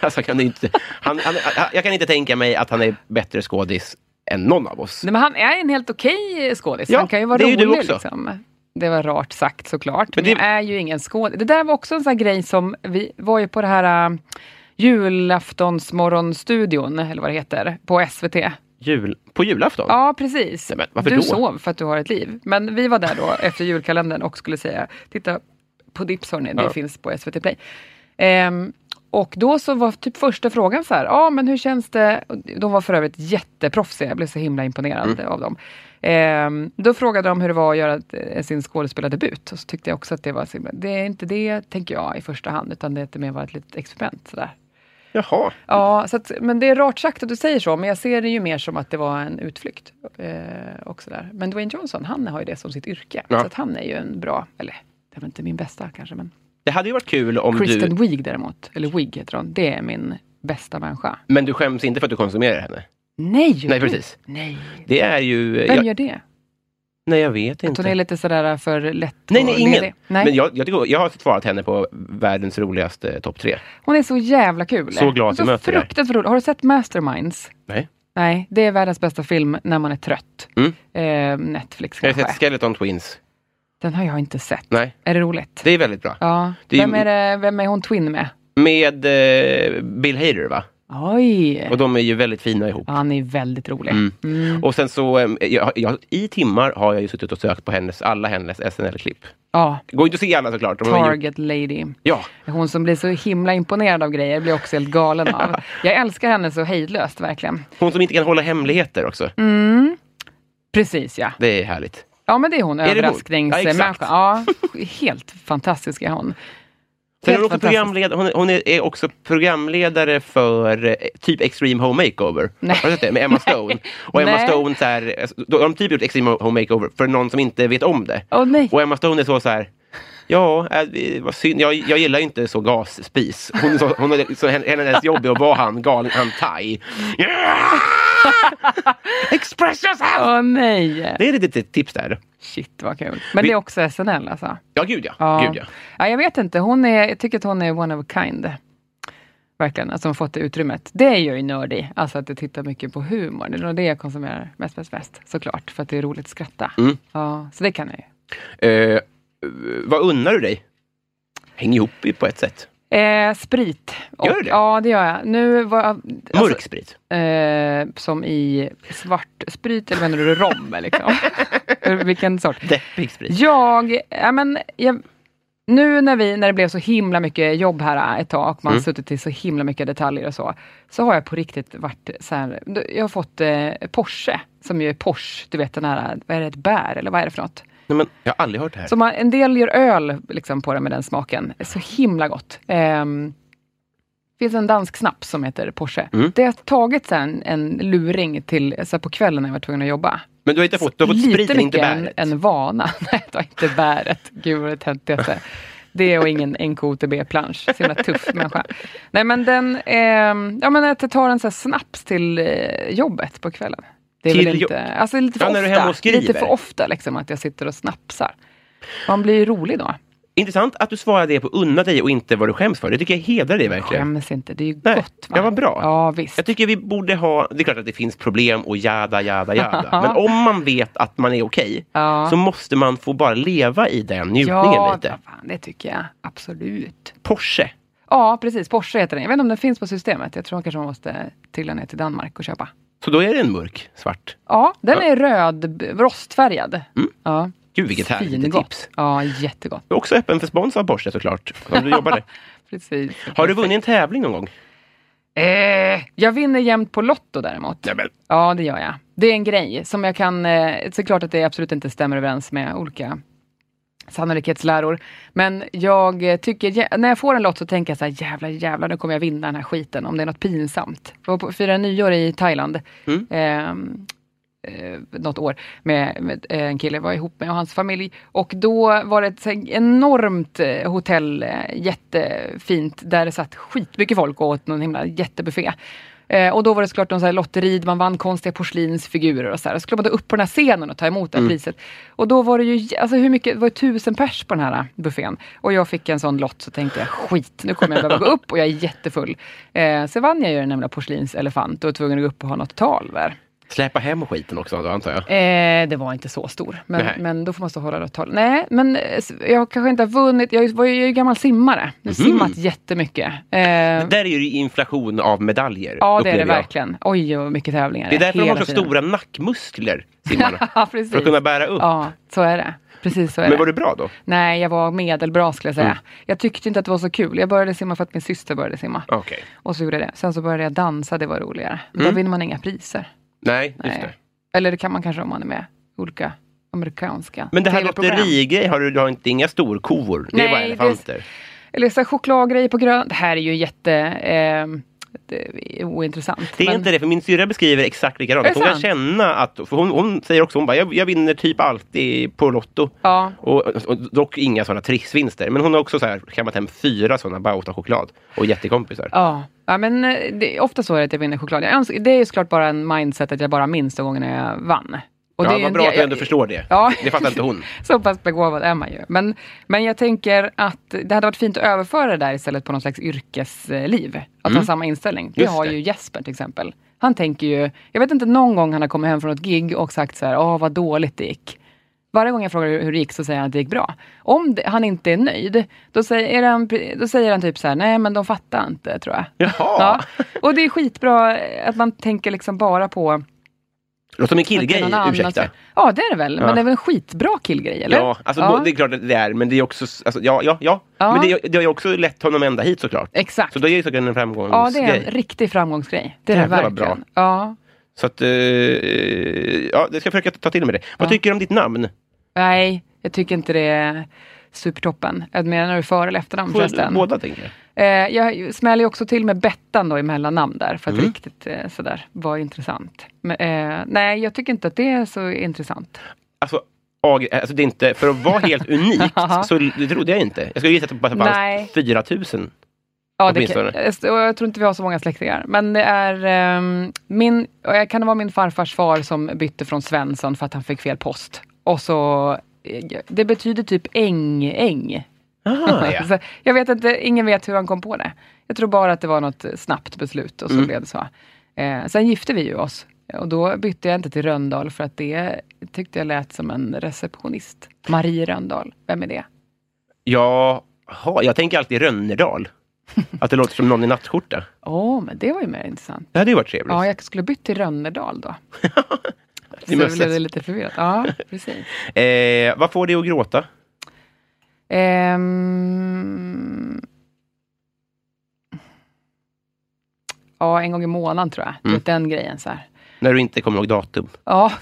Speaker 2: Alltså, han är ju inte han, han, han, jag kan inte tänka mig att han är bättre skådis än någon av oss.
Speaker 3: Nej, men han är en helt okej eh, skådis.
Speaker 2: Ja,
Speaker 3: han kan ju vara
Speaker 2: det är ju
Speaker 3: rolig.
Speaker 2: du också.
Speaker 3: Liksom. Det var rart sagt såklart.
Speaker 2: Men
Speaker 3: Men,
Speaker 2: det-
Speaker 3: jag är ju ingen skådis. Det där var också en sån här grej som, vi var ju på det här äh, julaftonsmorgonstudion, eller vad det heter, på SVT.
Speaker 2: Jul, på julafton?
Speaker 3: Ja, precis.
Speaker 2: Nej, men varför
Speaker 3: du
Speaker 2: då?
Speaker 3: sov för att du har ett liv. Men vi var där då efter julkalendern och skulle säga, titta på Dips hörni, det
Speaker 2: Ja.
Speaker 3: finns på SVT Play. Ehm, och då så var typ första frågan så här, ja men hur känns det? Och De var för övrigt jätteproffsiga, jag blev så himla imponerad
Speaker 2: Mm.
Speaker 3: av dem. Ehm, då frågade de hur det var att göra ett- eh, sin skådespelardebut och så tyckte jag också att det var så himla, det är inte det tänker jag i första hand utan det är inte mer bara ett litet experiment sådär.
Speaker 2: Jaha.
Speaker 3: Ja, så att, men det är rart sagt att du säger så, men jag ser det ju mer som att det var en utflykt. Eh, och sådär. Men Dwayne Johnson, han har ju det som sitt yrke.
Speaker 2: Ja.
Speaker 3: Så att han är ju en bra, eller det var inte min bästa kanske, men
Speaker 2: Det hade ju varit kul om
Speaker 3: Kristen
Speaker 2: du...
Speaker 3: Wiig däremot, eller Wiig heter hon, det är min bästa människa.
Speaker 2: Men du skäms inte för att du konsumerar henne?
Speaker 3: Nej!
Speaker 2: Nej, precis.
Speaker 3: Nej.
Speaker 2: Det är ju...
Speaker 3: Vem
Speaker 2: jag,
Speaker 3: gör det?
Speaker 2: Nej, jag vet
Speaker 3: Att
Speaker 2: inte.
Speaker 3: hon är lite sådär för lätt
Speaker 2: Nej,
Speaker 3: och
Speaker 2: nej, ingen.
Speaker 3: ledig. Nej.
Speaker 2: Men jag, jag, tycker, jag har svarat henne på världens roligaste eh, topp tre.
Speaker 3: Hon är så jävla kul.
Speaker 2: Så glad till
Speaker 3: så
Speaker 2: möte där.
Speaker 3: fruktansvärt rolig. Har du sett Masterminds?
Speaker 2: Nej.
Speaker 3: Nej, det är världens bästa film när man är trött.
Speaker 2: Mm.
Speaker 3: Eh, Netflix
Speaker 2: Jag har
Speaker 3: kanske.
Speaker 2: sett Skeleton Twins.
Speaker 3: Den har jag inte sett.
Speaker 2: Nej,
Speaker 3: Är det roligt?
Speaker 2: det är väldigt bra.
Speaker 3: Ja.
Speaker 2: Det är ju-
Speaker 3: vem, är det, vem är hon twin med?
Speaker 2: Med eh, Bill Hader, va?
Speaker 3: Oj!
Speaker 2: Och de är ju väldigt fina ihop.
Speaker 3: Ja, han är väldigt rolig.
Speaker 2: Mm.
Speaker 3: Mm.
Speaker 2: Och sen så, eh, jag, jag, i timmar har jag ju suttit och sökt på hennes, alla hennes SNL-klipp.
Speaker 3: Ja,
Speaker 2: Går inte att se alla såklart. De har ju-
Speaker 3: Target Lady.
Speaker 2: Ja,
Speaker 3: Hon som blir så himla imponerad av grejer blir jag också helt galen av. Jag älskar henne så hejdlöst, verkligen.
Speaker 2: hon som inte kan hålla hemligheter också.
Speaker 3: Mm. Precis ja.
Speaker 2: Det är härligt.
Speaker 3: Ja men det är hon,
Speaker 2: det hon? Ja,
Speaker 3: överraskningsmänniskan.
Speaker 2: exakt.
Speaker 3: Ja, helt fantastisk är hon.
Speaker 2: Sen är hon, också
Speaker 3: Helt fantastisk.
Speaker 2: programledare, hon, är- hon är är också programledare för eh, typ Extreme Home Makeover.
Speaker 3: Nej.
Speaker 2: Har du sett det? Med Emma Stone. Och Emma
Speaker 3: Nej.
Speaker 2: Stone, så här, alltså, då har de typ gjort Extreme Home Makeover för någon som inte vet om det.
Speaker 3: Åh nej.
Speaker 2: Och Emma Stone är så, så här, ja, äh, det var synd. Jag, jag gillar ju inte så gasspis. Hon, är så, hon är, så henne- hennes jobb är att vara han, galen, han thai. Yeah! Express yourself!
Speaker 3: Åh nej.
Speaker 2: Det är ett litet tips där.
Speaker 3: Shit vad kul. Men
Speaker 2: Vi-
Speaker 3: det är också SNL alltså.
Speaker 2: Ja, gud ja.
Speaker 3: Ja.
Speaker 2: Gud, ja.
Speaker 3: Ja, jag vet inte. Hon är, jag tycker att hon är one of a kind. Verkligen, att hon fått det utrymmet. Det är jag ju nördig, alltså att jag tittar mycket på humor. Det är nog det jag konsumerar mest, mest, mest. Såklart, för att det är roligt att skratta.
Speaker 2: Mm.
Speaker 3: Ja, så det kan jag ju.
Speaker 2: Eh, vad unnar du dig? Häng ihop i- på ett sätt.
Speaker 3: Eh, sprit.
Speaker 2: Gör du det?
Speaker 3: Ja, det gör jag. Nu var alltså,
Speaker 2: Mörk sprit.
Speaker 3: Eh, som i svart sprit, eller menar du rom? Liksom. Vilken sort?
Speaker 2: Deppig sprit.
Speaker 3: Jag, ja, men, jag, nu när, vi, när det blev så himla mycket jobb här äh, ett tag och man suttit i så himla mycket detaljer och så, så har jag på riktigt varit så här, jag har fått eh, Porsche, som ju är Porsche, du vet den här, vad är det, ett bär eller vad är det för något?
Speaker 2: Nej, men, jag har aldrig hört det här.
Speaker 3: Så man, en del gör öl liksom, på det med den smaken, så himla gott. Ehm, finns en dansk snaps som heter Porsche. Det har tagit sen en luring till så här, på kvällen när jag var tvungen att jobba.
Speaker 2: Men du har inte fått, du har fått
Speaker 3: Lite
Speaker 2: spriten, inte
Speaker 3: mycket en,
Speaker 2: bäret.
Speaker 3: en vana. Nej, ta inte bäret. Gud vad det töntigaste. Det och ingen NKOTB-plansch. Så himla tuff människa. Nej men den, ehm, ja men att jag tar en sån här snaps till eh, jobbet på kvällen. Det är
Speaker 2: Till
Speaker 3: väl inte,
Speaker 2: jobb-
Speaker 3: alltså lite för
Speaker 2: Ja, när du är hemma och
Speaker 3: ofta.
Speaker 2: skriver.
Speaker 3: Lite för ofta liksom att jag sitter och snapsar. Man blir ju rolig då.
Speaker 2: Intressant att du svarar det på unna dig och inte vad du skäms för. Det tycker jag hedrar dig verkligen.
Speaker 3: Skäms inte, det är ju
Speaker 2: Nej,
Speaker 3: gott.
Speaker 2: ja, vad bra.
Speaker 3: Ja visst.
Speaker 2: Jag tycker vi borde ha, det är klart att det finns problem och jada, jada, jada. Men om man vet att man är okej,
Speaker 3: Ja.
Speaker 2: så måste man få bara leva i den njutningen
Speaker 3: ja,
Speaker 2: lite.
Speaker 3: vad fan, det tycker jag absolut.
Speaker 2: Porsche.
Speaker 3: Ja precis, Porsche heter den. Jag vet inte om den finns på systemet. Jag tror kanske man måste trilla ner till Danmark och köpa.
Speaker 2: Så då är det en mörk, svart.
Speaker 3: Ja, den är röd, b- rostfärgad. Ja.
Speaker 2: Gud Mm. vilket härligt litet
Speaker 3: Fingott.
Speaker 2: tips.
Speaker 3: Ja, jättegott.
Speaker 2: Du är också öppen för spons av Porsche såklart. Om du jobbar där.
Speaker 3: Precis.
Speaker 2: Har du vunnit en tävling någon gång?
Speaker 3: Eh, jag vinner jämt på Lotto däremot.
Speaker 2: Nämen.
Speaker 3: Ja, det gör jag. Det är en grej som jag kan... Eh, såklart att det absolut inte stämmer överens med olika sannolikhetsläror. Men jag eh, tycker, jä- när jag får en lott så tänker jag så här, jävlar, jävlar, nu kommer jag vinna den här skiten om det är något pinsamt. Jag var på fyra nyår i Thailand.
Speaker 2: Mm.
Speaker 3: Ehm, eh, något år med, med eh, en kille jag var ihop med och hans familj. Och då var det ett så här enormt eh, hotell, eh, jättefint, där det satt skitmycket folk och åt någon himla jättebuffé. Eh, och då var det såklart någon så här lotteri, där man vann konstiga porslinsfigurer och så här. Och så skulle man då upp på den här scenen och ta emot det här priset. Och då var det ju, alltså hur mycket, det var ju tusen pers på den här eh, buffén. Och jag fick en sån lott så tänkte jag, skit, nu kommer jag behöva gå upp och jag är jättefull. Eh, så vann jag ju den nämligen porslinselefant och var tvungen att gå upp och ha något tal där.
Speaker 2: Släpa hem skiten också då antar jag.
Speaker 3: Eh, det var inte så stor, men,
Speaker 2: Nej.
Speaker 3: men då får man stå och hålla rött tal. Nej, men eh, s- jag kanske inte har vunnit. Jag var ju, jag är ju gammal simmare. Jag
Speaker 2: Mhm.
Speaker 3: har simmat jättemycket. Eh,
Speaker 2: Där är ju inflation av medaljer.
Speaker 3: ja, det är
Speaker 2: upplever
Speaker 3: det
Speaker 2: jag.
Speaker 3: verkligen. Oj, vad mycket tävlingar
Speaker 2: Det är därför de
Speaker 3: hela
Speaker 2: har så
Speaker 3: tiden.
Speaker 2: stora nackmuskler, simmarna.
Speaker 3: Ja, precis.
Speaker 2: för att kunna bära upp.
Speaker 3: Ja, så är det. Precis så är
Speaker 2: Men Mm.
Speaker 3: det.
Speaker 2: var du bra då?
Speaker 3: Nej, jag var medelbra skulle jag säga. Jag tyckte inte att det var så kul. Jag började simma för att min syster började simma.
Speaker 2: Okej.
Speaker 3: Och så gjorde jag det. Sen så började jag dansa, det var roligare.
Speaker 2: Mm.
Speaker 3: Där vinner man inga priser.
Speaker 2: Nej, just
Speaker 3: Nej.
Speaker 2: det.
Speaker 3: Eller det kan man kanske om man är med i olika amerikanska
Speaker 2: Men det här
Speaker 3: TV-program.
Speaker 2: lotterigrej, har du, du har inte inga storkovor? Det är
Speaker 3: Nej,
Speaker 2: bara
Speaker 3: det-
Speaker 2: elefanter.
Speaker 3: Eller så här chokladgrejer på grönt. Det här är ju jätte... Eh, det är ointressant.
Speaker 2: Det är
Speaker 3: men-
Speaker 2: inte det, för min syrra beskriver exakt likadant.
Speaker 3: Är det
Speaker 2: Att Hon kan
Speaker 3: sant?
Speaker 2: känna att, för hon, hon säger också, hon bara, jag, jag vinner typ alltid på Lotto.
Speaker 3: Ja.
Speaker 2: Och, och dock inga sådana trissvinster. Men hon har också så här, kammat hem fyra sådana Bauta-choklad och jättekompisar.
Speaker 3: Ja. ja, men eh, det är ofta så är det att jag vinner choklad. Jag önskar, det är ju såklart bara en mindset att jag bara minns de gångerna jag vann. Och
Speaker 2: ja,
Speaker 3: det är ju
Speaker 2: vad
Speaker 3: en
Speaker 2: bra
Speaker 3: del-
Speaker 2: att du
Speaker 3: jag-
Speaker 2: ändå förstår det.
Speaker 3: Ja.
Speaker 2: Det fattar inte hon.
Speaker 3: Så pass begåvad är man ju. Men, men jag tänker att det hade varit fint att överföra det där istället på någon slags yrkesliv. Att ha samma inställning. Det
Speaker 2: Mm. Just
Speaker 3: har
Speaker 2: det.
Speaker 3: ju Jesper till exempel. Han tänker ju, jag vet inte någon gång han har kommit hem från ett gig och sagt så här, åh vad dåligt det gick. Varje gång jag frågar hur det gick så säger han att det gick bra. Om det, han inte är nöjd, då säger, han, då säger han typ så här, nej men de fattar inte tror jag.
Speaker 2: Jaha!
Speaker 3: Ja. Och det är skitbra eh, att man tänker liksom bara på
Speaker 2: Låter som en
Speaker 3: att det är
Speaker 2: killgrej,
Speaker 3: någon annan
Speaker 2: ursäkta.
Speaker 3: fel. Ja det är det väl,
Speaker 2: Ja.
Speaker 3: men det är väl en skitbra killgrej eller?
Speaker 2: Ja, alltså, bo- det är klart att det är, men det är också, alltså, ja, ja, ja.
Speaker 3: Ja.
Speaker 2: Men det, det har ju också lett honom ända hit såklart.
Speaker 3: Exakt.
Speaker 2: Så det är ju säkert en
Speaker 3: Ja, det är en
Speaker 2: framgångsgrej.
Speaker 3: riktig framgångsgrej. Det är det
Speaker 2: Jävlar vad
Speaker 3: verkligen.
Speaker 2: bra.
Speaker 3: Ja.
Speaker 2: så att, eh, ja, det ska jag försöka ta till mig det. Vad
Speaker 3: Ja.
Speaker 2: tycker du om ditt namn?
Speaker 3: Nej, jag tycker inte det är supertoppen. Jag Menar du för eller efternamn
Speaker 2: Får
Speaker 3: förresten?
Speaker 2: båda tänker jag.
Speaker 3: Eh, jag smäller ju också till med Bettan då i mellannamn där,
Speaker 2: Mm.
Speaker 3: för att riktigt eh, sådär var intressant. Men, eh, nej, jag tycker inte att det är så intressant.
Speaker 2: Alltså, Ag- alltså det är inte, för att vara helt unikt så det trodde jag inte. Jag skulle gissa att det bara
Speaker 3: Nej.
Speaker 2: fanns 4000.
Speaker 3: Ja, det kan,
Speaker 2: Åtminstone.
Speaker 3: jag, jag tror inte vi har så många släktingar. Men det är ehm, min, och jag kan det vara min farfars far som bytte från Svensson för att han fick fel post. Och så, eh, det betyder typ äng, äng.
Speaker 2: Aha, Ah, ja.
Speaker 3: Så jag vet inte, ingen vet hur han kom på det. Jag tror bara att det var något snabbt beslut och så
Speaker 2: Mm.
Speaker 3: blev det så. Eh, sen gifte vi ju oss och då bytte jag inte till Röndal för att det tyckte jag lät som en receptionist. Marie Röndal, vem är det?
Speaker 2: Jaha, jag tänker alltid Rönnerdal. Att det låter som någon i nattskjorta.
Speaker 3: Åh, men det var ju mer intressant.
Speaker 2: Det hade ju varit trevligt.
Speaker 3: Ja, jag skulle bytt till Rönnerdal då.
Speaker 2: Det är
Speaker 3: så
Speaker 2: möjligt.
Speaker 3: blev det lite förvirrat. Ja, precis.
Speaker 2: eh, vad får dig att gråta?
Speaker 3: Ehm... Ja, en gång i månaden tror jag. Du vet, Den grejen så här.
Speaker 2: När du inte kommer ihåg datum.
Speaker 3: Ja,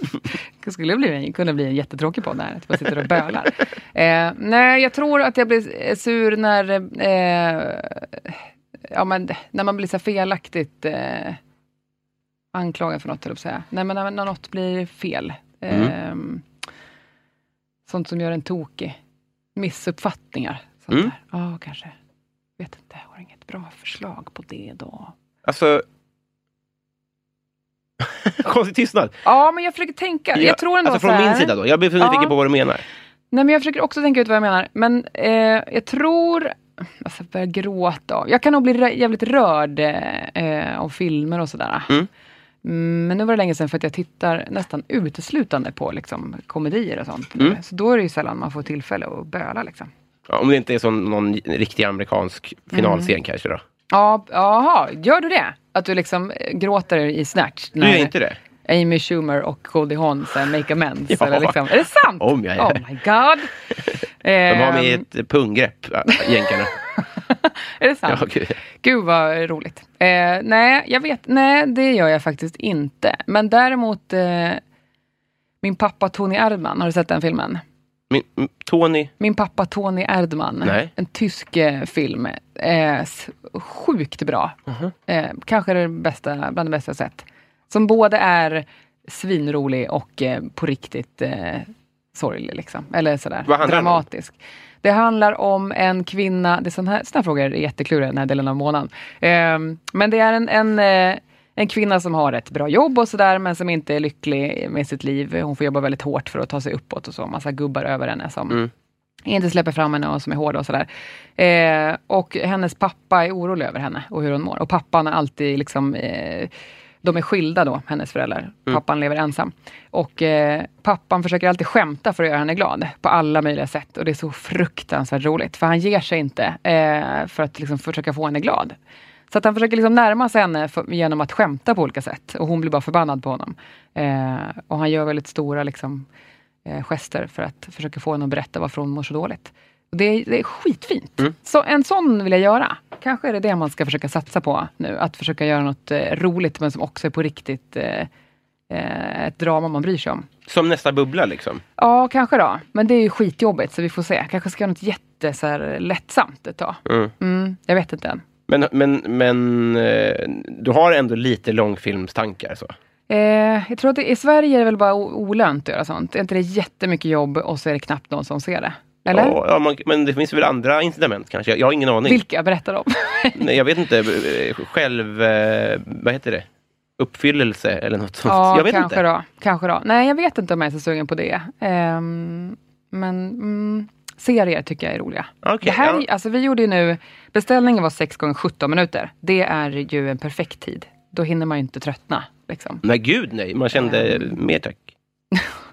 Speaker 3: det skulle bli, kunna bli en jättetråkig podd här, att man sitter och bölar. Eh, nej, jag tror att jag blir eh, sur när eh, ja, men, när man blir så här felaktigt eh, anklagad för något, höll jag på att säga. Nej, men när, när något blir fel.
Speaker 2: Mm.
Speaker 3: Ehm, sånt som gör en tokig. Missuppfattningar. Sånt
Speaker 2: Mm.
Speaker 3: där. Ja, kanske. Vet inte, har inget bra förslag på det då.
Speaker 2: Alltså... Konstig tystnad.
Speaker 3: Ja, men jag försöker tänka.
Speaker 2: Ja,
Speaker 3: jag tror ändå
Speaker 2: alltså
Speaker 3: så
Speaker 2: från
Speaker 3: här,
Speaker 2: min sida då. Jag blir nyfiken
Speaker 3: Ja.
Speaker 2: på vad du menar.
Speaker 3: Nej, men jag försöker också tänka ut vad jag menar. Men eh, jag tror... Alltså, jag börjar gråta av. Jag kan nog bli rö- jävligt rörd eh, av filmer och sådär.
Speaker 2: Mm.
Speaker 3: Mm, Men nu var det länge sedan för att jag tittar nästan uteslutande på liksom, komedier och sånt.
Speaker 2: Mm.
Speaker 3: Så då är det ju sällan man får tillfälle att böla. Liksom.
Speaker 2: Ja, om det inte är som någon riktig amerikansk
Speaker 3: Mm.
Speaker 2: finalscen kanske då.
Speaker 3: Ja, jaha, gör du det? Att du liksom eh, gråter i Snatch?
Speaker 2: Du gör inte det?
Speaker 3: Amy Schumer och Cody Haans eh, make amends.
Speaker 2: Ja.
Speaker 3: eller liksom. Är det sant?
Speaker 2: Om jag gör.
Speaker 3: Oh my god! Ehm,
Speaker 2: De har med ett punggrepp, äh, jänkarna.
Speaker 3: Är det sant?
Speaker 2: ja, gud.
Speaker 3: Gud vad roligt. Eh, nej, jag vet. Nej, det gör jag faktiskt inte. Men däremot eh, min pappa Tony Erdman, har du sett den filmen?
Speaker 2: Min, m- Tony,
Speaker 3: Min pappa Tony Erdman,
Speaker 2: Nej.
Speaker 3: en tysk eh, film. Eh, s- sjukt bra.
Speaker 2: Mhm.
Speaker 3: Eh, kanske det bästa, bland det bästa jag sett. Som både är svinrolig och eh, på riktigt eh, sorglig. Liksom. Eller sådär
Speaker 2: Vad handlar den om?
Speaker 3: dramatisk. Det handlar om en kvinna, det är sån här, såna här frågor är jättekluriga den här delen av månaden. Ehm, men det är en, en, eh, en kvinna som har ett bra jobb och sådär men som inte är lycklig med sitt liv. Hon får jobba väldigt hårt för att ta sig uppåt och så. Massa gubbar över henne som
Speaker 2: Mm.
Speaker 3: inte släpper fram henne och som är hårda och sådär. Eh, och hennes pappa är orolig över henne och hur hon mår. Och pappan är alltid liksom eh, de är skilda då, hennes föräldrar. Pappan lever ensam. Och eh, pappan försöker alltid skämta för att göra henne glad på alla möjliga sätt. Och det är så fruktansvärt roligt, för han ger sig inte eh, för att liksom, försöka få henne glad. Så att han försöker liksom närma sig henne för, genom att skämta på olika sätt. Och hon blir bara förbannad på honom. Eh, och han gör väldigt stora liksom, eh, gester för att försöka få henne att berätta varför hon mår så dåligt. Och Det är, det är skitfint. Så en sån vill jag göra. Kanske är det det man ska försöka satsa på nu. Att försöka göra något eh, roligt men som också är på riktigt eh, eh, ett drama man bryr sig om.
Speaker 2: som nästa bubbla liksom.
Speaker 3: Ja, kanske då. Men det är ju skitjobbigt så vi får se. Kanske ska jag göra något jätte, så här, lättsamt ett tag.
Speaker 2: Mm.
Speaker 3: Mm, jag vet inte än.
Speaker 2: Men, men, men eh, du har ändå lite långfilmstankar så?
Speaker 3: Eh, jag tror att det, i Sverige är det väl bara o- olönt att göra sånt. Är inte det jättemycket jobb och så är det knappt någon som ser det? Eller?
Speaker 2: Ja, ja, man, men det finns väl andra incitament kanske? Jag, jag har ingen aning.
Speaker 3: Vilka? Berätta dem.
Speaker 2: Nej, jag vet inte. eh, Själv... eh, Vad heter det? Uppfyllelse eller något sånt.
Speaker 3: Ja,
Speaker 2: jag vet
Speaker 3: kanske
Speaker 2: inte.
Speaker 3: Då, kanske då. Nej, jag vet inte om jag är så sugen på det. Ehm, men mm, serier tycker jag är roliga.
Speaker 2: Okej,
Speaker 3: det här,
Speaker 2: ja.
Speaker 3: alltså, vi gjorde ju nu, beställningen var 6 gånger 17 minuter. Det är ju en perfekt tid. Då hinner man ju inte tröttna. Liksom.
Speaker 2: Nej, gud nej. Man kände mer tack.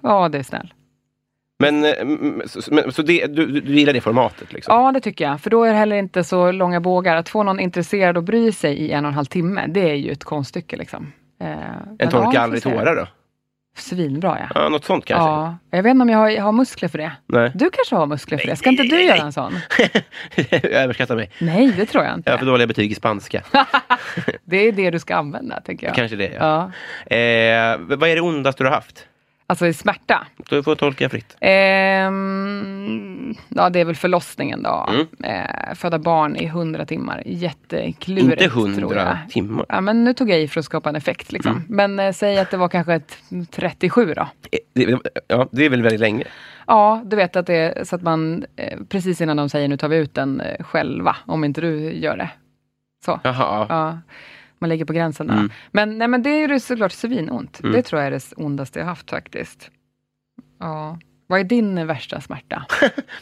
Speaker 3: Ja, det är snäll.
Speaker 2: Men, eh, mm, så, men, så det, du, du- du gillar det formatet? Liksom.
Speaker 3: Ja, det tycker jag. För då är det heller inte så långa bågar. Att få någon intresserad att bry sig i en och en halv timme, det är ju ett konststycke. Liksom. Ehm, men
Speaker 2: en
Speaker 3: ja, vi
Speaker 2: torka
Speaker 3: får
Speaker 2: aldrig
Speaker 3: se.
Speaker 2: tårar då?
Speaker 3: Svinbra, ja.
Speaker 2: Ja, något sånt kanske?
Speaker 3: ja. Jag vet inte om jag har, har muskler för det.
Speaker 2: Nej.
Speaker 3: Du kanske har muskler för det? Ska inte du göra en sån?
Speaker 2: jag överskattar mig.
Speaker 3: Nej, det tror jag inte.
Speaker 2: Jag har för dåliga betyg i spanska.
Speaker 3: Det är det du ska använda, tänker jag.
Speaker 2: Kanske det, ja.
Speaker 3: Ja.
Speaker 2: Eh, v- vad är det ondaste du har haft?
Speaker 3: Alltså i smärta.
Speaker 2: Du får tolka fritt.
Speaker 3: Ehm, ja, det är väl förlossningen då.
Speaker 2: Mm.
Speaker 3: Eh, föda barn i hundra timmar. Jätteklurigt,
Speaker 2: Inte
Speaker 3: tror jag.
Speaker 2: hundra Mm. timmar.
Speaker 3: Ja, men nu tog jag i för att skapa en effekt. Liksom. Men eh, säg att det var kanske ett 37 då.
Speaker 2: Eh, Det, ja, det är väl väldigt länge?
Speaker 3: Ja, du vet att det är så att man eh, precis innan de säger nu tar vi ut den eh, själva, om inte du gör det. Så.
Speaker 2: Jaha, ja.
Speaker 3: Ja, man lägger på gränsen där.
Speaker 2: Mm.
Speaker 3: Men, nej, men det är ju såklart svinont.
Speaker 2: Mm.
Speaker 3: Det tror jag är det ondaste jag haft faktiskt. Ja. Vad är din värsta smärta?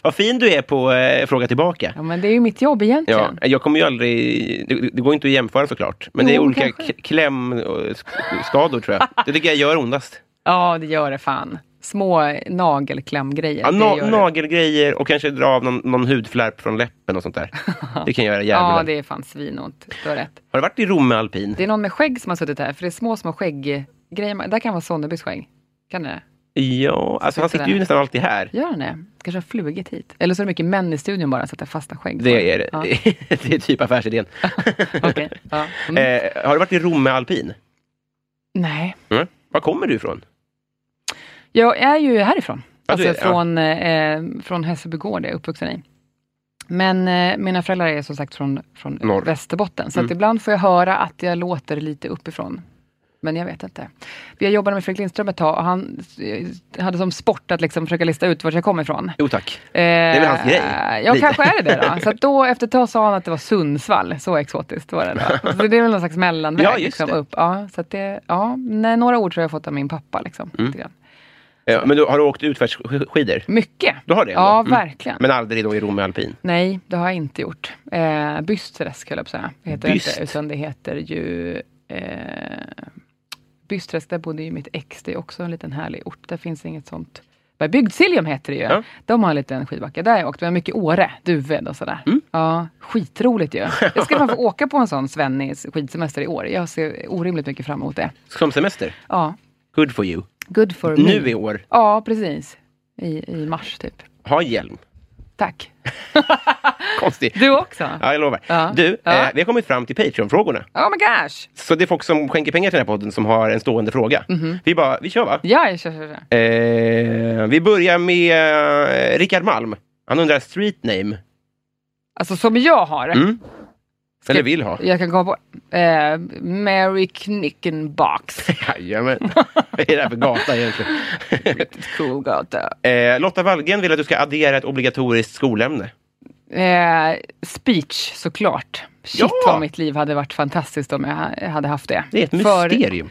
Speaker 2: Vad fin du är på eh, fråga tillbaka.
Speaker 3: Ja, men det är ju mitt jobb
Speaker 2: Ja,
Speaker 3: egentligen.
Speaker 2: jag kommer ju aldrig... Det, det går inte att jämföra såklart. Men det är
Speaker 3: Jo,
Speaker 2: olika
Speaker 3: kanske.
Speaker 2: k- klämskador tror jag. Det tycker jag gör ondast.
Speaker 3: Ja, det gör det fan. Små nagelklämgrejer.
Speaker 2: Ja,
Speaker 3: det
Speaker 2: na-
Speaker 3: gör det.
Speaker 2: nagelgrejer och kanske dra av någon, någon hudflärp från läppen och sånt där. Det kan göra jävligt
Speaker 3: ja,
Speaker 2: ont.
Speaker 3: det är fan svinont. Du har rätt.
Speaker 2: Har du varit i Romme alpin?
Speaker 3: Det är någon med skägg som har suttit här, för det är små, små skägggrejer. Man- Där kan vara Sonnebys skägg. Kan det?
Speaker 2: Ja, alltså han
Speaker 3: Sitter
Speaker 2: sitter ju
Speaker 3: där.
Speaker 2: nästan alltid här.
Speaker 3: Gör han det? Kanske har flugit hit. Eller så är det mycket män i studion bara, så att det fastnar skägg.
Speaker 2: Det är,
Speaker 3: Ja,
Speaker 2: det är typ affärsidén.
Speaker 3: okej. ja. mm.
Speaker 2: Eh, har du varit i Romme alpin?
Speaker 3: Nej.
Speaker 2: Mm. Var kommer du ifrån?
Speaker 3: Jag är ju härifrån.
Speaker 2: Ja, du
Speaker 3: alltså
Speaker 2: är- ja.
Speaker 3: från, eh, från Hässelby gård, jag är uppvuxen i. Men eh, mina föräldrar är som sagt från, från
Speaker 2: Norr.
Speaker 3: Västerbotten, så att
Speaker 2: Mm.
Speaker 3: ibland får jag höra att jag låter lite uppifrån. Men jag vet inte. Jag jobbade med Fredrik Lindström ett tag och han eh, hade som sport att liksom försöka lista ut vart jag kom ifrån.
Speaker 2: Jo tack.
Speaker 3: Det är
Speaker 2: väl hans grej,
Speaker 3: Ja,
Speaker 2: lite.
Speaker 3: kanske är det det då. Så att då efter ett tag sa han att det var Sundsvall, så exotiskt var det då. Så det är väl någon slags mellanväg.
Speaker 2: Ja, just det.
Speaker 3: upp. Ja, så att det, ja, nej, några ord tror jag fått av min pappa. Liksom,
Speaker 2: Mm.
Speaker 3: lite grann.
Speaker 2: Eh, Men du, har du åkt utfärsskidor?
Speaker 3: Mycket!
Speaker 2: Du har det ändå?
Speaker 3: Ja,
Speaker 2: Mm.
Speaker 3: verkligen.
Speaker 2: Men aldrig då i Rom med alpin?
Speaker 3: Nej, det har jag inte gjort. Eh, Bysträsk höll jag på att säga. Det heter
Speaker 2: Byst?
Speaker 3: det inte, utan det heter ju... Eh, Bysträsk, där bodde ju mitt ex. Det är också en liten härlig ort. Där finns inget sånt. Men Bygdsiljum heter det ju.
Speaker 2: Ja.
Speaker 3: De har en liten skidbacke. Där har jag åkt. Vi har mycket Åre, Duved och sådär.
Speaker 2: Mm.
Speaker 3: Ja, skitroligt ju. Jag ska fan få åka på en sån svennig skidsemester i år. Jag ser orimligt mycket fram emot det.
Speaker 2: Som semester?
Speaker 3: Ja,
Speaker 2: Good for you.
Speaker 3: good for me.
Speaker 2: Nu i år,
Speaker 3: Ja, precis. I, I mars typ.
Speaker 2: ha hjälm.
Speaker 3: Tack.
Speaker 2: Konstigt.
Speaker 3: Du också?
Speaker 2: Ja, jag lovar.
Speaker 3: Ja.
Speaker 2: Du,
Speaker 3: Ja.
Speaker 2: Eh, vi har kommit fram till Patreon-frågorna.
Speaker 3: Oh my gosh!
Speaker 2: Så det är folk som skänker pengar till den här podden som har en stående fråga.
Speaker 3: Mhm.
Speaker 2: Vi bara, vi kör va?
Speaker 3: Ja, jag kör, kör, kör.
Speaker 2: Eh, vi börjar med eh, Rickard Malm. Han undrar street name.
Speaker 3: Alltså som jag har.
Speaker 2: Mm. Eller vill ha.
Speaker 3: Jag kan komma på eh, Mary Knickenbox.
Speaker 2: Jajamän. Vad är det här för gata egentligen?
Speaker 3: Riktigt cool gata.
Speaker 2: eh, Lotta Wallgren vill att du ska addera ett obligatoriskt skolämne.
Speaker 3: Eh, speech såklart. Shit
Speaker 2: Ja!
Speaker 3: vad mitt liv hade varit fantastiskt om jag ha- hade haft det.
Speaker 2: Det är ett
Speaker 3: För-
Speaker 2: mysterium.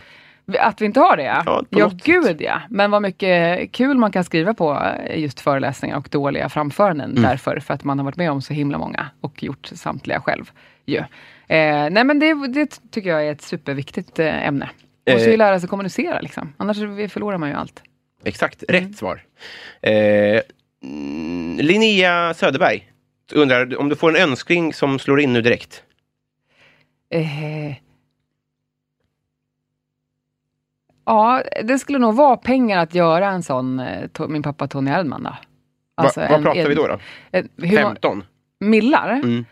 Speaker 3: Att vi inte har det ja.
Speaker 2: Ja, på
Speaker 3: ja
Speaker 2: något sätt.
Speaker 3: gud ja. Men vad mycket kul man kan skriva på eh, just föreläsningar och dåliga framföranden
Speaker 2: Mm.
Speaker 3: därför. För att man har varit med om så himla många och gjort samtliga själv. ju. Eh, nej men det, det tycker jag är ett superviktigt eh, ämne. Man måste ju
Speaker 2: Eh.
Speaker 3: lära sig kommunicera liksom. Annars förlorar man ju allt.
Speaker 2: Exakt, rätt
Speaker 3: Mm.
Speaker 2: svar. Eh, mm, Linnea Söderberg undrar om du får en önskning som slår in nu direkt.
Speaker 3: Eh, ja, det skulle nog vara pengar att göra en sån, eh, To- min pappa Tony Hellman då. Alltså
Speaker 2: Va, vad
Speaker 3: en-
Speaker 2: pratar vi då? då?
Speaker 3: En, hur, må-
Speaker 2: 15?
Speaker 3: millar?
Speaker 2: Mm.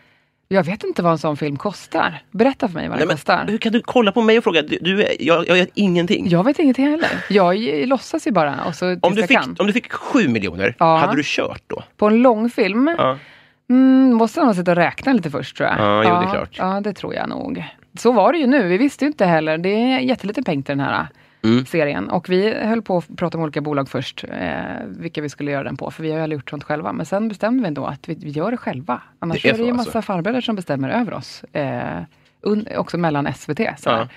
Speaker 3: Jag vet inte vad en sån film kostar. Berätta för mig vad
Speaker 2: Nej,
Speaker 3: den
Speaker 2: men
Speaker 3: kostar.
Speaker 2: Hur kan du kolla på mig och fråga? Du, du är, jag, jag gör ingenting.
Speaker 3: Jag vet ingenting heller. Jag j- låtsas ju bara och så tills
Speaker 2: om, du
Speaker 3: jag
Speaker 2: fick,
Speaker 3: kan.
Speaker 2: om du fick 7 miljoner,
Speaker 3: Ja.
Speaker 2: hade du kört då?
Speaker 3: På en långfilm
Speaker 2: Ja.
Speaker 3: mm, måste jag nog sitta och räkna lite först tror jag.
Speaker 2: Ja, jo, det är klart.
Speaker 3: Ja, det tror jag nog. Så var det ju nu. Vi visste ju inte heller. Det är jättelite peng till den här
Speaker 2: Mm.
Speaker 3: serien. Och vi höll på att prata med olika bolag först, eh, vilka vi skulle göra den på, för vi har ju aldrig gjort sånt själva. Men sen bestämde vi ändå att vi, vi gör det själva. Annars
Speaker 2: Det är
Speaker 3: är det ju
Speaker 2: så,
Speaker 3: en
Speaker 2: alltså.
Speaker 3: massa farbröder som bestämmer över oss. Eh, un, också mellan SVT. Så
Speaker 2: Ja.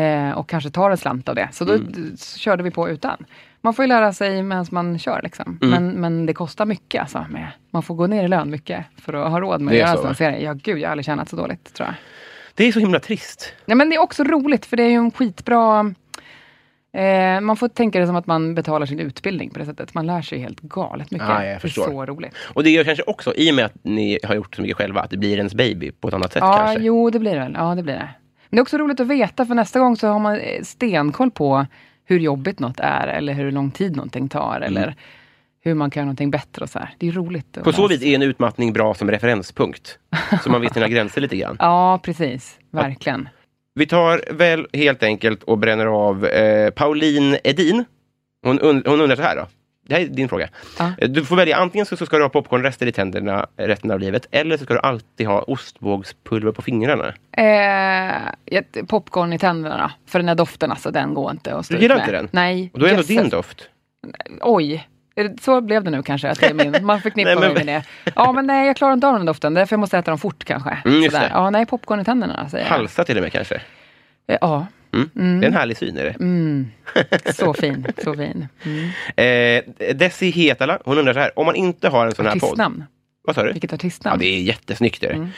Speaker 3: Eh, och kanske tar en slant av det. Så då
Speaker 2: Mm.
Speaker 3: d- så körde vi på utan. Man får ju lära sig medan man kör. Liksom.
Speaker 2: Mm.
Speaker 3: Men, men det kostar mycket. Alltså, med. Man får gå ner i lön mycket för att ha råd med att
Speaker 2: Det är
Speaker 3: göra
Speaker 2: så,
Speaker 3: en
Speaker 2: va?
Speaker 3: sån serie. Ja, gud, jag har aldrig tjänat så dåligt tror jag.
Speaker 2: Det är så himla trist.
Speaker 3: Nej, men det är också roligt för det är ju en skitbra... Eh, man får tänka det som att man betalar sin utbildning på det sättet. Man lär sig helt galet mycket.
Speaker 2: Ja, jag
Speaker 3: Det
Speaker 2: förstår.
Speaker 3: är så roligt.
Speaker 2: Och det gör kanske också, i och med att ni har gjort så mycket själva, att det blir ens baby på ett annat sätt
Speaker 3: Ja,
Speaker 2: kanske.
Speaker 3: jo, det blir det väl. Ja, det blir det. Men det är också roligt att veta, för nästa gång så har man eh, stenkoll på hur jobbigt något är, eller hur lång tid någonting
Speaker 2: Mm.
Speaker 3: tar, eller hur man kan göra någonting bättre och så här. Det är roligt. att
Speaker 2: På så
Speaker 3: läsa.
Speaker 2: vis är en utmattning bra som referenspunkt. Så man vet sina gränser lite grann.
Speaker 3: Ja, precis. Verkligen.
Speaker 2: Vi tar väl helt enkelt och bränner av eh, Pauline Edin. Hon, und- hon undrar så här då. Det här är din fråga.
Speaker 3: Ja.
Speaker 2: Eh, Du får välja antingen så, så ska du ha popcornrester i tänderna resten av livet eller så ska du alltid ha ostbågspulver på fingrarna.
Speaker 3: Eh, ett- popcorn i tänderna då. För den där doften, alltså, den går inte att stå
Speaker 2: Du
Speaker 3: ut
Speaker 2: gillar
Speaker 3: med.
Speaker 2: inte den?
Speaker 3: Nej.
Speaker 2: Och då är det ändå
Speaker 3: jösses.
Speaker 2: din doft.
Speaker 3: Oj. Är det- Så blev det nu kanske, att det är min. Man förknippar
Speaker 2: Nej, men-
Speaker 3: mig med det. Ja, men nej, jag klarar inte av den doften. Därför jag måste äta dem fort kanske.
Speaker 2: Mm, just
Speaker 3: Sådär.
Speaker 2: det.
Speaker 3: Ja, nej, popcorn i tänderna säger jag.
Speaker 2: Halsa till och med kanske.
Speaker 3: Eh, Ja,
Speaker 2: Mm. Det är en härlig syn. Är det?
Speaker 3: Mm. Så fin, så fin. Mm.
Speaker 2: Eh, Desi Hetala, hon undrar så här. Om man inte har en sån här podd.
Speaker 3: Artistnamn.
Speaker 2: Vad sa du?
Speaker 3: Vilket
Speaker 2: Ja,
Speaker 3: artistnamn?
Speaker 2: det är jättesnyggt. Är det.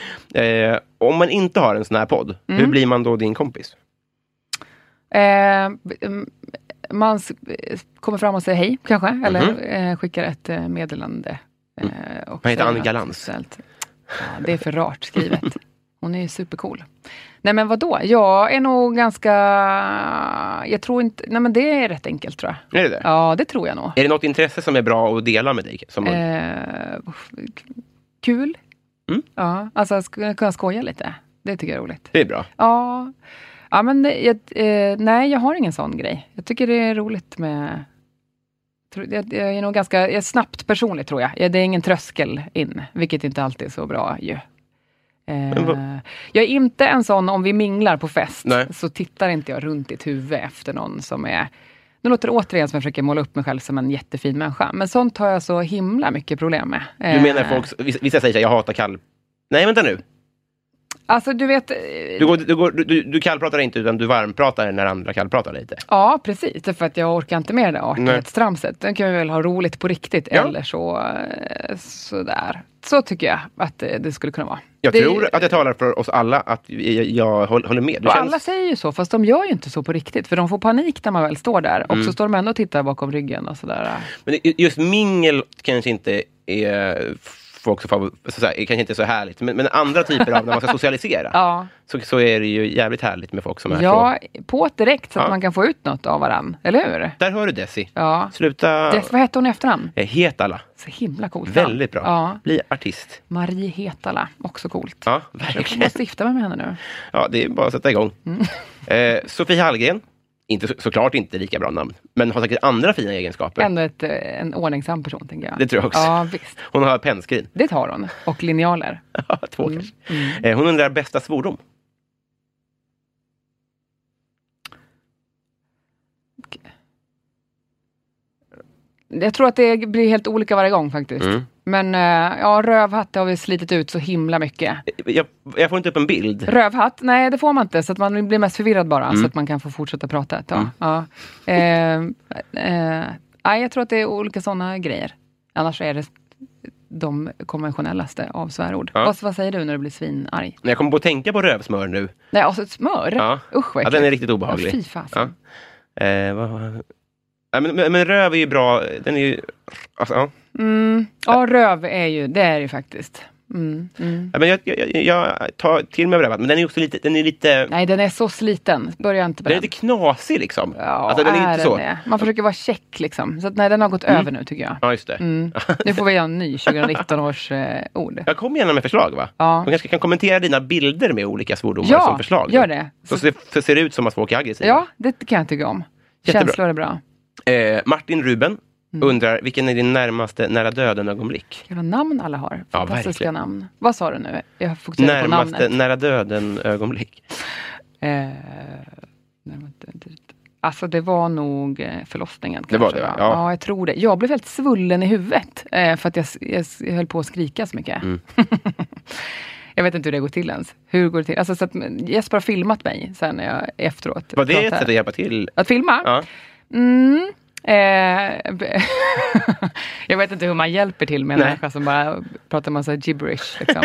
Speaker 3: Mm.
Speaker 2: Eh, om man inte har en sån här podd, hur blir man då din kompis?
Speaker 3: Eh, mm, man s- eh, kommer fram och säger hej, kanske, eller eh, skickar ett eh, meddelande. Eh, och
Speaker 2: Mhm. Mm. Vad heter
Speaker 3: säger
Speaker 2: Annika
Speaker 3: något
Speaker 2: Lantz?
Speaker 3: speciellt. Ja, det är för rart skrivet. Hon är ju supercool. Nej men vadå, jag är nog ganska... Jag tror inte... Nej men det är rätt enkelt tror jag.
Speaker 2: Är det det?
Speaker 3: Ja, det tror jag nog.
Speaker 2: Är det något intresse som är bra att dela med dig? Som man...
Speaker 3: Eh, uff, k- kul.
Speaker 2: Mm.
Speaker 3: Ja, alltså sk- kunna skoja lite. Det tycker jag är roligt.
Speaker 2: Det är bra.
Speaker 3: Ja, ja men det- jag, eh, nej, jag har ingen sån grej. Jag tycker det är roligt med Tror- Jag, jag är nog ganska jag är snabbt personlig tror jag. jag. Det är ingen tröskel in, vilket inte alltid är så bra ju. Eh,
Speaker 2: vad-
Speaker 3: jag är inte en sån, om vi minglar på fest,
Speaker 2: Nej.
Speaker 3: så tittar inte jag runt ditt huvud efter någon som är... Nu låter det återigen som jag försöker måla upp mig själv som en jättefin människa, men sånt har jag så himla mycket problem med.
Speaker 2: Du
Speaker 3: Eh,
Speaker 2: menar folk, vissa vissa säger så här, jag hatar kall... Nej, vänta nu.
Speaker 3: Alltså du vet, eh,
Speaker 2: Du, går, du, går, du- du, du kallpratar inte, utan du varmpratar när andra kallpratar lite.
Speaker 3: ja precis, för att jag orkar inte med det där
Speaker 2: Nej.
Speaker 3: artighetstramset. Den kan vi väl ha roligt på riktigt,
Speaker 2: Ja.
Speaker 3: eller så, eh, sådär. Så tycker jag att eh, det skulle kunna vara.
Speaker 2: Jag
Speaker 3: Det-
Speaker 2: tror att jag talar för oss alla, att jag, jag håll- håller med. Du
Speaker 3: och alla säger ju så, fast de gör ju inte så på riktigt, för de får panik när man väl står där. Och
Speaker 2: Mm.
Speaker 3: så står de ändå och tittar bakom ryggen och sådär.
Speaker 2: Men ju- just mingel kanske inte är folk som favor- så här, är kanske inte så härligt. Men, men andra typer av när man ska socialisera,
Speaker 3: Ja,
Speaker 2: så, så är det ju jävligt härligt med folk som är så.
Speaker 3: ja på ett direkt så att
Speaker 2: Ja.
Speaker 3: man kan få ut något av varann, eller hur?
Speaker 2: Där hör du Desi.
Speaker 3: Ja.
Speaker 2: Sluta...
Speaker 3: Dess, vad hette hon i efternamn?
Speaker 2: Eh, Het alla.
Speaker 3: Så himla coolt. namn.
Speaker 2: Väldigt bra.
Speaker 3: Ja.
Speaker 2: Bli artist.
Speaker 3: Marie Hetala, också coolt.
Speaker 2: Ja,
Speaker 3: Jag
Speaker 2: verkligen.
Speaker 3: måste gifta mig med henne nu.
Speaker 2: Ja, det är bara att sätta igång.
Speaker 3: Mm.
Speaker 2: Eh, Sofie Hallgren. Inte, så- såklart inte lika bra namn, men har säkert andra fina egenskaper.
Speaker 3: Ändå ett, eh, en ordningsam person, tänker jag.
Speaker 2: Det tror jag också.
Speaker 3: Ja, visst.
Speaker 2: Hon har pennskrin.
Speaker 3: Det tar hon. Och linjaler.
Speaker 2: Ja, Två
Speaker 3: Mm.
Speaker 2: kanske. Eh, Hon undrar bästa svordom.
Speaker 3: Jag tror att det blir helt olika varje gång faktiskt.
Speaker 2: Mm.
Speaker 3: Men eh, ja, rövhatt det har vi slitit ut så himla mycket.
Speaker 2: Jag, jag får inte upp en bild.
Speaker 3: Rövhatt? Nej, det får man inte. Så att man blir mest förvirrad bara.
Speaker 2: Mm.
Speaker 3: Så att man kan få fortsätta prata ett tag. Ja. Eh, eh, nej, jag tror att det är olika sådana grejer. Annars är det de konventionellaste av svärord.
Speaker 2: Ja.
Speaker 3: Vad, vad säger du när du blir svinarg?
Speaker 2: Men Jag kommer på att tänka på rövsmör nu.
Speaker 3: Nej, alltså ett smör?
Speaker 2: Ja.
Speaker 3: Usch vad
Speaker 2: Ja, den är riktigt
Speaker 3: Ja, fy
Speaker 2: obehaglig.
Speaker 3: fasen.
Speaker 2: Eh, vad, vad, ja, men, men, men röv är ju bra. Den är ju... Alltså, ja.
Speaker 3: Mm. ja, röv är ju, det är det ju faktiskt. Mm. Mm.
Speaker 2: Ja, men jag, jag, jag- jag tar till mig rövat, men den är ju också lite... Den är lite,
Speaker 3: Nej, den är så sliten. Börja inte med
Speaker 2: den är
Speaker 3: den.
Speaker 2: lite knasig liksom.
Speaker 3: Ja,
Speaker 2: alltså, den är inte så.
Speaker 3: det. Man försöker vara check liksom. Så att, nej, den har gått över nu tycker jag.
Speaker 2: Ja, just det.
Speaker 3: Mm. Nu får vi göra en ny 2019 års eh, ord.
Speaker 2: Jag kommer gärna med förslag, va?
Speaker 3: Ja.
Speaker 2: De kanske kan kommentera dina bilder med olika svordomar
Speaker 3: Ja,
Speaker 2: som förslag.
Speaker 3: gör det.
Speaker 2: Så, ser- så ser det ut som att folk är aggressiva.
Speaker 3: Ja, det kan jag tycka om.
Speaker 2: Jättebra.
Speaker 3: Känslor är bra.
Speaker 2: Eh, Martin Ruben
Speaker 3: Mm.
Speaker 2: undrar, vilken är din närmaste nära döden-ögonblick?
Speaker 3: Jävla namn alla har.
Speaker 2: Ja,
Speaker 3: Fantastiska
Speaker 2: verkligen.
Speaker 3: namn. Vad sa du nu? Jag fokuserar på
Speaker 2: Närmaste
Speaker 3: namnet.
Speaker 2: nära döden-ögonblick?
Speaker 3: Eh, närmast- alltså det var nog eh, förlossningen.
Speaker 2: Det var
Speaker 3: kanske,
Speaker 2: det,
Speaker 3: va?
Speaker 2: ja.
Speaker 3: ja, jag tror det. Jag blev helt svullen i huvudet eh, för att jag, s- jag, s- jag höll på att skrika så mycket.
Speaker 2: Mm.
Speaker 3: jag vet inte hur det går till ens. Hur går det till? Alltså, så att, men Jesper har filmat mig sen när jag efteråt.
Speaker 2: Var det ett
Speaker 3: pratar.
Speaker 2: sätt att hjälpa till?
Speaker 3: Att filma?
Speaker 2: Ja.
Speaker 3: Mm. Eh, b- jag vet inte hur man hjälper till med en
Speaker 2: Nej.
Speaker 3: människa som bara pratar massa gibberish. Liksom.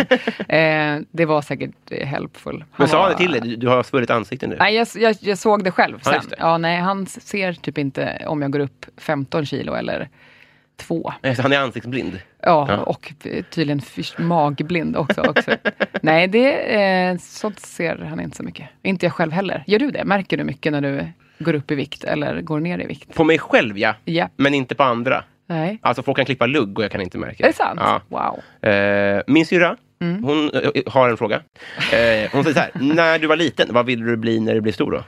Speaker 3: eh, det var säkert eh, helpful. Han
Speaker 2: Men sa
Speaker 3: var-
Speaker 2: han det till dig? Du, du har svurit ansikte nu.
Speaker 3: Nej, jag, jag, jag såg det själv
Speaker 2: Ja,
Speaker 3: sen.
Speaker 2: just det.
Speaker 3: Ja, nej, han ser typ inte om jag går upp 15 kilo eller två.
Speaker 2: Nej, Eh, så Han är ansiktsblind.
Speaker 3: Ja,
Speaker 2: Ja.
Speaker 3: och tydligen fys- magblind också. också. nej, det, eh, sånt ser han inte så mycket. Inte jag själv heller. Gör du det? Märker du mycket när du går upp i vikt eller går ner i vikt?
Speaker 2: På mig själv, ja.
Speaker 3: Ja.
Speaker 2: Men inte på andra.
Speaker 3: Nej.
Speaker 2: Alltså, folk kan klippa lugg och jag kan inte märka
Speaker 3: Är det sant? Mm.
Speaker 2: Ja.
Speaker 3: Wow.
Speaker 2: Eh, min syrra, hon eh, har en fråga. Eh, hon säger så här, när du var liten, vad ville du bli när du blev stor då?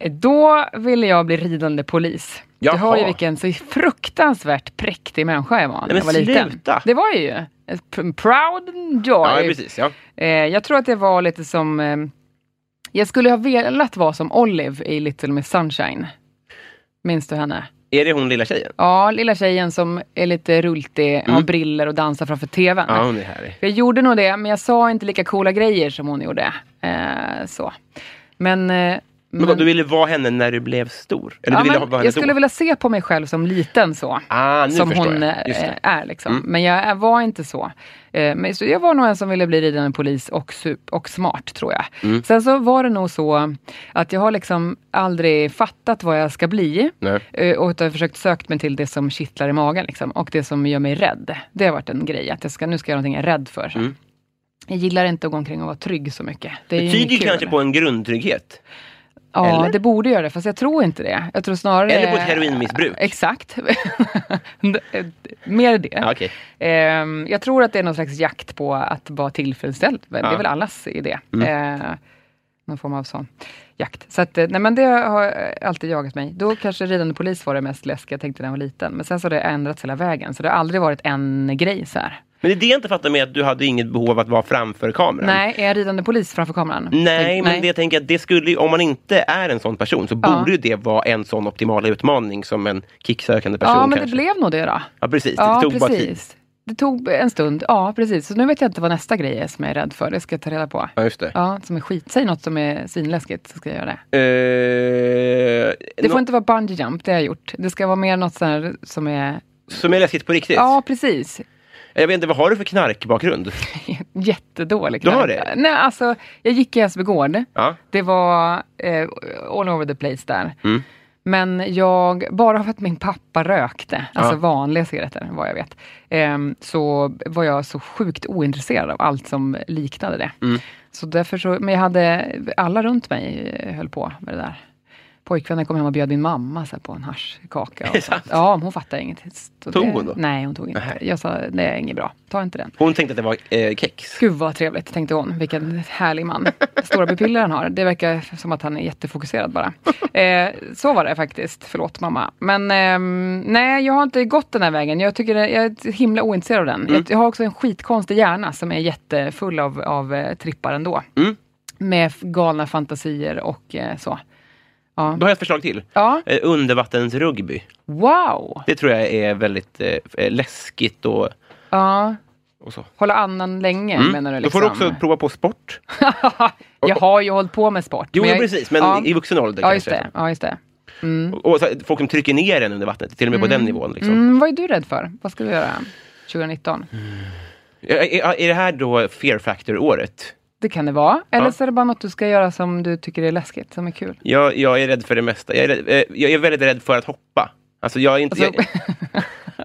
Speaker 3: Eh, Då ville jag bli ridande polis.
Speaker 2: Jaha.
Speaker 3: Du hör ju vilken så fruktansvärt präktig människa jag var när
Speaker 2: Nej,
Speaker 3: jag var
Speaker 2: men
Speaker 3: liten.
Speaker 2: sluta.
Speaker 3: Det var jag ju. Ett pr- Proud and
Speaker 2: Ja,
Speaker 3: joy.
Speaker 2: precis. Ja.
Speaker 3: eh, jag tror att det var lite som... Eh, jag skulle ha velat vara som Olive i Little Miss Sunshine. Minns du henne?
Speaker 2: Är det hon lilla tjejen?
Speaker 3: Ja, lilla tjejen som är lite rultig, har briller och dansar framför TVn.
Speaker 2: Mm. Ja, hon är härlig.
Speaker 3: Jag gjorde nog det, men jag sa inte lika coola grejer som hon gjorde. Eh, så. Men... Eh,
Speaker 2: Men då, du ville vara henne när du blev stor? Eller du
Speaker 3: Ja,
Speaker 2: ville
Speaker 3: men
Speaker 2: ha- vara henne
Speaker 3: jag skulle
Speaker 2: då?
Speaker 3: vilja se på mig själv som liten så.
Speaker 2: Ah, nu
Speaker 3: som
Speaker 2: förstår
Speaker 3: hon
Speaker 2: jag. Just
Speaker 3: eh,
Speaker 2: det. Mm.
Speaker 3: är. Liksom. Men jag är- var inte så. Eh, Men så. Jag var nog en som ville bli ridande polis och, sup- och smart, tror jag.
Speaker 2: Mm.
Speaker 3: Sen så var det nog så att jag har liksom aldrig fattat vad jag ska bli.
Speaker 2: Nej.
Speaker 3: Eh, Och utan jag har försökt sökt mig till det som kittlar i magen liksom, och det som gör mig rädd. Det har varit en grej, att jag ska, nu ska jag göra någonting jag är rädd för. Så.
Speaker 2: Mm.
Speaker 3: Jag gillar inte att gå omkring och vara trygg så mycket. Det, är ju
Speaker 2: Det
Speaker 3: inget
Speaker 2: tyder ju
Speaker 3: kul.
Speaker 2: kanske på en grundtrygghet.
Speaker 3: Ja,
Speaker 2: Eller?
Speaker 3: det borde göra det, fast jag tror inte det. Jag tror snarare...
Speaker 2: Eller på ett heroinmissbruk.
Speaker 3: eh. Exakt. Mer det.
Speaker 2: Ja, Ah, okej.
Speaker 3: Ehm, jag tror att det är någon slags jakt på att vara tillfredsställd. Men Det
Speaker 2: Ja.
Speaker 3: är väl allas idé. Eh, någon form av sån jakt. Så att, eh, nej men det har eh, alltid jagat mig. Då kanske ridande polis var det mest läskiga jag tänkte när jag var liten. Men sen så har det ändrats hela vägen, så det har aldrig varit en grej så här.
Speaker 2: Men det är det jag inte fattar med att du hade inget behov av att vara framför kameran.
Speaker 3: Nej, är jag ridande polis framför kameran?
Speaker 2: Nej, men det jag tänker att det skulle, ju- om man inte är en sån person så
Speaker 3: Ja.
Speaker 2: borde ju det vara en sån optimal utmaning som en kicksökande person
Speaker 3: Ja, men
Speaker 2: kanske.
Speaker 3: det blev nog det då.
Speaker 2: Ja, precis.
Speaker 3: Ja,
Speaker 2: det tog bara tid.
Speaker 3: precis. Det tog en stund. Ja, precis. Så nu vet jag inte vad nästa grej är som jag är rädd för. Det ska jag ta reda på.
Speaker 2: Ja, just det.
Speaker 3: Ja, som är skit. Säg något som är svinläskigt så ska jag göra det.
Speaker 2: Eh,
Speaker 3: Det
Speaker 2: nå-
Speaker 3: får inte vara bungee jump, det har jag gjort. Det ska vara mer något sånt här som är...
Speaker 2: Som är läskigt på riktigt.
Speaker 3: Ja, precis.
Speaker 2: Jag vet inte, vad har du för knarkbakgrund?
Speaker 3: Jättedålig.
Speaker 2: Du har
Speaker 3: knark.
Speaker 2: det?
Speaker 3: Nej, alltså jag gick i Hässelby gård.
Speaker 2: Ja.
Speaker 3: Det var eh, all over the place där.
Speaker 2: Mm.
Speaker 3: Men jag, bara för att min pappa rökte, alltså
Speaker 2: Ja.
Speaker 3: vanliga cigaretter vad jag vet, ehm, så var jag så sjukt ointresserad av allt som liknade det.
Speaker 2: Mm.
Speaker 3: Så därför så, men jag hade, alla runt mig eh, höll på med det där. Pojkvännen kom hem och bjöd min mamma så här, på en haschkaka.
Speaker 2: det
Speaker 3: Och sånt.
Speaker 2: sant?
Speaker 3: ja, men hon fattade inget. Så
Speaker 2: Tog
Speaker 3: det-
Speaker 2: hon då?
Speaker 3: Nej, hon tog inte.
Speaker 2: Nej.
Speaker 3: Jag sa, det är inget bra, ta inte den.
Speaker 2: Hon tänkte att det var eh, kex.
Speaker 3: Gud vad trevligt, tänkte hon. Vilken härlig man. Stora pupiller han har. Det verkar som att han är jättefokuserad bara. Eh, så var det faktiskt. Förlåt mamma. Men ehm, nej, jag har inte gått den här vägen. Jag, tycker, det- jag är himla ointresserad av den.
Speaker 2: Mm.
Speaker 3: Jag, jag har också en skitkonstig hjärna som är jättefull av, av eh, trippar ändå.
Speaker 2: Mm.
Speaker 3: Med f- galna fantasier och eh, så.
Speaker 2: Då har jag ett förslag till.
Speaker 3: Ja,
Speaker 2: Eh, undervattensrugby.
Speaker 3: wow!
Speaker 2: Det tror jag är väldigt eh, f- eh, läskigt och,
Speaker 3: Ja.
Speaker 2: och så.
Speaker 3: Hålla andan länge
Speaker 2: Mm.
Speaker 3: menar du?
Speaker 2: Då får
Speaker 3: Liksom.
Speaker 2: du också prova på sport.
Speaker 3: jag har ju hållit på med sport.
Speaker 2: Jo,
Speaker 3: jag,
Speaker 2: precis, men
Speaker 3: ja.
Speaker 2: i vuxen ålder
Speaker 3: ja, just
Speaker 2: kanske.
Speaker 3: det. Ja, just det.
Speaker 2: Och, och så, här, folk som trycker ner en under vattnet, till och med på den nivån. Liksom.
Speaker 3: Mm, vad är du rädd för? Vad ska du göra 2019?
Speaker 2: Är, är, är det här då fear factor-året?
Speaker 3: Det kan det vara. Eller
Speaker 2: Ja.
Speaker 3: så är det bara något du ska göra som du tycker är läskigt, som är kul.
Speaker 2: Jag, jag är rädd för det mesta. Jag är, rädd, eh, jag är väldigt rädd för att hoppa. Alltså jag är inte...
Speaker 3: Alltså,
Speaker 2: jag,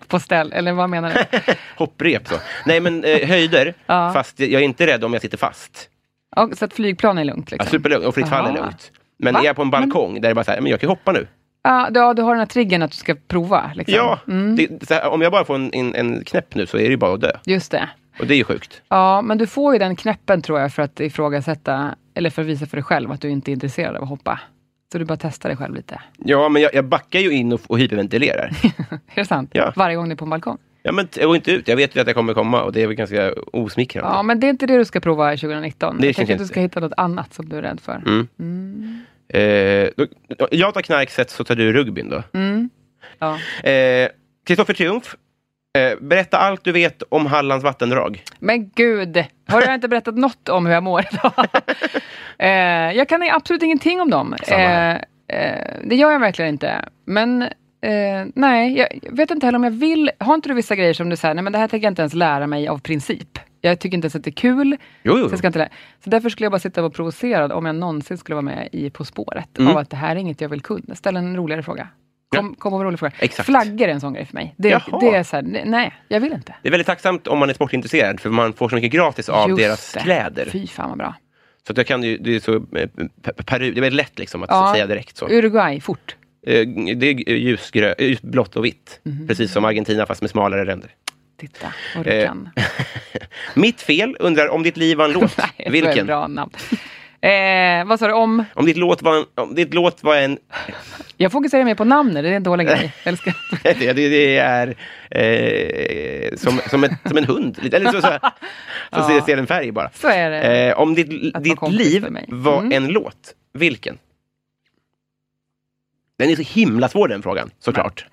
Speaker 3: på ställ, eller vad menar du?
Speaker 2: hopprep så. Nej men eh, höjder,
Speaker 3: Ja.
Speaker 2: fast jag jag är inte rädd om jag sitter fast.
Speaker 3: Och, så att flygplan är lugnt
Speaker 2: Ja,
Speaker 3: liksom?
Speaker 2: superlugnt, och fritt fall är
Speaker 3: Aha.
Speaker 2: lugnt. Men
Speaker 3: Va?
Speaker 2: är jag på en balkong där det bara så här, men jag kan ju hoppa nu.
Speaker 3: Ja, du, ja, du har den här triggern att du ska prova? Liksom.
Speaker 2: Ja, det, så här, om jag bara får en, en, en knäpp nu så är det ju bara att dö.
Speaker 3: Just det.
Speaker 2: Och det är ju sjukt.
Speaker 3: Ja, men du får ju den knäppen tror jag för att ifrågasätta, eller för att visa för dig själv att du inte är intresserad av att hoppa. Så du bara testar dig själv lite.
Speaker 2: Ja, men jag, jag backar ju in och, och hyperventilerar.
Speaker 3: Är det sant?
Speaker 2: Ja.
Speaker 3: Varje gång du är på en balkong?
Speaker 2: Ja, men t- jag går inte ut. Jag vet ju att jag kommer komma och det är väl ganska osmickrande.
Speaker 3: Ja, men det är inte det du ska prova 2019.
Speaker 2: Det Mm.
Speaker 3: jag
Speaker 2: känns
Speaker 3: tänker att du
Speaker 2: inte-
Speaker 3: ska hitta något annat som du är rädd för.
Speaker 2: Eh, då, jag tar knarkset så tar du rugbyn då.
Speaker 3: Ja.
Speaker 2: Eh, Kristoffer Triumf, eh, berätta allt du vet om Hallands vattendrag.
Speaker 3: Men gud, har jag inte berättat något om hur jag mår idag? eh, jag kan absolut ingenting om dem.
Speaker 2: Samma här.
Speaker 3: Eh, eh, det gör jag verkligen inte. Men eh, nej, jag vet inte heller om jag vill. Har inte du vissa grejer som du säger, nej men det här tänker jag inte ens lära mig av princip. Jag tycker inte ens att det är kul.
Speaker 2: Jo,
Speaker 3: Så, jag ska inte lära. så därför skulle jag bara sitta och vara provocerad om jag någonsin skulle vara med i På spåret.
Speaker 2: Mm.
Speaker 3: Av att det här är inget jag vill kunna. Ställ en roligare fråga.
Speaker 2: Ja.
Speaker 3: Kom, kom på en rolig fråga.
Speaker 2: Exakt.
Speaker 3: Flaggor är en sån grej för mig. Det,
Speaker 2: Jaha.
Speaker 3: det är så här, nej, jag vill inte.
Speaker 2: Det är väldigt tacksamt om man är sportintresserad för man får så mycket gratis av
Speaker 3: Just
Speaker 2: deras
Speaker 3: det.
Speaker 2: kläder.
Speaker 3: Fy fan vad bra.
Speaker 2: Så att jag kan ju, det är så eh, pe- Peru, det är väldigt lätt liksom att
Speaker 3: Ja.
Speaker 2: säga direkt så.
Speaker 3: Uruguay, fort.
Speaker 2: Eh, Det är ljusgrö, eh, blått och vitt,
Speaker 3: Mhm.
Speaker 2: precis som Argentina fast med smalare ränder.
Speaker 3: Titta vad du
Speaker 2: Eh,
Speaker 3: kan.
Speaker 2: Mitt fel undrar om ditt liv var en låt.
Speaker 3: Nej, Det var ett
Speaker 2: Vilken?
Speaker 3: bra namn. Eh, vad sa du om?
Speaker 2: Om ditt låt var en... Om ditt låt var en
Speaker 3: Jag fokuserar mer på namnen, det är en dålig grej.
Speaker 2: Eh.
Speaker 3: Jag älskar-
Speaker 2: det, det, det är eh, som, som, ett, som en hund, lite. eller så, så, här, så ser, ser en färg bara.
Speaker 3: Så är det.
Speaker 2: Eh, om ditt,
Speaker 3: vara
Speaker 2: ditt
Speaker 3: kompis
Speaker 2: liv
Speaker 3: för mig.
Speaker 2: var
Speaker 3: Mm.
Speaker 2: en låt, vilken? Den är så himla svår den frågan, såklart.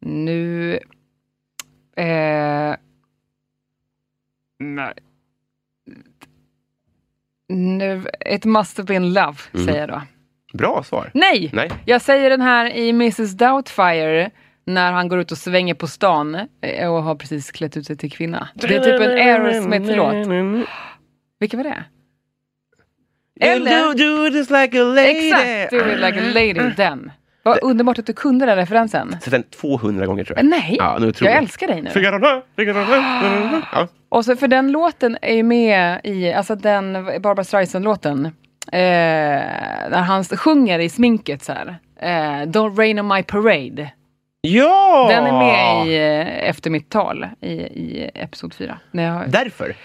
Speaker 3: Nu... Eh, nej. Nu, it must have been love,
Speaker 2: Mm.
Speaker 3: säger jag då.
Speaker 2: Bra svar.
Speaker 3: Nej!
Speaker 2: Nej.
Speaker 3: Jag säger den här i Mrs Doubtfire när han går ut och svänger på stan eh, och har precis klätt ut sig till kvinna. Det är typ en Aerosmith-låt. Vilken var det?
Speaker 2: Eller...
Speaker 3: Eller-
Speaker 2: Do, do this like a lady.
Speaker 3: Exakt! Do it like a lady, den. Vad underbart att du kunde den referensen.
Speaker 2: Sett den 200 gånger tror jag.
Speaker 3: Nej,
Speaker 2: Ja, nu tror
Speaker 3: jag
Speaker 2: jag.
Speaker 3: älskar dig nu.
Speaker 2: Figaro, Figaro, Figaro. Ja.
Speaker 3: Och så för den låten är ju med i, alltså den Barbara Streisand-låten. Eh, när han sjunger i sminket så här. Eh, Don't rain on my parade.
Speaker 2: ja!
Speaker 3: Den är med i eh, Efter mitt tal i, i episod 4. När jag,
Speaker 2: Därför?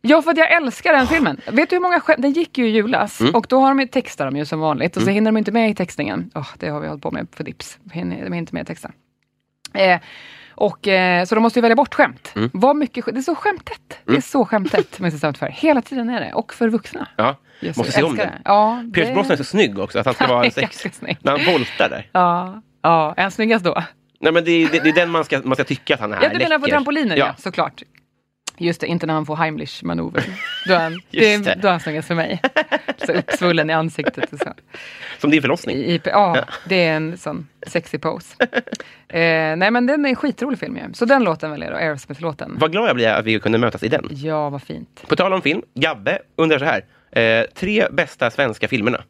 Speaker 3: Ja, för att jag älskar den filmen. Vet du hur många skämt, den gick ju i julas
Speaker 2: Mm.
Speaker 3: och då har de ju, textar de ju som vanligt och så hinner de inte med i textningen. Åh, det har vi hållit på med för dips, Hinner- de hinner inte med i texten. Eh, och, eh, så de måste ju välja bort skämt.
Speaker 2: Mm.
Speaker 3: Vad mycket, sk- det är så skämtet. Det är så skämtet med säsong för. Hela tiden är det, och för vuxna.
Speaker 2: Ja.
Speaker 3: Yes,
Speaker 2: Måste
Speaker 3: jag
Speaker 2: se om
Speaker 3: älskar
Speaker 2: den.
Speaker 3: det. Ja,
Speaker 2: Pierce
Speaker 3: det-
Speaker 2: Brosnan är så snygg också, att han ska vara en
Speaker 3: är
Speaker 2: sex...
Speaker 3: ganska snygg.
Speaker 2: När han voltar där.
Speaker 3: Ja, ja. är han snyggast då?
Speaker 2: Nej, men det, är, det, det är den man ska, man ska tycka att han är.
Speaker 3: Ja, du menar på
Speaker 2: läcker.
Speaker 3: trampoliner, ja.
Speaker 2: Ja.
Speaker 3: Såklart. Just det, inte när han får Heimlich-manöver. Då är han, det,
Speaker 2: Just
Speaker 3: är-
Speaker 2: det.
Speaker 3: då är han snyggast för mig. Så uppsvullen i ansiktet och så.
Speaker 2: Som din förlossning.
Speaker 3: I, i, ja, det är en sån sexy pose. Eh, nej, men den är en skitrolig film ju. Så den låten väljer jag då, Aerosmith-låten.
Speaker 2: Vad glad jag blir att vi kunde mötas i den.
Speaker 3: Ja, vad fint.
Speaker 2: På tal om film, Gabbe undrar så här. Eh, tre bästa svenska filmerna.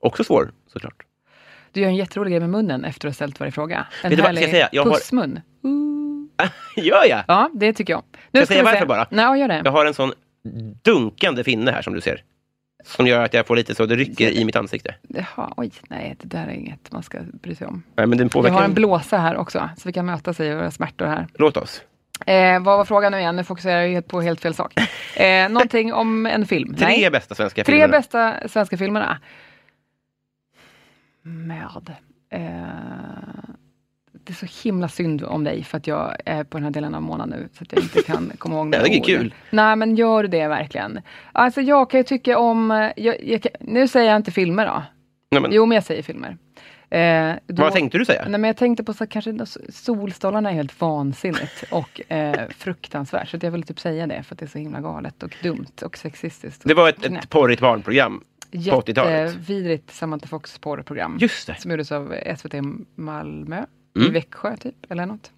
Speaker 2: Också svår, såklart.
Speaker 3: Du gör en jätterolig grej med munnen efter att ha ställt varje fråga. En
Speaker 2: Vet du vad,
Speaker 3: härlig
Speaker 2: ska jag säga? Jag har-
Speaker 3: pussmun.
Speaker 2: Gör jag?
Speaker 3: Ja, det tycker jag. Nu
Speaker 2: jag säga
Speaker 3: vi se.
Speaker 2: varför bara?
Speaker 3: Nej, gör det.
Speaker 2: Jag har en sån dunkande finne här som du ser. Som gör att jag får lite så det rycker i mitt ansikte.
Speaker 3: Jaha, oj, nej, det där är inget man ska bry sig om.
Speaker 2: Nej, men den
Speaker 3: Jag
Speaker 2: påverkar.
Speaker 3: har en blåsa här också, så vi kan mötas i våra smärtor här.
Speaker 2: Låt oss.
Speaker 3: Eh, vad var frågan nu igen? Nu fokuserar jag ju helt på helt fel sak. Eh, någonting om en film?
Speaker 2: Tre
Speaker 3: Nej.
Speaker 2: bästa svenska
Speaker 3: Tre
Speaker 2: filmerna.
Speaker 3: bästa svenska filmerna? Med. Eh, det är så himla synd om dig för att jag är på den här delen av månaden nu så att jag inte kan komma ihåg
Speaker 2: Ja, det är
Speaker 3: några
Speaker 2: kul.
Speaker 3: ord. Nej men gör det verkligen. Alltså jag kan ju tycka om, eh, jag, jag kan, nu säger jag inte filmer då.
Speaker 2: Nej, men,
Speaker 3: Jo men jag säger filmer. Eh, då-
Speaker 2: vad tänkte du säga?
Speaker 3: Nej, men jag tänkte på så att kanske solstolarna är helt vansinnigt och eh, fruktansvärt. Så att jag ville typ säga det för att det är så himla galet och dumt och sexistiskt.
Speaker 2: Det var ett,
Speaker 3: Nej.
Speaker 2: ett porrigt barnprogram. på 80-talet.
Speaker 3: Jättevidrigt Samantha Fox porrprogram.
Speaker 2: Just det.
Speaker 3: Som gjordes av SVT Malmö, i
Speaker 2: Mm.
Speaker 3: Växjö typ, eller något.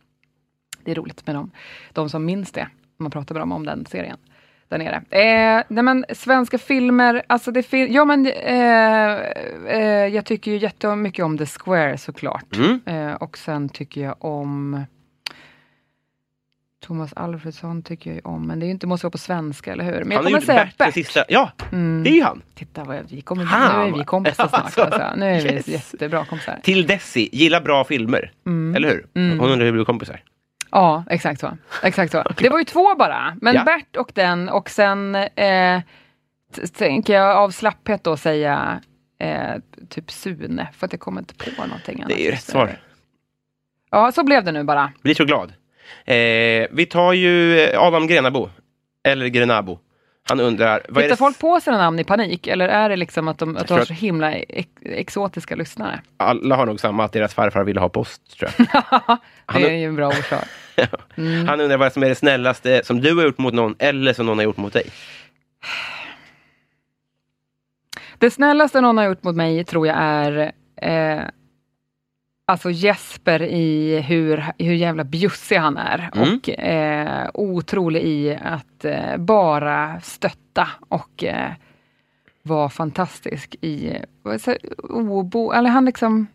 Speaker 3: Det är roligt med dem. De som minns det, man pratar bra om den serien. Där nere. Eh, nej men svenska filmer, alltså det fin- ja men eh, eh, jag tycker ju jättemycket om The Square såklart.
Speaker 2: Mm.
Speaker 3: Eh, och sen tycker jag om Thomas Alfredsson tycker jag ju om, men det är ju inte, måste vara på svenska, eller hur? Men
Speaker 2: Han
Speaker 3: jag
Speaker 2: har
Speaker 3: kommer
Speaker 2: gjort
Speaker 3: säga
Speaker 2: Bert, den sista. Ja,
Speaker 3: Mm.
Speaker 2: det är ju han.
Speaker 3: Titta, vad jag, vi kommer,
Speaker 2: Fan,
Speaker 3: nu är vi
Speaker 2: vad-
Speaker 3: kompisar snart.
Speaker 2: Alltså,
Speaker 3: Alltså. Nu är vi
Speaker 2: yes.
Speaker 3: jättebra kompisar.
Speaker 2: Till Desi, gilla bra filmer.
Speaker 3: Mm.
Speaker 2: Eller hur?
Speaker 3: Mm.
Speaker 2: Hon undrar hur vi blev kompisar.
Speaker 3: Ja, exakt så. Exakt så. Det var ju två bara, men
Speaker 2: Ja.
Speaker 3: Bert och den och sen eh, t- tänker jag av slapphet då säga eh, typ Sune, för att jag kommer inte på någonting annat.
Speaker 2: Det är ju rätt svar.
Speaker 3: Ja, så blev det nu bara.
Speaker 2: Blir så glad. Eh, vi tar ju eh, Adam Grenabo. Eller Grenabo. Han undrar... Vad är
Speaker 3: Hittar
Speaker 2: det...
Speaker 3: folk på sina namn i panik, eller är det liksom att de, att de
Speaker 2: tror
Speaker 3: har
Speaker 2: att-
Speaker 3: så himla ex exotiska lyssnare?
Speaker 2: Alla har nog samma, att deras farfar ville ha post, tror jag. Han-
Speaker 3: det är ju en bra Mm. orsak.
Speaker 2: Mm. Han undrar vad som är det snällaste som du har gjort mot någon, eller som någon har gjort mot dig.
Speaker 3: Det snällaste någon har gjort mot mig tror jag är eh, Alltså Jesper i hur, hur jävla bjussig han är
Speaker 2: Mm.
Speaker 3: och eh, otrolig i att eh, bara stötta och eh, vara fantastisk i eh, vad säger- obo, eller han liksom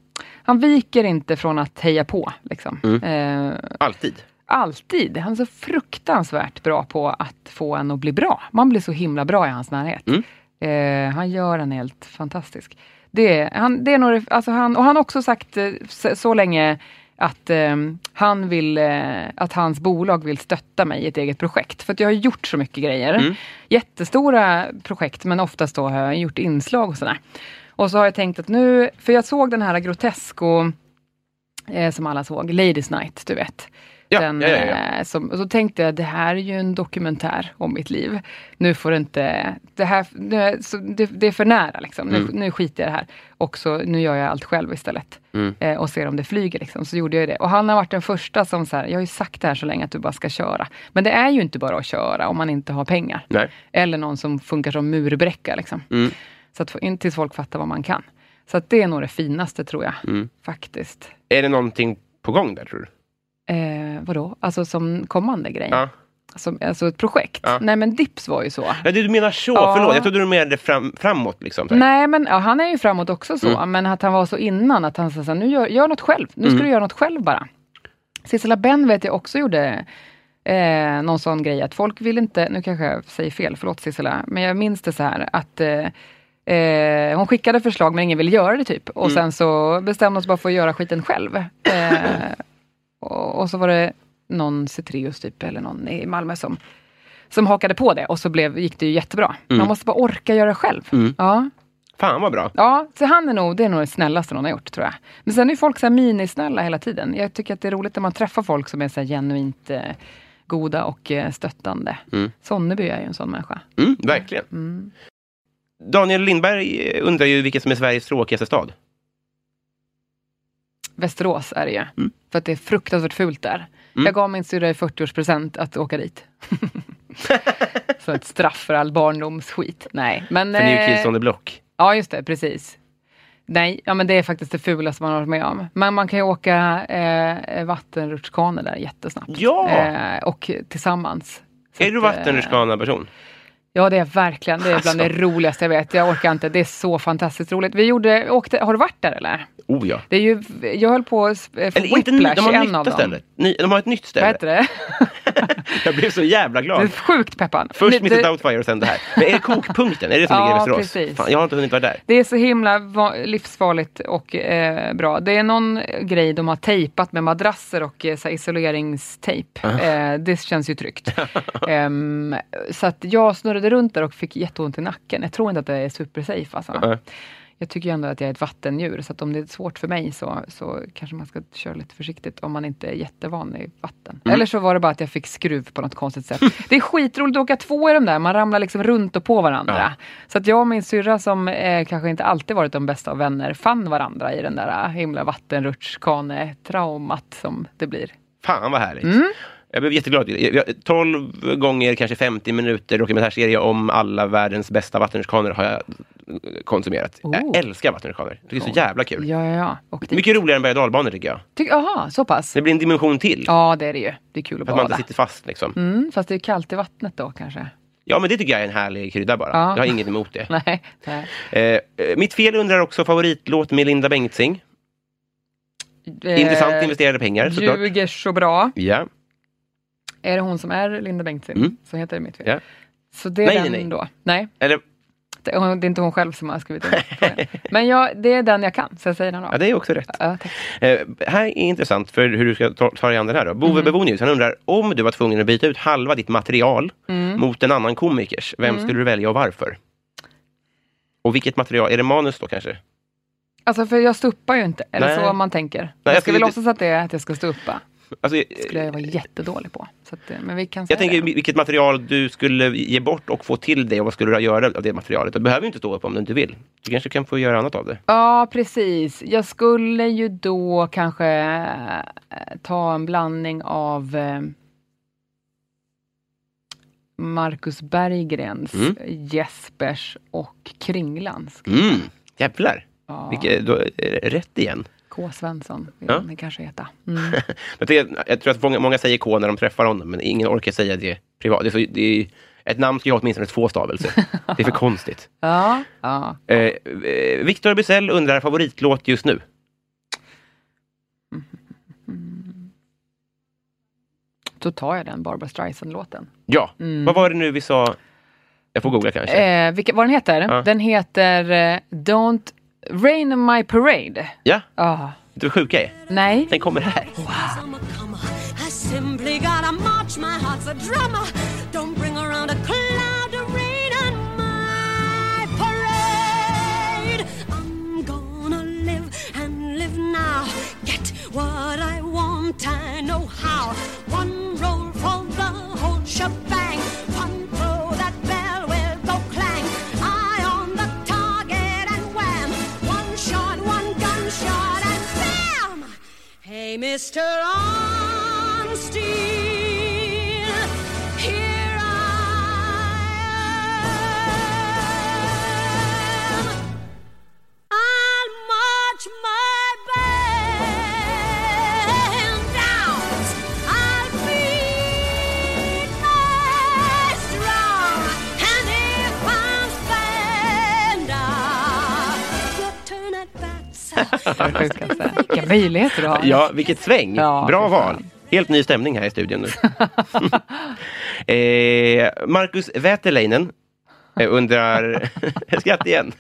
Speaker 3: han viker inte från att heja på. Liksom.
Speaker 2: Mm.
Speaker 3: Eh,
Speaker 2: Alltid.
Speaker 3: alltid. Han är så fruktansvärt bra på att få en att bli bra. Man blir så himla bra i hans närhet.
Speaker 2: Mm.
Speaker 3: Eh, han gör en helt fantastisk. Det, är- han, det är nog, det- alltså han, och han har också sagt eh, så, så länge att, eh, han vill, eh, att hans bolag vill stötta mig i ett eget projekt. För att jag har gjort så mycket grejer. Jättestora projekt, men oftast då har jag gjort inslag och sådär. Och så har jag tänkt att nu, för jag såg den här Grotesco, eh, som alla såg, Ladies Night, du vet.
Speaker 2: Ja,
Speaker 3: Den,
Speaker 2: ja, ja, ja.
Speaker 3: eh, Som, och så tänkte jag, det här är ju en dokumentär om mitt liv. Nu får det inte, det, här, nu, så det, det är för nära liksom.
Speaker 2: Mm.
Speaker 3: Nu, nu skiter jag i det här. Och så, nu gör jag allt själv istället.
Speaker 2: Mm.
Speaker 3: Eh, och ser om det flyger liksom. Så gjorde jag det. Och han har varit den första som så här, jag har ju sagt det här så länge att du bara ska köra. Men det är ju inte bara att köra om man inte har pengar.
Speaker 2: Nej.
Speaker 3: Eller någon som funkar som murbräcka. Liksom.
Speaker 2: Mm.
Speaker 3: Så att, in- tills folk fattar vad man kan. Så att det är nog det finaste tror jag,
Speaker 2: Mm.
Speaker 3: faktiskt.
Speaker 2: Är det någonting på gång där, tror du?
Speaker 3: Eh, vadå? Alltså som kommande grej?
Speaker 2: Ja.
Speaker 3: Som, alltså ett projekt?
Speaker 2: Ja.
Speaker 3: Nej men Dips var ju så.
Speaker 2: Ja, du menar så,
Speaker 3: Ja.
Speaker 2: förlåt. Jag trodde du menade fram, framåt. Liksom, så här.
Speaker 3: Nej men ja, han är ju framåt också så, men att han var så innan att han sa så här, nu gör, gör något själv, nu ska du göra något själv bara. Sissela Benn vet jag också gjorde eh, någon sån grej att folk vill inte, nu kanske jag säger fel, förlåt Sissela, men jag minns det så här att eh, eh, hon skickade förslag men ingen ville göra det typ. Och sen så bestämde hon sig bara för att göra skiten själv. Eh, och, och så var det någon Citrius typ, eller någon i Malmö som som hakade på det och så blev, gick det ju jättebra. Man måste bara orka göra själv. Ja.
Speaker 2: Fan vad bra.
Speaker 3: Ja, så han är nog, det är nog det snällaste någon har gjort tror jag. Men sen är ju folk så här minisnälla hela tiden. Jag tycker att det är roligt när man träffar folk som är så här genuint eh, goda och eh, stöttande. Sonneby är ju en sån människa.
Speaker 2: Mm, verkligen. Daniel Lindberg eh, undrar ju vilken som är Sveriges tråkigaste stad.
Speaker 3: Västerås är det ju. För att det är fruktansvärt fult där. Jag gav min syrra i 40-årspresent att åka dit. så ett straff för all barndomsskit. Nej, men...
Speaker 2: För New
Speaker 3: eh,
Speaker 2: Kids on the Block.
Speaker 3: Ja, just det, precis. Nej, ja, men det är faktiskt det fulaste man har varit med om. Men man kan ju åka eh, vattenrutschkana där jättesnabbt.
Speaker 2: Ja!
Speaker 3: Eh, och tillsammans. Så
Speaker 2: Är du
Speaker 3: att, eh,
Speaker 2: vattenrutschkana-person?
Speaker 3: Ja, det är verkligen. Det är bland det
Speaker 2: Alltså.
Speaker 3: roligaste jag vet. Jag orkar inte. Det är så fantastiskt roligt. Vi gjorde, åkte, har du varit där eller?
Speaker 2: Oh ja.
Speaker 3: Det är ju, jag höll på att sp- få
Speaker 2: Eller inte ny, de
Speaker 3: whiplash,
Speaker 2: har
Speaker 3: en av
Speaker 2: nytt
Speaker 3: dem.
Speaker 2: ställe. Ny, de har ett nytt
Speaker 3: Vad
Speaker 2: ställe.
Speaker 3: heter det?
Speaker 2: Jag blev så jävla
Speaker 3: det är
Speaker 2: glad.
Speaker 3: sjukt peppande.
Speaker 2: Först
Speaker 3: det,
Speaker 2: Mrs Doubtfire och sen det här. Men är det kokpunkten? Är det som
Speaker 3: Ja,
Speaker 2: ligger i Västerås?
Speaker 3: precis.
Speaker 2: Fan, jag har inte hunnit vara där.
Speaker 3: Det är så himla va- livsfarligt och eh, bra. Det är någon grej de har tejpat med madrasser och eh, så här isoleringstejp. Eh, det känns ju tryggt. Ehm, så att jag snurrade runt där och fick jätteont i nacken. Jag tror inte att det är supersafe alltså.
Speaker 2: Nej.
Speaker 3: Jag tycker ju ändå att jag är ett vattendjur, så att om det är svårt för mig så, så kanske man ska köra lite försiktigt om man inte är jättevan i vatten.
Speaker 2: Mm.
Speaker 3: Eller så var det bara att jag fick skruv på något konstigt sätt. det är skitroligt att åka två i de där, man ramlar liksom runt och på varandra. Så att jag och min syrra som eh, kanske inte alltid varit de bästa av vänner fann varandra i den där eh, himla vattenrutschkane-traumat som det blir.
Speaker 2: Fan vad härligt.
Speaker 3: Mm.
Speaker 2: Jag blev jätteglad. Jag- jag- 12 gånger, kanske 50 minuter dokumentärserie om alla världens bästa vattenrutschkanor har jag eh, konsumerat. Jag
Speaker 3: Oh.
Speaker 2: älskar vattenrutschkanor. Det är så jävla kul.
Speaker 3: Ja, ja, ja. Och det,
Speaker 2: Mycket roligare än berg och dalbanor tycker jag.
Speaker 3: Ty- Jaha, så pass?
Speaker 2: Det blir en dimension till.
Speaker 3: Ja, det är det ju. Det är kul att
Speaker 2: För att man inte
Speaker 3: bada.
Speaker 2: sitter fast liksom.
Speaker 3: Mm, fast det är kallt i vattnet då kanske?
Speaker 2: Ja men det tycker jag är en härlig krydda bara.
Speaker 3: Ja.
Speaker 2: Jag har inget emot det.
Speaker 3: Nej. nej.
Speaker 2: Eh, eh, mitt fel undrar också favoritlåt med Linda Bengtzing. Intressant
Speaker 3: Eh,
Speaker 2: investerade pengar såklart.
Speaker 3: Ljuger så bra.
Speaker 2: Ja.
Speaker 3: Är det hon som är Linda Bengtzing?
Speaker 2: Mm.
Speaker 3: Så heter det mitt fel.
Speaker 2: Ja.
Speaker 3: Så det är
Speaker 2: Nej,
Speaker 3: den
Speaker 2: nej, nej.
Speaker 3: då. Nej,
Speaker 2: Eller,
Speaker 3: det det är inte hon själv som har skrivit den. Men jag, det är den jag kan, så jag säger den
Speaker 2: ja,
Speaker 3: rakt.
Speaker 2: det är också rätt.
Speaker 3: Ja, tack.
Speaker 2: Eh, här är intressant för hur du ska ta, ta dig an den här. Då. Bove
Speaker 3: Mhm.
Speaker 2: Bebonius han undrar, om du var tvungen att byta ut halva ditt material
Speaker 3: Mm.
Speaker 2: mot en annan komikers, vem skulle du välja och varför? Och vilket material, är det manus då kanske?
Speaker 3: Alltså för jag stuppar ju inte, eller
Speaker 2: Nej.
Speaker 3: så om man tänker.
Speaker 2: jag
Speaker 3: jag ska
Speaker 2: skulle
Speaker 3: väl
Speaker 2: inte-
Speaker 3: låtsas att det är att jag ska stuppa.
Speaker 2: Alltså, eh,
Speaker 3: Det skulle jag vara jättedålig på. Så att, eh, men vi kan säga
Speaker 2: jag tänker
Speaker 3: det.
Speaker 2: vilket material du skulle ge bort och få till dig och vad skulle du göra av det materialet? Du behöver ju inte stå upp om du inte vill. Du kanske kan få göra annat av det.
Speaker 3: Ja, precis. Jag skulle ju då kanske eh, ta en blandning av eh, Marcus Berggrens,
Speaker 2: Mm.
Speaker 3: Jespers och Kringlands.
Speaker 2: Mm. Jävlar!
Speaker 3: Ja,
Speaker 2: Vilket, då, är det rätt igen.
Speaker 3: K. Svensson vill
Speaker 2: Ja.
Speaker 3: han kanske heta. Mm.
Speaker 2: Jag, tycker, jag tror att många, många säger K när de träffar honom, men ingen orkar säga det privat. Det är så, det är, ett namn ska ju ha åtminstone två stavelser. Det är för konstigt.
Speaker 3: Ja, ja.
Speaker 2: Eh, eh, Victor Bysell undrar favoritlåt just nu.
Speaker 3: Då tar jag den Barbara Streisand-låten.
Speaker 2: Ja, vad var det nu vi sa? Jag får googla kanske.
Speaker 3: Mm. Eh, vilka, vad den heter?
Speaker 2: Ja.
Speaker 3: Den heter eh, Don't Rain on My Parade.
Speaker 2: Ja,
Speaker 3: Ja,
Speaker 2: du är sjuka är.
Speaker 3: nej.
Speaker 2: Den kommer här.
Speaker 4: Summer comer. I simply gotta march. My heart's a drummer. Don't bring around a cloud of rain on my parade. I'm gonna live and live now. Get what I want. I know how. One roll for the whole shebang. One throw that bell will go clang. Eye on the target and wham. One shot, one gunshot, and bam. Hey, Mr. Armstead, here I am. I'll march my band out. I'll beat my drum. And if I'm fanned out, your turn at bats.
Speaker 3: Sjukaste. Vilka möjligheter du har.
Speaker 2: Ja, vilket sväng!
Speaker 3: Ja,
Speaker 2: Bra
Speaker 3: fy fan.
Speaker 2: val! Helt ny stämning här i studion nu. eh, Marcus Väterleinen eh, undrar... Skratt igen!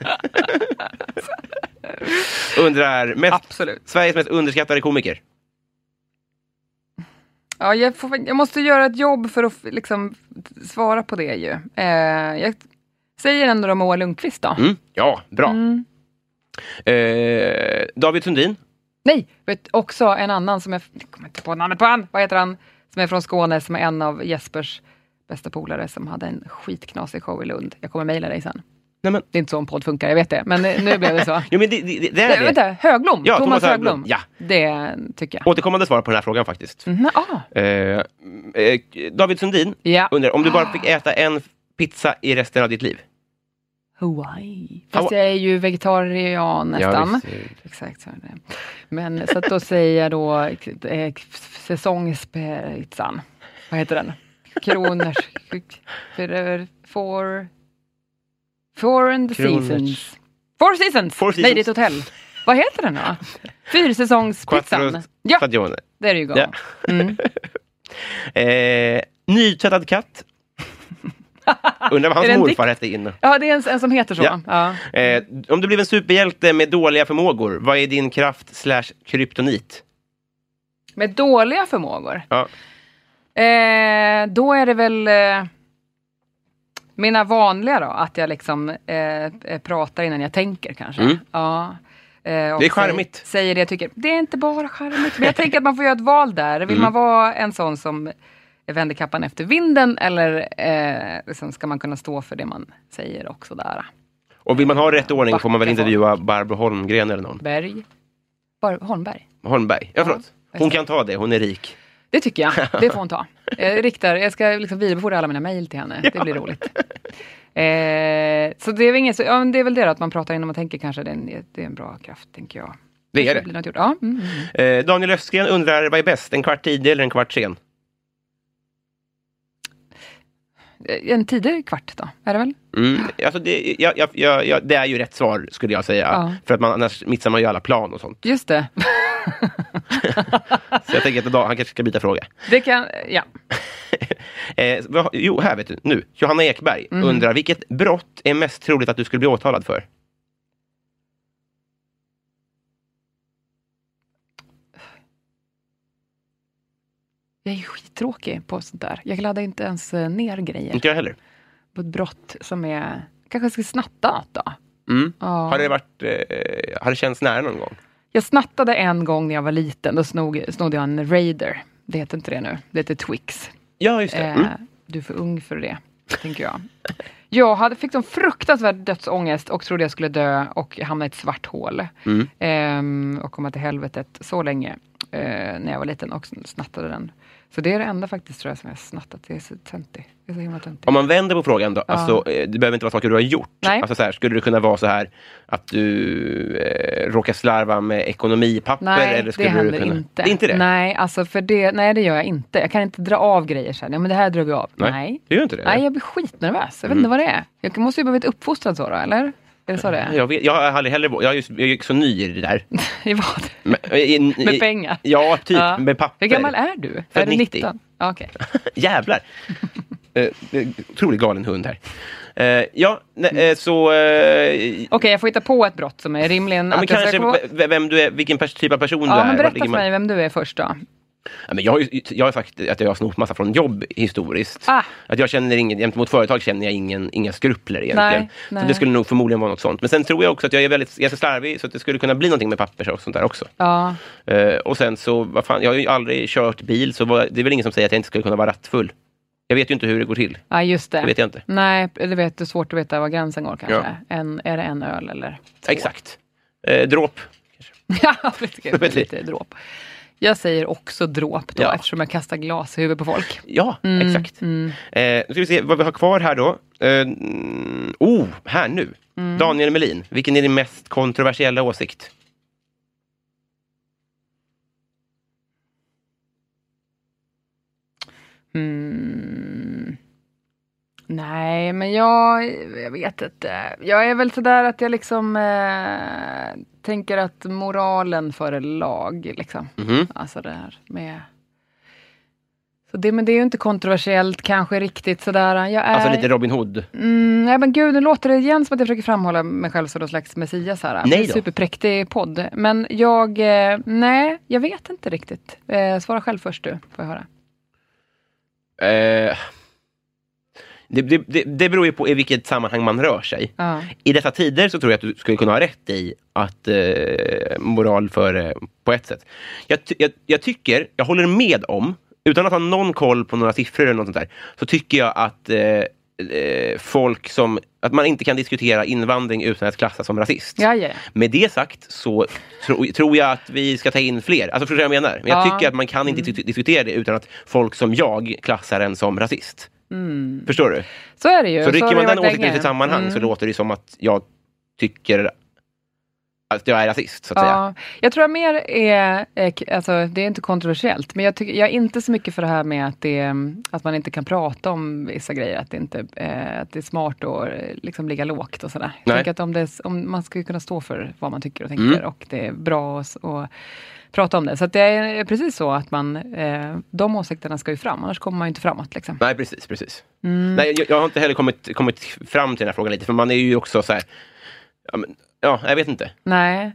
Speaker 2: undrar mest,
Speaker 3: Absolut.
Speaker 2: Sveriges mest underskattade komiker.
Speaker 3: Ja, jag, får, jag måste göra ett jobb för att f- liksom, svara på det ju. Eh, jag säger ändå då Moa Lundqvist då.
Speaker 2: Mm, ja, bra. Eh, David Sundin.
Speaker 3: Nej, vet också en annan som är, jag kommer inte på namnet på han, vad heter han, som är från Skåne, som är en av Jespers bästa polare som hade en skitknasig show i Lund. Jag kommer mejla dig sen.
Speaker 2: Nej, men,
Speaker 3: Det är inte så en podd funkar, jag vet det, men eh, nu blev det så.
Speaker 2: jo, men det, det, det
Speaker 3: Nej,
Speaker 2: är
Speaker 3: vänta,
Speaker 2: det.
Speaker 3: Högblom,
Speaker 2: Ja,
Speaker 3: Thomas,
Speaker 2: Thomas
Speaker 3: Högblom.
Speaker 2: Högblom, ja.
Speaker 3: Det tycker jag.
Speaker 2: Återkommande svar på den här frågan faktiskt.
Speaker 3: Mhm, ah,
Speaker 2: Eh,
Speaker 3: Mm.
Speaker 2: eh, David Sundin
Speaker 3: ja.
Speaker 2: undrar om du bara fick
Speaker 3: Ah.
Speaker 2: äta en pizza i resten av ditt liv.
Speaker 3: Hawaii. Fast
Speaker 2: Hawa-
Speaker 3: jag är ju vegetarian nästan.
Speaker 2: Ja, visst.
Speaker 3: Exakt så är det. Men så att då säger jag då eh, säsongspizzan. Vad heter den? Kroners... For... Four and
Speaker 2: Kroners-
Speaker 3: seasons. Four seasons!
Speaker 2: Four
Speaker 3: Nej,
Speaker 2: Seasons.
Speaker 3: det är ett hotell. Vad heter den då? Fyrsäsongspizzan.
Speaker 2: Quattro
Speaker 3: Ja,
Speaker 2: stagione.
Speaker 3: det är det ju gott.
Speaker 2: Ja.
Speaker 3: Mm.
Speaker 2: Eh, nytvättad katt. Undrar vad
Speaker 3: Är det
Speaker 2: hans
Speaker 3: en
Speaker 2: morfar hette innan.
Speaker 3: Ja, det är en, en som heter så.
Speaker 2: Ja.
Speaker 3: Ja.
Speaker 2: Eh, om du blev en superhjälte med dåliga förmågor, vad är din kraft slash kryptonit?
Speaker 3: Med dåliga förmågor.
Speaker 2: Ja.
Speaker 3: Eh, då är det väl eh, mina vanliga då, att jag liksom eh, eh, pratar innan jag tänker kanske.
Speaker 2: Mm.
Speaker 3: Ja. Eh, och
Speaker 2: Det är
Speaker 3: säg-
Speaker 2: charmigt.
Speaker 3: Säger det jag tycker. Det är inte bara charmigt, men jag tänker att man får göra ett val där. Vill
Speaker 2: Mm.
Speaker 3: man vara en sån som vänder kappan efter vinden eller eh, liksom ska man kunna stå för det man säger också där?
Speaker 2: Och vill man ha rätt ordning får man väl
Speaker 3: Backa
Speaker 2: intervjua Barbro Holmgren eller någon.
Speaker 3: Berg? Bar- Holmberg?
Speaker 2: Holmberg. Ja, förlåt.
Speaker 3: Ja,
Speaker 2: Hon kan ta det, hon är rik.
Speaker 3: Det tycker jag. Det får hon ta. Jag, riktar, jag ska liksom vidarebefordra alla mina mejl till henne. Det blir roligt. Eh, så det är, väl inget, så, ja, men det är väl det då, att man pratar innan man tänker kanske. Det är en, det är en bra kraft, tänker jag.
Speaker 2: Det är
Speaker 3: Kanske
Speaker 2: det.
Speaker 3: blir något gjort. Ja, mm, mm.
Speaker 2: Eh, Daniel Östgren undrar, vad är bäst, en kvart tidig eller en kvart sen?
Speaker 3: Eh, En tidig kvart då, är det väl?
Speaker 2: Mm. Alltså det, jag, jag, jag, jag, det är ju rätt svar, skulle jag säga.
Speaker 3: Ja.
Speaker 2: För att man, annars missar man ju alla plan och sånt.
Speaker 3: Just det.
Speaker 2: Så jag tänker att idag, han kanske ska byta fråga.
Speaker 3: det kan, ja.
Speaker 2: Eh, vad- jo, här vet du. Nu. Johanna Ekberg
Speaker 3: Mm.
Speaker 2: undrar, vilket brott är mest troligt att du skulle bli åtalad för?
Speaker 3: Jag är ju skittråkig på sånt där. Jag laddar inte ens eh, ner grejer
Speaker 2: Inte jag heller.
Speaker 3: på ett brott som är... Kanske ska snatta något då?
Speaker 2: Mm.
Speaker 3: Ja.
Speaker 2: Har, det varit, eh, har det känts nära någon gång?
Speaker 3: Jag snattade en gång när jag var liten. Då snog, snodde jag en Raider. Det heter inte det nu. Det heter Twix.
Speaker 2: Ja, just det.
Speaker 3: Eh,
Speaker 2: Mm.
Speaker 3: Du är för ung för det, tänker jag. Jag hade, fick sån fruktansvärd dödsångest och trodde jag skulle dö och hamna i ett svart hål.
Speaker 2: Mm.
Speaker 3: Ehm, och komma till helvetet så länge eh, när jag var liten och snattade den. Så det är det enda faktiskt tror jag som jag har snattat. Det är så töntig. Det är så himla töntigt.
Speaker 2: Om man vänder på frågan då, alltså, eh, det behöver inte vara saker du har gjort.
Speaker 3: Nej.
Speaker 2: Alltså, så här, skulle det kunna vara så här att du eh, råkar slarva med ekonomipapper?
Speaker 3: Nej,
Speaker 2: eller
Speaker 3: det
Speaker 2: skulle
Speaker 3: händer
Speaker 2: du kunna...
Speaker 3: inte.
Speaker 2: Det är inte det?
Speaker 3: Nej, alltså för det, nej, det gör jag inte. Jag kan inte dra av grejer sen. Ja, men det här drar vi av.
Speaker 2: Nej.
Speaker 3: nej.
Speaker 2: Du Mm. gör inte det?
Speaker 3: Nej, jag blir skitnervös. Jag vet inte vad det är. Jag måste ju ha blivit uppfostrad så då, eller? Är det så det är?
Speaker 2: Jag, vet, jag har aldrig heller... Jag är, just, jag är ju så ny i det där.
Speaker 3: I vad?
Speaker 2: Men- eh, i- i-
Speaker 3: Med pengar?
Speaker 2: Ja, typ.
Speaker 3: Ja.
Speaker 2: Med papper.
Speaker 3: Hur gammal är du?
Speaker 2: För
Speaker 3: är
Speaker 2: 90.
Speaker 3: du 19? Ja, Okej.
Speaker 2: Jävlar! Eh, det är en otroligt galen hund här. Eh, ja, ne, eh, så... eh,
Speaker 3: Okej, jag får hitta på ett brott som är rimligen
Speaker 2: ja, men
Speaker 3: att jag
Speaker 2: kanske
Speaker 3: söker på.
Speaker 2: v- vem du är, vilken pers- typ av person du
Speaker 3: Ja,
Speaker 2: är.
Speaker 3: men
Speaker 2: vart
Speaker 3: berätta
Speaker 2: ligger
Speaker 3: för
Speaker 2: man-
Speaker 3: mig vem du är först då.
Speaker 2: Ja, men jag, har ju- jag har sagt att jag har snott massa från jobb historiskt.
Speaker 3: Ah.
Speaker 2: Att jag känner ingen, gentemot företag känner jag ingen, inga skrupler egentligen.
Speaker 3: Nej,
Speaker 2: så
Speaker 3: nej.
Speaker 2: det skulle nog förmodligen vara något sånt. Men sen tror jag också att jag är väldigt jag är så slarvig så att det skulle kunna bli någonting med papper och sånt där också.
Speaker 3: Ja,
Speaker 2: Eh, och sen så, vad fan, jag har ju aldrig kört bil så vad, det är väl ingen som säger att jag inte skulle kunna vara rattfull. Jag vet ju inte hur det går till.
Speaker 3: ja just det.
Speaker 2: Det vet jag inte.
Speaker 3: Nej, det vet du. Svårt att veta var gränsen går kanske.
Speaker 2: Ja.
Speaker 3: En, är det en öl eller?
Speaker 2: Exakt. Eh, dråp.
Speaker 3: Ja, det kan ju bli lite dråp. Jag säger också dråp då,
Speaker 2: Ja.
Speaker 3: eftersom jag kastar glas i huvudet på folk.
Speaker 2: Ja, exakt. Eh, nu ska vi se vad vi har kvar här då. Eh, mm, oh, här nu. Daniel Melin, vilken är din mest kontroversiella åsikt?
Speaker 3: Mm. Nej, men jag, jag vet inte. Jag är väl sådär att jag liksom eh, tänker att moralen före lag. Liksom.
Speaker 2: Mhm.
Speaker 3: Alltså det här med... Så det, men det är ju inte kontroversiellt kanske riktigt sådär. Jag är...
Speaker 2: Alltså lite Robin Hood.
Speaker 3: Mm, nej men gud, nu låter det igen som att jag försöker framhålla mig själv som någon slags Messias här.
Speaker 2: Nej då.
Speaker 3: Superpräktig podd. Men jag, eh, nej, jag vet inte riktigt. Eh, svara själv först du, får jag höra.
Speaker 2: Eh, det, det, det, det beror ju på i vilket sammanhang man rör sig.
Speaker 3: Ja.
Speaker 2: I dessa tider så tror jag att du skulle kunna ha rätt i att eh, moral före på ett sätt. Jag, ty- jag, jag tycker, jag håller med om, utan att ha någon koll på några siffror eller något sånt där, så tycker jag att eh, eh, folk som, att man inte kan diskutera invandring utan att klassa som rasist.
Speaker 3: Ja, ja, ja.
Speaker 2: Med det sagt så tro, tror jag att vi ska ta in fler. Alltså förstår du vad jag menar? Men jag
Speaker 3: Ja. Mm.
Speaker 2: tycker att man kan inte dis- diskutera det utan att folk som jag klassar en som rasist.
Speaker 3: Mm.
Speaker 2: Förstår du?
Speaker 3: Så är det ju.
Speaker 2: Så rycker
Speaker 3: har
Speaker 2: man
Speaker 3: det
Speaker 2: den
Speaker 3: varit Mm.
Speaker 2: åsikten i sitt sammanhang så låter det som att jag tycker att jag är rasist, så att säga.
Speaker 3: Ja, jag tror jag mer är, eh, k- alltså, det är inte kontroversiellt, men jag, tycker, jag är inte så mycket för det här med att, det, mm, att man inte kan prata om vissa grejer, att det, inte, eh, att det är smart att eh, liksom ligga lågt och sådär. Jag
Speaker 2: Nej. Mm.
Speaker 3: tänker att om, det, är s- om man ska ju kunna stå för vad man tycker och tänker och det är bra att s- att prata om det. Så att det är precis så att man, eh, de åsikterna ska ju fram, annars kommer man ju inte framåt. Liksom.
Speaker 2: Nej, precis. precis.
Speaker 3: Mm.
Speaker 2: Nej, jag, jag har inte heller kommit, kommit fram till den här frågan lite, för man är ju också så här... Ja, men, ja jag vet inte.
Speaker 3: Nej,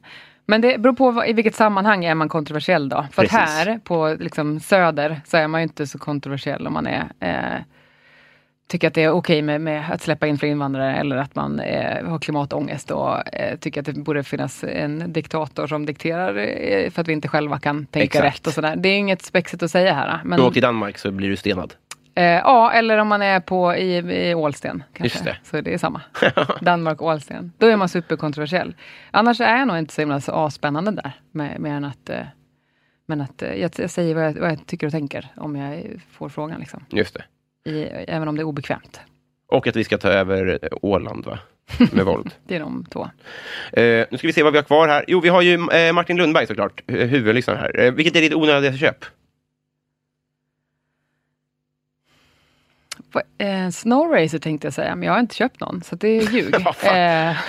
Speaker 3: men det beror på vad, i vilket sammanhang är man kontroversiell då. För att
Speaker 2: Precis.
Speaker 3: här på liksom, Söder så är man ju inte så kontroversiell om man är eh, tycker att det är okej med, med att släppa in fler invandrare eller att man eh, har klimatångest och eh, tycker att det borde finnas en diktator som dikterar eh, för att vi inte själva kan tänka
Speaker 2: Exakt.
Speaker 3: rätt och sådär. Det är inget spexigt att säga här. Men,
Speaker 2: Du åker till Danmark så blir du stenad.
Speaker 3: eh, ja, eller om man är på, i, i Ålsten. Kanske.
Speaker 2: Just det.
Speaker 3: Så det är samma. Danmark och Ålsten. Då är man superkontroversiell. Annars är jag nog inte så himla så avspännande där. Med, mer än att, eh, men att eh, jag, jag säger vad jag, vad jag tycker och tänker om jag får frågan. Liksom.
Speaker 2: Just det.
Speaker 3: I, även om det är obekvämt.
Speaker 2: Och att vi ska ta över eh, Åland, va? Med våld.
Speaker 3: Det är de två.
Speaker 2: Eh, nu ska vi se vad vi har kvar här. Jo, vi har ju eh, Martin Lundberg såklart, hu- huvudlyssnaren här. Eh, vilket är ditt onödigaste köp?
Speaker 3: Va- Eh, Snowracer tänkte jag säga, men jag har inte köpt någon, så det är ljug.
Speaker 2: Vad fan.
Speaker 3: eh,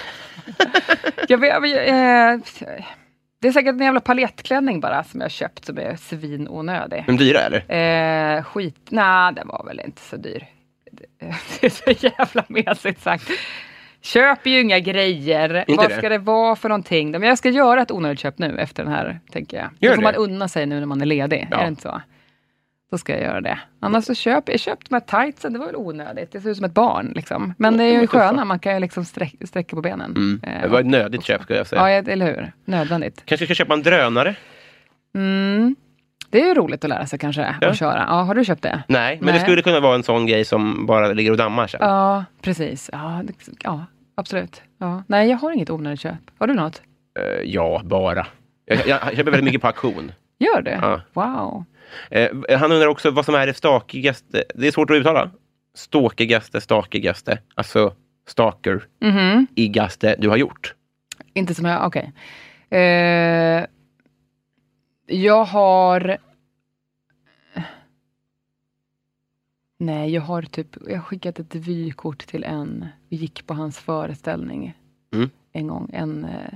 Speaker 3: jag, vet- jag, vet- eh, det är säkert en jävla palettklänning bara som jag har köpt som är svinonödig.
Speaker 2: De dyra, eller?
Speaker 3: Eh, skit, nej den var väl inte så dyr. Det det är så jävla mesigt sagt. Köp ju inga grejer.
Speaker 2: Inte
Speaker 3: Vad
Speaker 2: det?
Speaker 3: ska det vara för någonting? Men jag ska göra ett onödigt köp nu efter den här, tänker jag.
Speaker 2: Gör
Speaker 3: det får
Speaker 2: det.
Speaker 3: man unna sig nu när man är ledig,
Speaker 2: Ja.
Speaker 3: är det inte så? Då ska jag göra det. Annars så köp, jag köpte de här tightsen, det var väl onödigt. Det ser ut som ett barn liksom. Men det är ju
Speaker 2: men tuffa.
Speaker 3: sköna, man kan ju liksom sträck, sträcka på benen. Eh,
Speaker 2: Mm, Det var ett nödigt köp, skulle jag säga.
Speaker 3: ja, eller hur? Nödvändigt.
Speaker 2: Kanske ska köpa en drönare?
Speaker 3: Mm. Det är ju roligt att lära sig kanske,
Speaker 2: Ja.
Speaker 3: att köra. Ja, har du köpt det?
Speaker 2: Nej, men det
Speaker 3: Nej.
Speaker 2: skulle kunna vara en sån grej som bara ligger och dammar sen.
Speaker 3: Ja, precis. Ja, det, ja absolut. Ja. Nej, jag har inget onödigt köp. Har du något?
Speaker 2: Eh, ja, bara. Jag, jag köper väldigt mycket på auktion.
Speaker 3: Gör du?
Speaker 2: Ja.
Speaker 3: Wow.
Speaker 2: Eh, han undrar också vad som är det stakigaste. Det är svårt att uttala. Stakigaste, stakigaste. Alltså stalker,
Speaker 3: Mhm.
Speaker 2: igaste du har gjort.
Speaker 3: Inte som jag, okej. Eh, jag har... Nej, jag har typ, jag har skickat ett vykort till en, vi gick på hans föreställning
Speaker 2: Mm.
Speaker 3: en gång, en eh,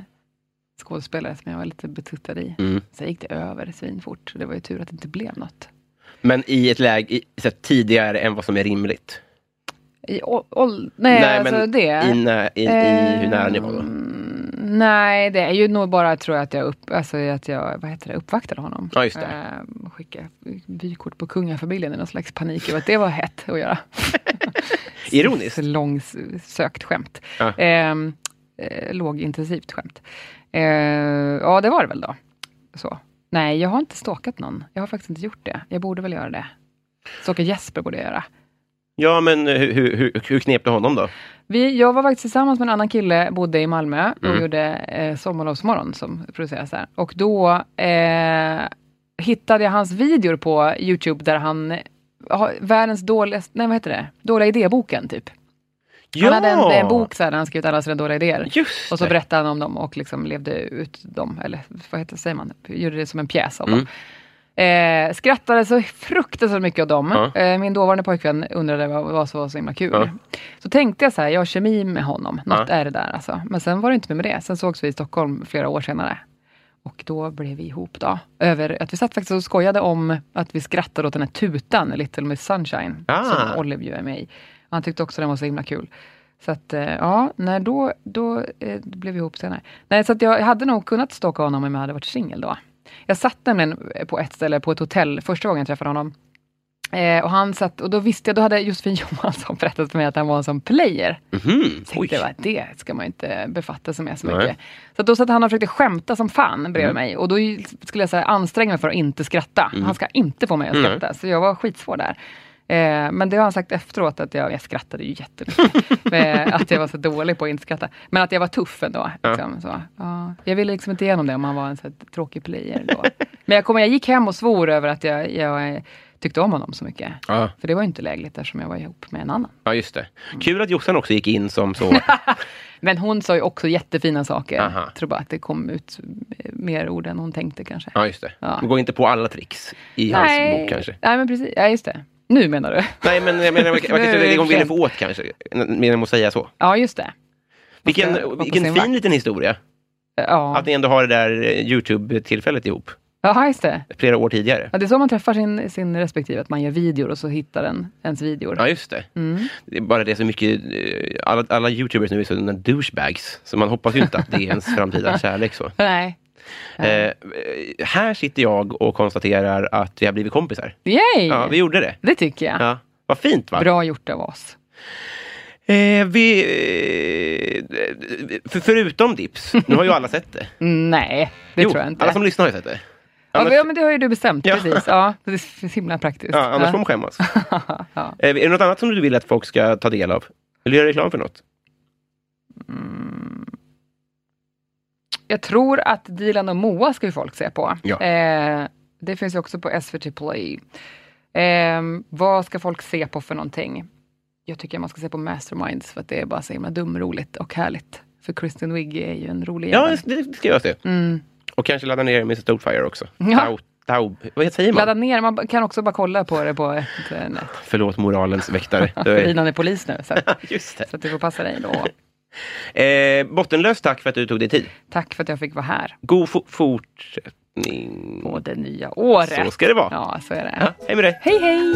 Speaker 3: skådespelare som jag var lite betuttad i.
Speaker 2: Mm.
Speaker 3: Sen gick det över svinfort, så det var ju tur att det inte blev något.
Speaker 2: Men i ett läge i, så här, tidigare än vad som är rimligt.
Speaker 3: I å- ål- nej,
Speaker 2: Nej,
Speaker 3: alltså
Speaker 2: men
Speaker 3: det.
Speaker 2: I, nä, i,
Speaker 3: Eh.
Speaker 2: i hur nära ni var då.
Speaker 3: Ehm, Nej, det är ju nog bara tror jag att jag, upp, alltså, att jag vad heter det, uppvaktade honom.
Speaker 2: Ja, just det.
Speaker 3: Ehm, skickade vykort på kungafamiljen i någon slags panik över att det var hett att göra.
Speaker 2: Ironiskt.
Speaker 3: Så Långsökt skämt.
Speaker 2: Ja.
Speaker 3: Ehm, eh, lågintensivt skämt. Ehm, ja, det var det väl då. Så. Nej, jag har inte stalkat någon. Jag har faktiskt inte gjort det. Jag borde väl göra det. Stalka Jesper borde jag göra.
Speaker 2: Ja, men hur, hur, hur, hur knep du honom då?
Speaker 3: Vi, jag var faktiskt tillsammans med en annan kille, bodde i Malmö och
Speaker 2: Mm.
Speaker 3: gjorde eh, Sommarlovsmorgon som produceras där. Och då eh, hittade jag hans videor på Youtube där han eh, har världens dåligaste, nej vad heter det, dåliga idéboken typ.
Speaker 2: Ja!
Speaker 3: Han hade en, en bok så här, där han skrivit alla sina dåliga idéer.
Speaker 2: Just
Speaker 3: Och så
Speaker 2: det.
Speaker 3: berättade han om dem och liksom levde ut dem, eller vad heter, säger man, gjorde det som en pjäs av
Speaker 2: Mm.
Speaker 3: dem. Eh, skrattade så fruktansvärt mycket av dem.
Speaker 2: Ja.
Speaker 3: Eh, min dåvarande pojkvän undrade vad, vad som var så himla kul.
Speaker 2: Ja.
Speaker 3: Så tänkte jag så här, jag har kemi med honom, något
Speaker 2: Ja.
Speaker 3: är det där alltså. Men sen var det inte mer med det. Sen sågs vi i Stockholm flera år senare. Och då blev vi ihop då. Över att vi satt faktiskt och skojade om att vi skrattade åt den här tutan, Little Miss Sunshine,
Speaker 2: Ah.
Speaker 3: som Olive ju är med i. Han tyckte också den var så himla kul. Så att, eh, ja, nej, då, då eh, blev vi ihop senare. Nej, så att jag hade nog kunnat stalka honom om jag hade varit singel då. Jag satt nämligen på ett ställe, på ett hotell, första gången jag träffade honom. Eh, och, han satt, och då visste jag, då hade Josefin Johansson berättat för mig att han var en sån player.
Speaker 2: Mhm.
Speaker 3: Tänkte jag bara, det ska man ju inte befatta sig med så
Speaker 2: Nej.
Speaker 3: mycket. Så att då satt han och försökte skämta som fan bredvid mig. Och då ju- skulle jag så här, anstränga mig för att inte skratta. Han ska inte få mig att skratta. Så jag var skitsvår där. Eh, men det har han sagt efteråt att jag, jag skrattade ju jättemycket. med att jag var så dålig på att inte skratta. Men att jag var tuff ändå. Liksom, så. Ja, jag ville liksom inte igenom det om han var en så här, tråkig player då. men jag, kom, jag gick hem och svor över att jag, jag eh, tyckte om honom så mycket.
Speaker 2: Ja.
Speaker 3: För det var ju inte lägligt eftersom jag var ihop med en annan.
Speaker 2: Ja, just det. Kul att Jossan också gick in som så.
Speaker 3: Men hon sa ju också jättefina saker.
Speaker 2: Aha.
Speaker 3: Jag tror bara att det kom ut eh, mer ord än hon tänkte kanske.
Speaker 2: Ja, just det.
Speaker 3: Ja.
Speaker 2: Gå inte på alla tricks i hans bok kanske.
Speaker 3: Nej, men precis. Ja, just det. Nu menar du?
Speaker 2: Nej, men jag menar, vad vad kanske det hon ville få åt kanske, genom att säga så.
Speaker 3: Ja, just det. Måste vara
Speaker 2: Vilken,
Speaker 3: på
Speaker 2: vilken
Speaker 3: sin
Speaker 2: fin
Speaker 3: vakt.
Speaker 2: liten historia.
Speaker 3: Ja,
Speaker 2: Att ni ändå har det där eh, YouTube-tillfället ihop,
Speaker 3: ja just det.
Speaker 2: flera år tidigare.
Speaker 3: Ja, det är så man träffar sin, sin respektive, att man gör videor och så hittar den ens videor.
Speaker 2: Ja, just det.
Speaker 3: Mm.
Speaker 2: Det är bara det så mycket, eh, alla, alla YouTubers nu är sådana douchebags, så man hoppas ju inte att det är ens framtida kärlek. Så.
Speaker 3: Nej.
Speaker 2: Eh, här sitter jag och konstaterar att vi har blivit kompisar.
Speaker 3: Yay!
Speaker 2: Ja, vi gjorde det.
Speaker 3: Det tycker jag.
Speaker 2: Ja. Vad fint va?
Speaker 3: Bra gjort av oss.
Speaker 2: Eh, vi, eh, för, förutom Dips, nu har ju alla sett det.
Speaker 3: Nej, det tror jag inte.
Speaker 2: Alla som lyssnar har ju sett det.
Speaker 3: ja,
Speaker 2: Annars,
Speaker 3: men- ja, men det har ju du bestämt.
Speaker 2: Ja.
Speaker 3: Precis. Ja, det är så himla praktiskt.
Speaker 2: ja, annars får man skämmas.
Speaker 3: Ja.
Speaker 2: Eh, är det något annat som du vill att folk ska ta del av? Vill du göra reklam för något?
Speaker 3: Jag tror att Dilan och Moa ska ju folk se på.
Speaker 2: Ja.
Speaker 3: Eh, det finns ju också på SVT Play. Eh, vad ska folk se på för någonting? Jag tycker man ska se på Masterminds för att det är bara så himla dumroligt och härligt. För Kristen Wiig är ju en rolig
Speaker 2: Ja,
Speaker 3: jävel.
Speaker 2: det, det ska jag se.
Speaker 3: mm.
Speaker 2: Och kanske ladda ner Mr Stolfire också.
Speaker 3: Ja.
Speaker 2: Tau, tau, vad säger man?
Speaker 3: Ladda ner, man kan också bara kolla på det på ett eh, nät.
Speaker 2: Förlåt moralens väktare. Det
Speaker 3: För
Speaker 2: var-
Speaker 3: Linan är polis nu, så, att,
Speaker 2: Just
Speaker 3: så att du får passa dig då.
Speaker 2: det. Eh, bottenlöst tack för att du tog dig tid.
Speaker 3: Tack för att jag fick vara här
Speaker 2: God fo- fortsättning.
Speaker 3: på det nya året.
Speaker 2: Så ska det vara.
Speaker 3: Ja, så är det.
Speaker 2: Ja, hej med dig.
Speaker 3: Hej, hej!